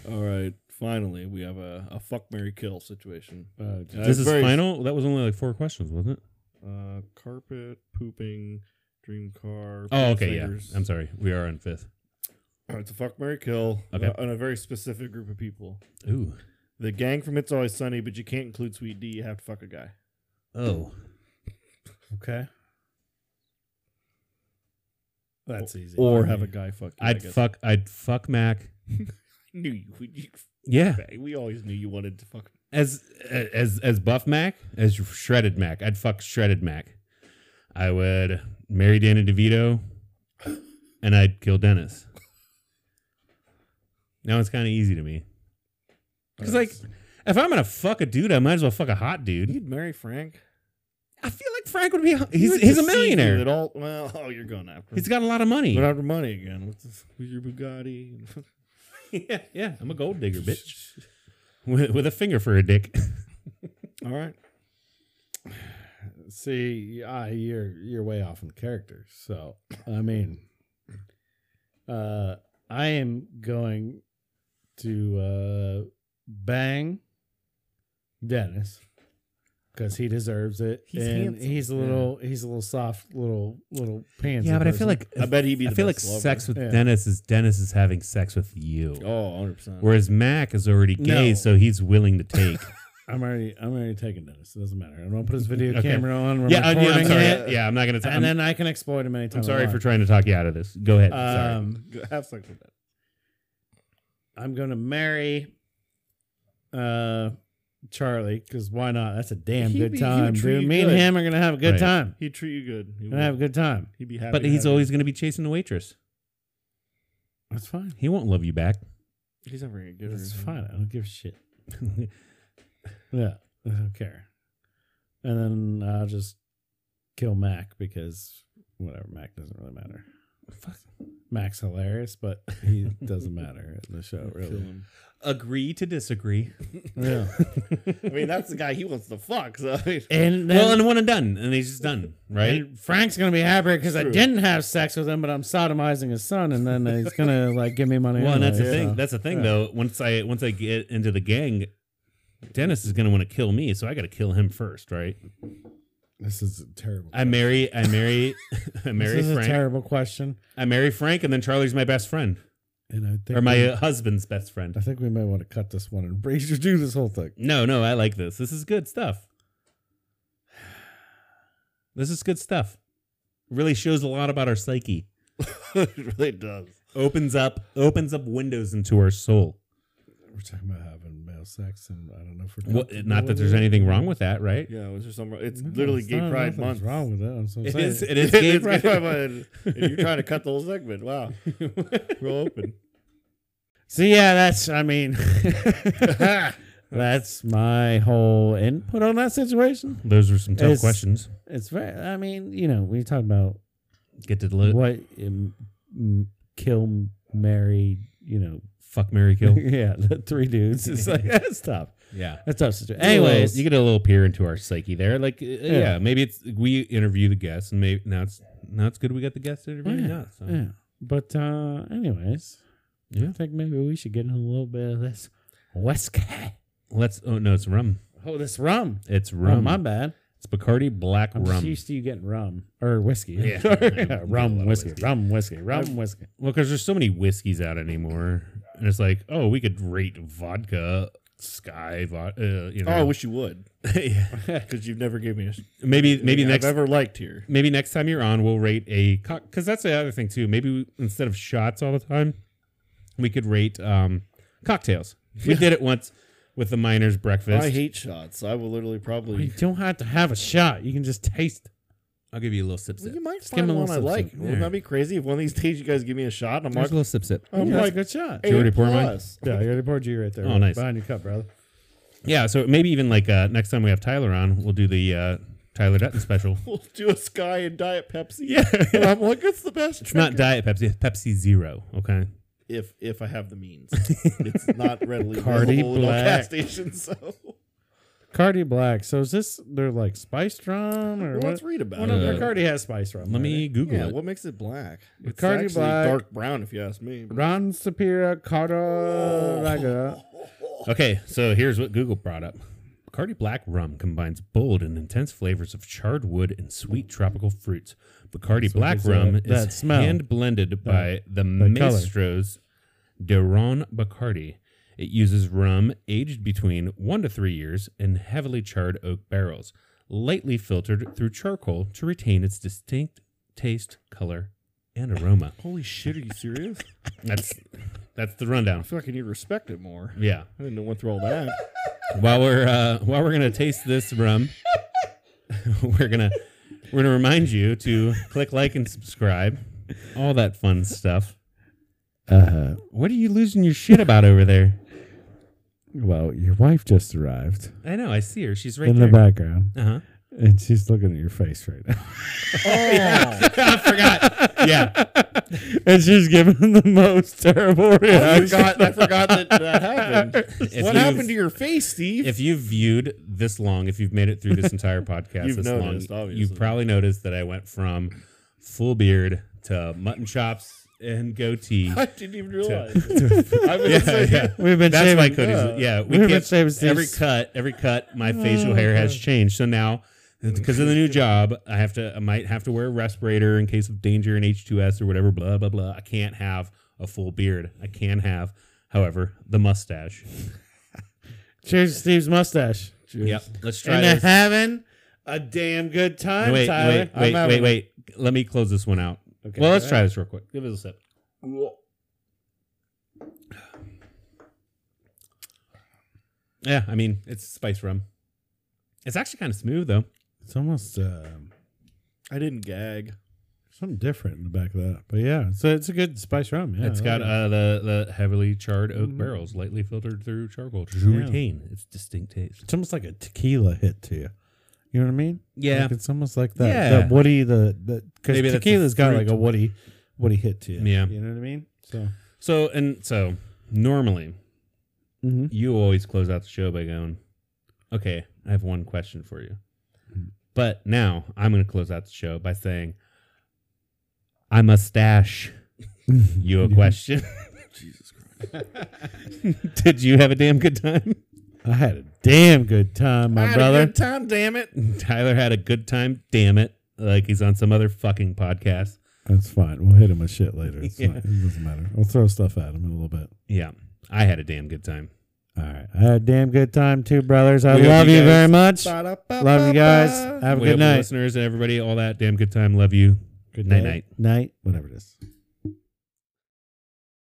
Speaker 3: All right, finally we have a, a fuck Mary kill situation.
Speaker 1: Uh,
Speaker 3: Uh,
Speaker 2: this is
Speaker 3: very-
Speaker 2: final. That was only like four questions, wasn't it?
Speaker 3: Uh, carpet pooping, dream car.
Speaker 2: Oh,
Speaker 3: penis
Speaker 2: okay, yeah.
Speaker 3: fingers.
Speaker 2: I'm sorry. We are on fifth.
Speaker 3: All right, it's a fuck Mary kill
Speaker 2: Okay.
Speaker 3: uh, on a very specific group of people.
Speaker 2: Ooh.
Speaker 3: The gang from It's Always Sunny, but you can't include Sweet D. You have to fuck a guy.
Speaker 2: Oh.
Speaker 1: okay, that's easy.
Speaker 3: or have a guy fuck you. I
Speaker 2: I'd
Speaker 3: guess.
Speaker 2: fuck. I'd fuck Mac.
Speaker 3: knew you would. You,
Speaker 2: Yeah.
Speaker 3: we always knew you wanted to fuck.
Speaker 2: As as as buff Mac, as shredded Mac, I'd fuck shredded Mac. I would marry Danny DeVito, and I'd kill Dennis. Now it's kind of easy to me because like. If I'm gonna fuck a dude, I might as well fuck a hot dude.
Speaker 3: You'd marry Frank.
Speaker 2: I feel like Frank would be.
Speaker 3: You
Speaker 2: He's
Speaker 3: would
Speaker 2: he's a
Speaker 3: deceive you At
Speaker 2: millionaire.
Speaker 3: all? Well, oh, you're going after.
Speaker 2: He's
Speaker 3: him.
Speaker 2: got a lot of money.
Speaker 3: Going after money again with, this, with your Bugatti.
Speaker 2: yeah, yeah. I'm a gold digger, bitch. With, with a finger for a dick.
Speaker 3: all right.
Speaker 1: See, I you're you're way off in the characters. So I mean, uh, I am going to uh, bang Dennis because he deserves it,
Speaker 2: He's
Speaker 1: and
Speaker 2: handsome.
Speaker 1: he's a little he's a little soft little little pansy.
Speaker 2: yeah, but I
Speaker 1: person.
Speaker 2: feel like
Speaker 3: I bet he'd be.
Speaker 2: I
Speaker 3: the
Speaker 2: feel like
Speaker 3: best lover.
Speaker 2: sex with
Speaker 1: Yeah.
Speaker 2: Dennis is Dennis is having sex with you.
Speaker 3: Oh, 100 percent.
Speaker 2: Whereas Mac is already gay,
Speaker 1: No.
Speaker 2: so he's willing to take.
Speaker 1: I'm already I'm already taking Dennis. It doesn't matter. I'm gonna put his video
Speaker 2: Okay.
Speaker 1: camera on. We're
Speaker 2: yeah, I,
Speaker 1: recording
Speaker 2: am sorry.
Speaker 1: it,
Speaker 2: yeah, I'm not gonna. T-
Speaker 1: and
Speaker 2: I'm,
Speaker 1: then I can exploit him anytime.
Speaker 2: I'm
Speaker 1: I
Speaker 2: sorry for
Speaker 1: want.
Speaker 2: trying to talk you out of this. Go ahead. sorry.
Speaker 1: Um,
Speaker 3: Have sex with that.
Speaker 1: I'm gonna marry uh Charlie because why not? That's a damn
Speaker 3: He
Speaker 1: good
Speaker 3: be- he would
Speaker 1: time,
Speaker 3: treat
Speaker 1: dude.
Speaker 3: you
Speaker 1: Me and
Speaker 3: good.
Speaker 1: him are gonna have a good
Speaker 2: Right.
Speaker 1: time.
Speaker 3: He'd treat you good. He
Speaker 1: We're gonna have a good time.
Speaker 3: would be happy.
Speaker 2: But
Speaker 3: to
Speaker 2: he's
Speaker 3: have you.
Speaker 2: always gonna be chasing the waitress.
Speaker 1: That's fine.
Speaker 2: He won't love you back.
Speaker 3: He's not very good.
Speaker 1: It's fine. I don't give a shit. yeah, I don't care. And then I'll just kill Mac because whatever. Mac doesn't really matter.
Speaker 2: Fuck.
Speaker 1: Mac's hilarious, but he doesn't matter in the show really.
Speaker 2: Agree to disagree.
Speaker 1: Yeah.
Speaker 3: I mean, that's the guy he wants to fuck. So I mean,
Speaker 1: And then,
Speaker 2: well, and one and done, and he's just done, right?
Speaker 1: and Frank's gonna be happy because I
Speaker 3: True.
Speaker 1: didn't have sex with him, but I'm sodomizing his son, and then he's gonna like give me money.
Speaker 2: Well, and that's the
Speaker 1: anyway,
Speaker 2: thing.
Speaker 1: so-
Speaker 2: That's the thing,
Speaker 1: Yeah.
Speaker 2: though. Once I once I get into the gang, Dennis is gonna want to kill me, so I got to kill him first, right?
Speaker 1: this is terrible.
Speaker 2: I marry, I marry, I marry
Speaker 1: this is
Speaker 2: Frank.
Speaker 1: a terrible question,
Speaker 2: I marry Frank, and then Charlie's my best friend
Speaker 1: and I think
Speaker 2: or my
Speaker 1: we-
Speaker 2: uh, husband's best
Speaker 1: I
Speaker 2: friend.
Speaker 1: think we may want to cut this one and break do this whole thing.
Speaker 2: No, no, I like this. This is good stuff. This is good stuff. Really shows a lot about our psyche.
Speaker 3: it really does.
Speaker 2: Opens up, opens up windows into our soul.
Speaker 1: We're talking about having male sex, and I don't know if we're
Speaker 2: What, not that there's anything wrong with that, right?
Speaker 3: Yeah, was there some? It's
Speaker 1: No,
Speaker 3: literally
Speaker 1: it's
Speaker 3: Gay
Speaker 1: not-
Speaker 3: Pride Month.
Speaker 1: nothing's Wrong with that? That's what I'm
Speaker 2: It
Speaker 1: saying.
Speaker 2: is. It is gay
Speaker 3: It's Gay Pride
Speaker 2: pride.
Speaker 3: Month, and you're trying to cut the whole segment. Wow, real open.
Speaker 1: So yeah, that's. I mean, that's my whole input on that situation.
Speaker 2: Those were some tough
Speaker 1: It's-
Speaker 2: questions.
Speaker 1: It's very. I mean, you know, we talk about
Speaker 2: Get to the li-
Speaker 1: what um, m- kill, marry, you know,
Speaker 2: fuck Mary Kill.
Speaker 1: yeah, the three dudes. It's like that's tough.
Speaker 2: yeah.
Speaker 1: That's tough situation.
Speaker 2: Anyways,
Speaker 1: Anyways,
Speaker 2: you get a little peer into our psyche there. Like, uh, yeah.
Speaker 1: Yeah.
Speaker 2: maybe it's we interview the guests, and maybe now it's now it's good we got the guests interviewed.
Speaker 1: Yeah,
Speaker 2: Not, so.
Speaker 1: yeah. But uh, anyways,
Speaker 2: Yeah.
Speaker 1: I think maybe we should get in a little bit of this whiskey.
Speaker 2: Let's. Oh no, it's rum.
Speaker 1: Oh, this rum.
Speaker 2: It's
Speaker 1: Rum.
Speaker 2: rum.
Speaker 1: my bad.
Speaker 2: it's Bacardi Black
Speaker 1: I'm
Speaker 2: Rum.
Speaker 1: used to you getting rum or whiskey.
Speaker 2: Yeah.
Speaker 1: Yeah,
Speaker 2: A lot
Speaker 1: rum,
Speaker 2: of
Speaker 1: whiskey,
Speaker 2: whiskey.
Speaker 1: rum, whiskey, rum, whiskey.
Speaker 2: Well, because there's so many whiskeys out anymore, and it's like, oh, we could rate vodka, Sky, vo- uh, you know.
Speaker 3: Oh, I wish you would,
Speaker 2: Yeah.
Speaker 3: because you've never given me a sh-
Speaker 2: maybe maybe
Speaker 3: I've
Speaker 2: next
Speaker 3: ever liked here.
Speaker 2: maybe next time you're on, we'll rate a cock because that's the other thing too. Maybe we, instead of shots all the time, we could rate um, cocktails. We did it once with the miners' breakfast.
Speaker 3: I hate shots. I will literally
Speaker 1: You
Speaker 3: probably.
Speaker 1: don't have to have a shot. You can just taste.
Speaker 2: I'll give you a little sip
Speaker 3: Well,
Speaker 2: sip.
Speaker 3: you might
Speaker 1: give
Speaker 3: find
Speaker 1: him a
Speaker 3: one I
Speaker 1: little
Speaker 3: like.
Speaker 1: something.
Speaker 3: Wouldn't that be crazy if one of these days you guys give me a shot and I'm
Speaker 2: There's
Speaker 3: like,
Speaker 2: a little sip sip.
Speaker 3: I'm
Speaker 1: Yeah, that's
Speaker 3: like
Speaker 1: a good shot.
Speaker 2: Hey. you
Speaker 3: eight
Speaker 2: already pour mine?
Speaker 3: plus.
Speaker 1: Yeah, I already poured you right there.
Speaker 2: Oh, nice.
Speaker 1: Behind your cup, brother.
Speaker 2: Yeah. So maybe even like uh, next time we have Tyler on, we'll do the uh, Tyler Dutton special.
Speaker 3: We'll do a Sky and Diet Pepsi.
Speaker 2: yeah.
Speaker 3: and I'm like, it's the best.
Speaker 2: It's not Diet Pepsi. It's Pepsi Zero. Okay.
Speaker 3: if if I have the means. it's not readily
Speaker 1: Cardi
Speaker 3: available in all
Speaker 1: Black.
Speaker 3: gas stations. So
Speaker 1: Cardi Black. So is this, they're like spiced rum or
Speaker 3: let's
Speaker 1: what?
Speaker 3: read about
Speaker 1: Well,
Speaker 3: it.
Speaker 1: no,
Speaker 2: Uh,
Speaker 1: Bacardi has spice rum.
Speaker 2: Let me
Speaker 1: right?
Speaker 2: Google
Speaker 3: yeah,
Speaker 2: it.
Speaker 3: what makes it black? It's
Speaker 1: Cardi
Speaker 3: actually
Speaker 1: Black.
Speaker 3: dark brown, if you ask me. but-
Speaker 1: Ron Sapira Cardi
Speaker 2: Okay, so here's what Google brought up. Bacardi Black Rum combines bold and intense flavors of charred wood and sweet tropical fruits. Bacardi
Speaker 1: That's what
Speaker 2: Black
Speaker 1: gives it
Speaker 2: Rum
Speaker 1: that- that
Speaker 2: is
Speaker 1: smell.
Speaker 2: hand blended by the
Speaker 1: that color.
Speaker 2: maestros de Ron Bacardi. It uses rum aged between one to three years in heavily charred oak barrels, lightly filtered through charcoal to retain its distinct taste, color, and aroma.
Speaker 3: Holy shit, are you serious?
Speaker 2: That's that's the
Speaker 3: I
Speaker 2: rundown.
Speaker 3: feel like I need to respect it more.
Speaker 2: Yeah.
Speaker 3: I didn't know went through all that.
Speaker 2: while we're uh, while we're gonna taste this rum, we're gonna we're gonna remind you to click like and subscribe, all that fun stuff.
Speaker 1: Uh,
Speaker 2: What are you losing your shit about over there?
Speaker 1: well, your wife just arrived
Speaker 2: I know, I see her. She's right
Speaker 1: in the
Speaker 2: there.
Speaker 1: background,
Speaker 2: Uh huh.
Speaker 1: and she's looking at your face right now.
Speaker 2: I forgot. Yeah,
Speaker 1: and she's giving the most terrible
Speaker 3: I
Speaker 1: reaction.
Speaker 3: forgot, I forgot that that happened.
Speaker 2: If
Speaker 3: what
Speaker 2: you-
Speaker 3: happened to your face, Steve?
Speaker 2: If you've viewed this long, if you've made it through this entire podcast
Speaker 3: You've
Speaker 2: this
Speaker 3: noticed,
Speaker 2: long,
Speaker 3: obviously.
Speaker 2: you've probably noticed that I went from full beard to mutton chops and goatee.
Speaker 3: I didn't even realize. I was
Speaker 2: Yeah,
Speaker 3: saying,
Speaker 2: yeah.
Speaker 1: We've been
Speaker 2: That's
Speaker 1: shaving.
Speaker 2: why Cody's. Yeah, we
Speaker 1: We've been
Speaker 2: can't.
Speaker 1: shaving since-
Speaker 2: Every cut, every cut, my
Speaker 1: Oh,
Speaker 2: facial hair has changed. So now, because of the new job, I have to. I might have to wear a respirator in case of danger in H2S or whatever. Blah blah blah. I can't have a full beard. I can have, however, the mustache.
Speaker 1: Cheers to Steve's mustache.
Speaker 2: Yep. Let's try
Speaker 1: And they're
Speaker 2: this.
Speaker 1: having a damn good time,
Speaker 2: No, wait,
Speaker 1: Tyler.
Speaker 2: wait,
Speaker 1: I'm
Speaker 2: wait, wait,
Speaker 1: having-
Speaker 2: wait. Let me close this one out.
Speaker 1: Okay,
Speaker 2: well, let's
Speaker 1: go
Speaker 2: try
Speaker 1: ahead.
Speaker 2: this real quick. Give it a sip. Yeah, I mean it's spice rum. It's actually kind of smooth though.
Speaker 1: It's almost. um
Speaker 3: I didn't gag.
Speaker 1: it's something different in the back of that. But yeah, so it's a good spice rum. Yeah,
Speaker 2: it's
Speaker 1: I
Speaker 2: got
Speaker 1: like
Speaker 2: uh, the the heavily charred oak
Speaker 1: Mhm.
Speaker 2: barrels, lightly filtered through charcoal to
Speaker 1: Yeah.
Speaker 2: retain its distinct taste.
Speaker 1: it's almost like a tequila hit to you. You know what I mean?
Speaker 2: Yeah.
Speaker 1: Like, it's almost like that.
Speaker 2: Yeah.
Speaker 1: That woody. The the because
Speaker 2: Maybe that's the
Speaker 1: tequila's got like a
Speaker 2: fruit.
Speaker 1: woody, woody hit to you.
Speaker 2: Yeah.
Speaker 1: You know what I mean? So.
Speaker 2: So and so, normally
Speaker 1: Mm-hmm.
Speaker 2: you always close out the show by going, "Okay, I have one question for you," but now I'm going to close out the show by saying, "I mustache you a question."
Speaker 3: Jesus Christ.
Speaker 2: Did you have a damn good time?
Speaker 1: I had a damn good time, my brother.
Speaker 2: time, damn it. Tyler had a good time, damn it. Like he's on some other fucking podcast.
Speaker 1: That's fine. We'll hit him with shit later. It's
Speaker 2: Yeah.
Speaker 1: fine. It doesn't matter. We'll throw stuff at him in a little bit.
Speaker 2: Yeah, I had a damn good time.
Speaker 1: All right. I had a damn good time too, brothers. I
Speaker 2: We hope
Speaker 1: love
Speaker 2: you
Speaker 1: you,
Speaker 2: guys-
Speaker 1: very much. Love you guys. Have a
Speaker 2: We
Speaker 1: good
Speaker 2: hope the
Speaker 1: night.
Speaker 2: listeners and everybody, all that damn good time. Love you.
Speaker 1: Good
Speaker 2: night,
Speaker 1: Night, whatever it is.